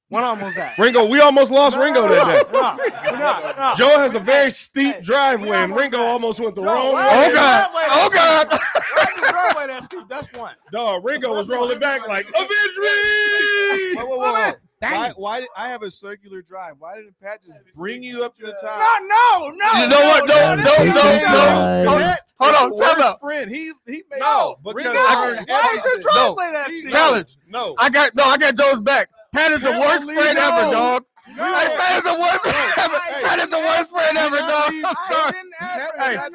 [SPEAKER 3] One almost died.
[SPEAKER 1] Ringo, we almost lost Ringo that day.
[SPEAKER 3] No, we're not, no.
[SPEAKER 1] Joe has a very steep driveway, and Ringo almost went the wrong way. Oh,
[SPEAKER 3] why is it that way?
[SPEAKER 37] [LAUGHS]
[SPEAKER 1] God!
[SPEAKER 3] Right way, that's, that's [LAUGHS] one.
[SPEAKER 1] Dog, Ringo was rolling back like avenge me.
[SPEAKER 37] [LAUGHS] Whoa, whoa, whoa. Why, why did I have a circular drive? Why didn't Pat just bring you up to the top?
[SPEAKER 3] No, no, no.
[SPEAKER 37] You know what? No, no, no, no.
[SPEAKER 3] Hold
[SPEAKER 37] Pat,
[SPEAKER 3] Hold on,
[SPEAKER 37] his
[SPEAKER 3] time
[SPEAKER 37] worst
[SPEAKER 3] out.
[SPEAKER 37] Friend, he he made
[SPEAKER 1] No,
[SPEAKER 37] because
[SPEAKER 3] Ringo, why is your driveway that steep?
[SPEAKER 2] Challenge.
[SPEAKER 1] No.
[SPEAKER 2] I got no, I got Joe's back. Pat is the
[SPEAKER 37] Hell,
[SPEAKER 2] worst
[SPEAKER 37] Lee,
[SPEAKER 2] friend
[SPEAKER 37] no.
[SPEAKER 2] ever, dog.
[SPEAKER 37] No.
[SPEAKER 2] Hey, Pat is the worst friend ever. Pat is the worst friend ever, dog. I'm sorry. Hey,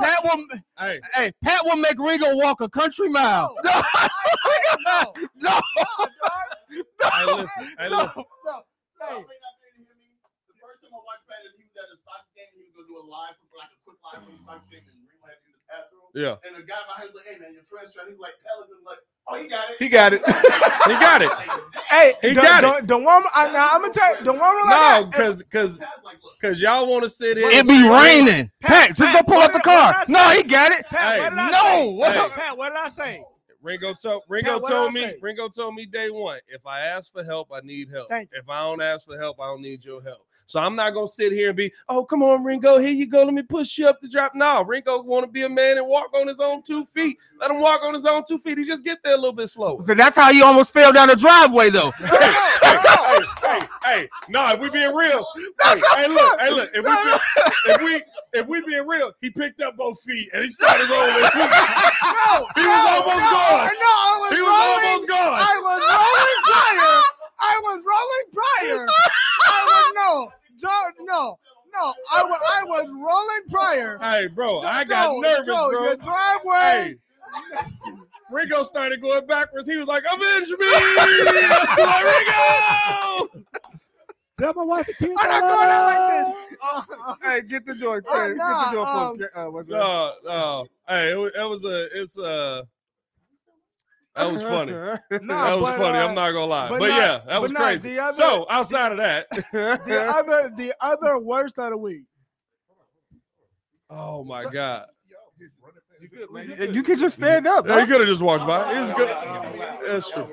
[SPEAKER 2] Pat will
[SPEAKER 1] hey.
[SPEAKER 2] Pat will make Ringo walk a country mile. No, [LAUGHS] I swear to God. no.
[SPEAKER 1] Hey, listen, hey, listen. Yeah.
[SPEAKER 38] And the guy behind was like, "Hey man, your friend's trying." He's like, "Pelican, like, oh, he got it."
[SPEAKER 1] He got it. [LAUGHS] he got it.
[SPEAKER 3] Hey,
[SPEAKER 1] he
[SPEAKER 3] the,
[SPEAKER 1] got
[SPEAKER 3] the,
[SPEAKER 1] it.
[SPEAKER 3] The woman, I, now I'm gonna tell you, the woman like
[SPEAKER 1] No, because because because y'all want to sit here.
[SPEAKER 2] It be raining. Pat, just go pull out the car.
[SPEAKER 3] that.
[SPEAKER 2] No, he got it.
[SPEAKER 3] Pat, what did I
[SPEAKER 2] no.
[SPEAKER 3] say? Pat,
[SPEAKER 1] Hey.
[SPEAKER 3] Pat, what did I say?
[SPEAKER 1] Ringo told Ringo
[SPEAKER 3] Pat, what
[SPEAKER 1] told
[SPEAKER 3] did I
[SPEAKER 1] me
[SPEAKER 3] say?
[SPEAKER 1] Ringo told me day one. If I ask for help, I need help.
[SPEAKER 3] Thank
[SPEAKER 1] If I don't ask for help, I don't need your help. So I'm not gonna sit here and be, oh come on, Ringo, here you go. Let me push you up the drop. No, Ringo want to be a man and walk on his own two feet. Let him walk on his own two feet. He just get there a little bit slower.
[SPEAKER 2] So that's how you almost fell down the driveway, though.
[SPEAKER 1] hey, hey, no, if we being real, hey, hey, look, hey, look, if we, be- if we, if we being real, he picked up both feet and he started
[SPEAKER 3] [LAUGHS]
[SPEAKER 1] rolling.
[SPEAKER 3] No,
[SPEAKER 1] He was almost
[SPEAKER 3] no, no,
[SPEAKER 1] gone.
[SPEAKER 3] No, I was
[SPEAKER 1] He was
[SPEAKER 3] rolling,
[SPEAKER 1] almost gone.
[SPEAKER 3] I was rolling prior. I was rolling prior. I was no, Joe, no, no. I was I was rolling prior.
[SPEAKER 1] Hey, bro,
[SPEAKER 3] Joe,
[SPEAKER 1] I got
[SPEAKER 3] Joe,
[SPEAKER 1] nervous,
[SPEAKER 3] Joe,
[SPEAKER 1] bro.
[SPEAKER 3] Your driveway.
[SPEAKER 1] Ringo started going backwards. He was like, "Avenge me, I'm like,
[SPEAKER 3] [LAUGHS]
[SPEAKER 1] Ringo!"
[SPEAKER 3] Tell my wife I'm not going out like this. Uh,
[SPEAKER 39] Hey, get the door
[SPEAKER 3] uh,
[SPEAKER 39] clear. get the door
[SPEAKER 3] nah, um,
[SPEAKER 39] full. clear. Uh, what's that?
[SPEAKER 1] No, no, hey, it was, it was a, it's a. That was funny.
[SPEAKER 3] Nah,
[SPEAKER 1] that was
[SPEAKER 3] but,
[SPEAKER 1] funny.
[SPEAKER 3] uh,
[SPEAKER 1] I'm not gonna lie,
[SPEAKER 3] but
[SPEAKER 1] but,
[SPEAKER 3] nah,
[SPEAKER 1] yeah,
[SPEAKER 3] but
[SPEAKER 1] that was
[SPEAKER 3] nah,
[SPEAKER 1] crazy.
[SPEAKER 3] the other-
[SPEAKER 1] so outside of that, [LAUGHS]
[SPEAKER 3] the other, the other worst of the week.
[SPEAKER 1] oh my god,
[SPEAKER 39] You could just stand up.
[SPEAKER 1] Yeah,
[SPEAKER 39] Huh?
[SPEAKER 1] he could have just walked by. It was good. That's true.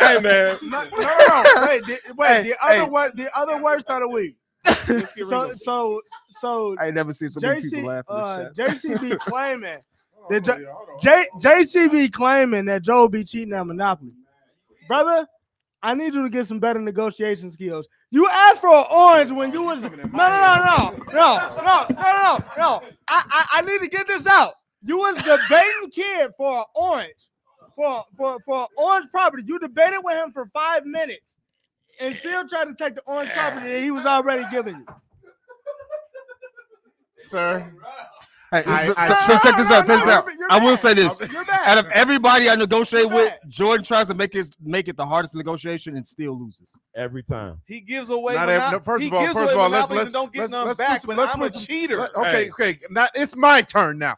[SPEAKER 1] hey man,
[SPEAKER 3] No, no, no, no. Wait, the, wait.
[SPEAKER 39] Hey,
[SPEAKER 3] the
[SPEAKER 39] hey.
[SPEAKER 3] other wor- the other worst of
[SPEAKER 39] [LAUGHS]
[SPEAKER 3] the week. So, so, so.
[SPEAKER 39] I ain't never seen so many people laughing.
[SPEAKER 3] uh,
[SPEAKER 39] at this shit. [LAUGHS]
[SPEAKER 3] JCB claiming that J- J- JCB claiming that Joe be cheating at Monopoly. Brother, I need you to get some better negotiation skills. You asked for an orange when you was no no no no no no no no no. I, I I need to get this out. You was debating kid for an orange for for for an orange property. You debated with him for five minutes and still tried to take the orange property that he was already giving you.
[SPEAKER 40] sir.
[SPEAKER 2] Hey,
[SPEAKER 40] I-
[SPEAKER 2] so,
[SPEAKER 40] I-
[SPEAKER 2] so- so check this out. Check this out.
[SPEAKER 3] you're
[SPEAKER 2] I will say
[SPEAKER 3] bad.
[SPEAKER 2] this:
[SPEAKER 3] You're bad.
[SPEAKER 2] out of everybody I negotiate with, Jordan tries to make his make it the hardest negotiation and still loses
[SPEAKER 41] every time.
[SPEAKER 37] He gives away.
[SPEAKER 40] Not
[SPEAKER 37] mono-
[SPEAKER 40] every- no, first
[SPEAKER 37] he
[SPEAKER 40] of all,
[SPEAKER 37] gives
[SPEAKER 40] first
[SPEAKER 37] away
[SPEAKER 40] of all, let's
[SPEAKER 37] monopolies
[SPEAKER 40] let's
[SPEAKER 37] and don't get
[SPEAKER 40] let's,
[SPEAKER 37] none
[SPEAKER 40] let's put
[SPEAKER 37] back.
[SPEAKER 40] some-
[SPEAKER 37] But
[SPEAKER 40] let's
[SPEAKER 37] I'm
[SPEAKER 40] put
[SPEAKER 37] a
[SPEAKER 40] some-
[SPEAKER 37] cheater.
[SPEAKER 40] let- okay,
[SPEAKER 37] Hey.
[SPEAKER 40] okay. Now it's my turn
[SPEAKER 2] [LAUGHS]
[SPEAKER 40] now.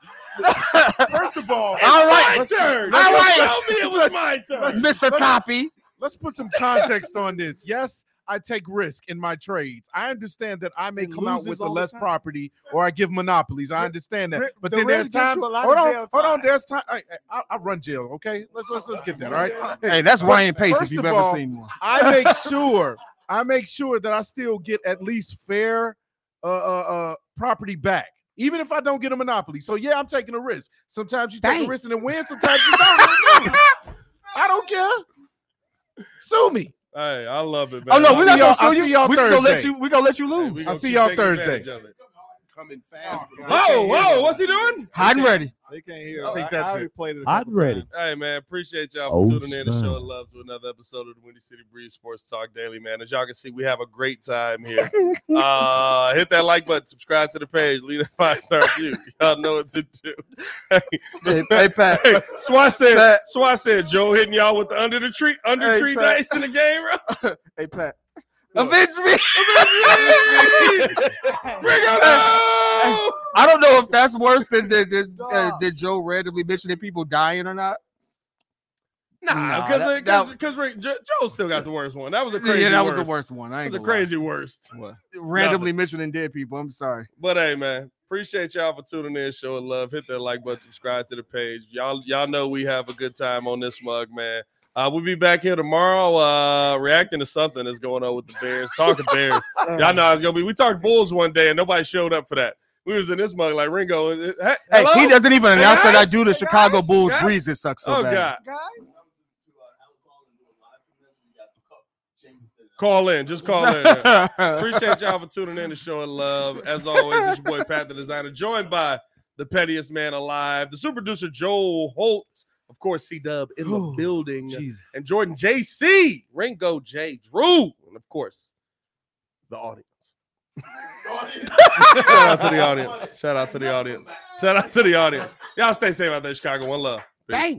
[SPEAKER 40] First of all,
[SPEAKER 2] All right.
[SPEAKER 40] let's-
[SPEAKER 2] turn.
[SPEAKER 40] let's-
[SPEAKER 2] All
[SPEAKER 40] let's-
[SPEAKER 2] right.
[SPEAKER 40] let's-
[SPEAKER 2] Tell me it was
[SPEAKER 40] let's-
[SPEAKER 2] my turn.
[SPEAKER 40] let's-
[SPEAKER 2] Mr.
[SPEAKER 40] let's-
[SPEAKER 2] Toppy.
[SPEAKER 40] Let's put some context on this. Yes, I take risk in my trades. I understand that I may come out
[SPEAKER 39] loses
[SPEAKER 40] with the
[SPEAKER 39] all the
[SPEAKER 40] less
[SPEAKER 39] time.
[SPEAKER 40] property or I give monopolies. I understand that.
[SPEAKER 39] Rick,
[SPEAKER 40] But
[SPEAKER 39] the
[SPEAKER 40] then there's
[SPEAKER 39] risk gets
[SPEAKER 40] times.
[SPEAKER 39] you a lot
[SPEAKER 40] Hold
[SPEAKER 39] of
[SPEAKER 40] on,
[SPEAKER 39] jail
[SPEAKER 40] hold on.
[SPEAKER 39] time.
[SPEAKER 40] There's time. I, I, I run jail. Okay, let's let's let's get that. All right.
[SPEAKER 2] Hey, that's
[SPEAKER 40] first-
[SPEAKER 2] Ryan Pace if
[SPEAKER 40] first
[SPEAKER 2] you've
[SPEAKER 40] of
[SPEAKER 2] ever
[SPEAKER 40] all,
[SPEAKER 2] seen one.
[SPEAKER 37] [LAUGHS]
[SPEAKER 40] I make sure I make sure that I still get at least fair uh, uh, uh, property back, even if I don't get a monopoly. So yeah, I'm taking a risk. Sometimes you take
[SPEAKER 39] Dang.
[SPEAKER 40] a risk and then win. Sometimes you don't. I
[SPEAKER 37] [LAUGHS]
[SPEAKER 40] don't know. I don't care. Sue me.
[SPEAKER 1] hey, I love it, man.
[SPEAKER 2] Oh no, we're
[SPEAKER 40] see y'all-
[SPEAKER 2] not gonna
[SPEAKER 40] I'll
[SPEAKER 2] sue
[SPEAKER 40] see
[SPEAKER 2] you.
[SPEAKER 40] y'all
[SPEAKER 2] We're just gonna let
[SPEAKER 40] Thursday.
[SPEAKER 2] you. We're gonna let you
[SPEAKER 1] We
[SPEAKER 2] lose.
[SPEAKER 1] gonna keep taking advantage of it.
[SPEAKER 40] Coming fast.
[SPEAKER 1] Whoa, whoa, what's he doing?
[SPEAKER 2] Hot and ready.
[SPEAKER 37] They can't hear.
[SPEAKER 40] I think
[SPEAKER 37] I,
[SPEAKER 40] that's
[SPEAKER 37] I already
[SPEAKER 40] it.
[SPEAKER 37] played it. a
[SPEAKER 41] Hot
[SPEAKER 37] couple
[SPEAKER 41] and ready.
[SPEAKER 37] times.
[SPEAKER 1] Hey man, appreciate y'all for
[SPEAKER 41] Oh,
[SPEAKER 1] tuning in and
[SPEAKER 41] snap.
[SPEAKER 1] showing love to another episode of the Windy City Breeze Sports Talk Daily, man. As y'all can see, we have a great time here.
[SPEAKER 41] [LAUGHS]
[SPEAKER 1] uh, hit that like button, subscribe to the page, leave a five star review. Y'all know what to do. [LAUGHS] hey,
[SPEAKER 2] hey, Pat.
[SPEAKER 1] Swat said,
[SPEAKER 39] Pat.
[SPEAKER 1] Swat said, Joe hitting y'all with the under the tree, under
[SPEAKER 39] Hey,
[SPEAKER 1] tree
[SPEAKER 39] Pat.
[SPEAKER 1] dice in the game,
[SPEAKER 37] [LAUGHS]
[SPEAKER 1] bro.
[SPEAKER 39] Hey, Pat.
[SPEAKER 2] Avenge me.
[SPEAKER 1] Bring it on!
[SPEAKER 2] I don't know if that's worse than than, [LAUGHS] than, uh, than Joe randomly mentioning people dying or not.
[SPEAKER 1] Nah,
[SPEAKER 2] Nah,
[SPEAKER 1] because
[SPEAKER 2] that-
[SPEAKER 1] because
[SPEAKER 2] that-
[SPEAKER 1] because Ray- Jo- Joe still got the worst one. That was a
[SPEAKER 2] Yeah,
[SPEAKER 1] crazy.
[SPEAKER 2] that was the worst one. I
[SPEAKER 1] That
[SPEAKER 2] ain't
[SPEAKER 1] was a
[SPEAKER 2] gonna lie.
[SPEAKER 1] crazy worst.
[SPEAKER 2] Randomly mentioning dead people. I'm sorry.
[SPEAKER 1] But hey, man, appreciate y'all for tuning in, showing love. Hit that like button, subscribe to the page. Y'all, y'all know we have a good time on this mug, man. Uh, we'll be back here tomorrow, uh, reacting to something that's going on with the Bears. Talking
[SPEAKER 2] [LAUGHS]
[SPEAKER 1] Bears, y'all know how it's gonna be. We talked Bulls one day, and nobody showed up for that. We was in this mug like Ringo. uh, Hey,
[SPEAKER 2] Hey,
[SPEAKER 1] hello?
[SPEAKER 2] he doesn't even announce that I
[SPEAKER 1] Guys?
[SPEAKER 2] do the Chicago Bulls
[SPEAKER 1] Guys?
[SPEAKER 2] breezes suck so
[SPEAKER 1] oh
[SPEAKER 2] bad.
[SPEAKER 1] God. Call in, just call in. Appreciate y'all for tuning in to Show and Love. As always, it's your boy Pat the Designer, joined by the pettiest man alive, the super producer Joel Holt, of course, C Dub in the building, and Jordan JC, Ringo J. Drew, and of course, the audience. Shout out to the audience. Shout out to the audience. Shout out to the audience. Y'all stay safe out there, in Chicago. One love. Peace.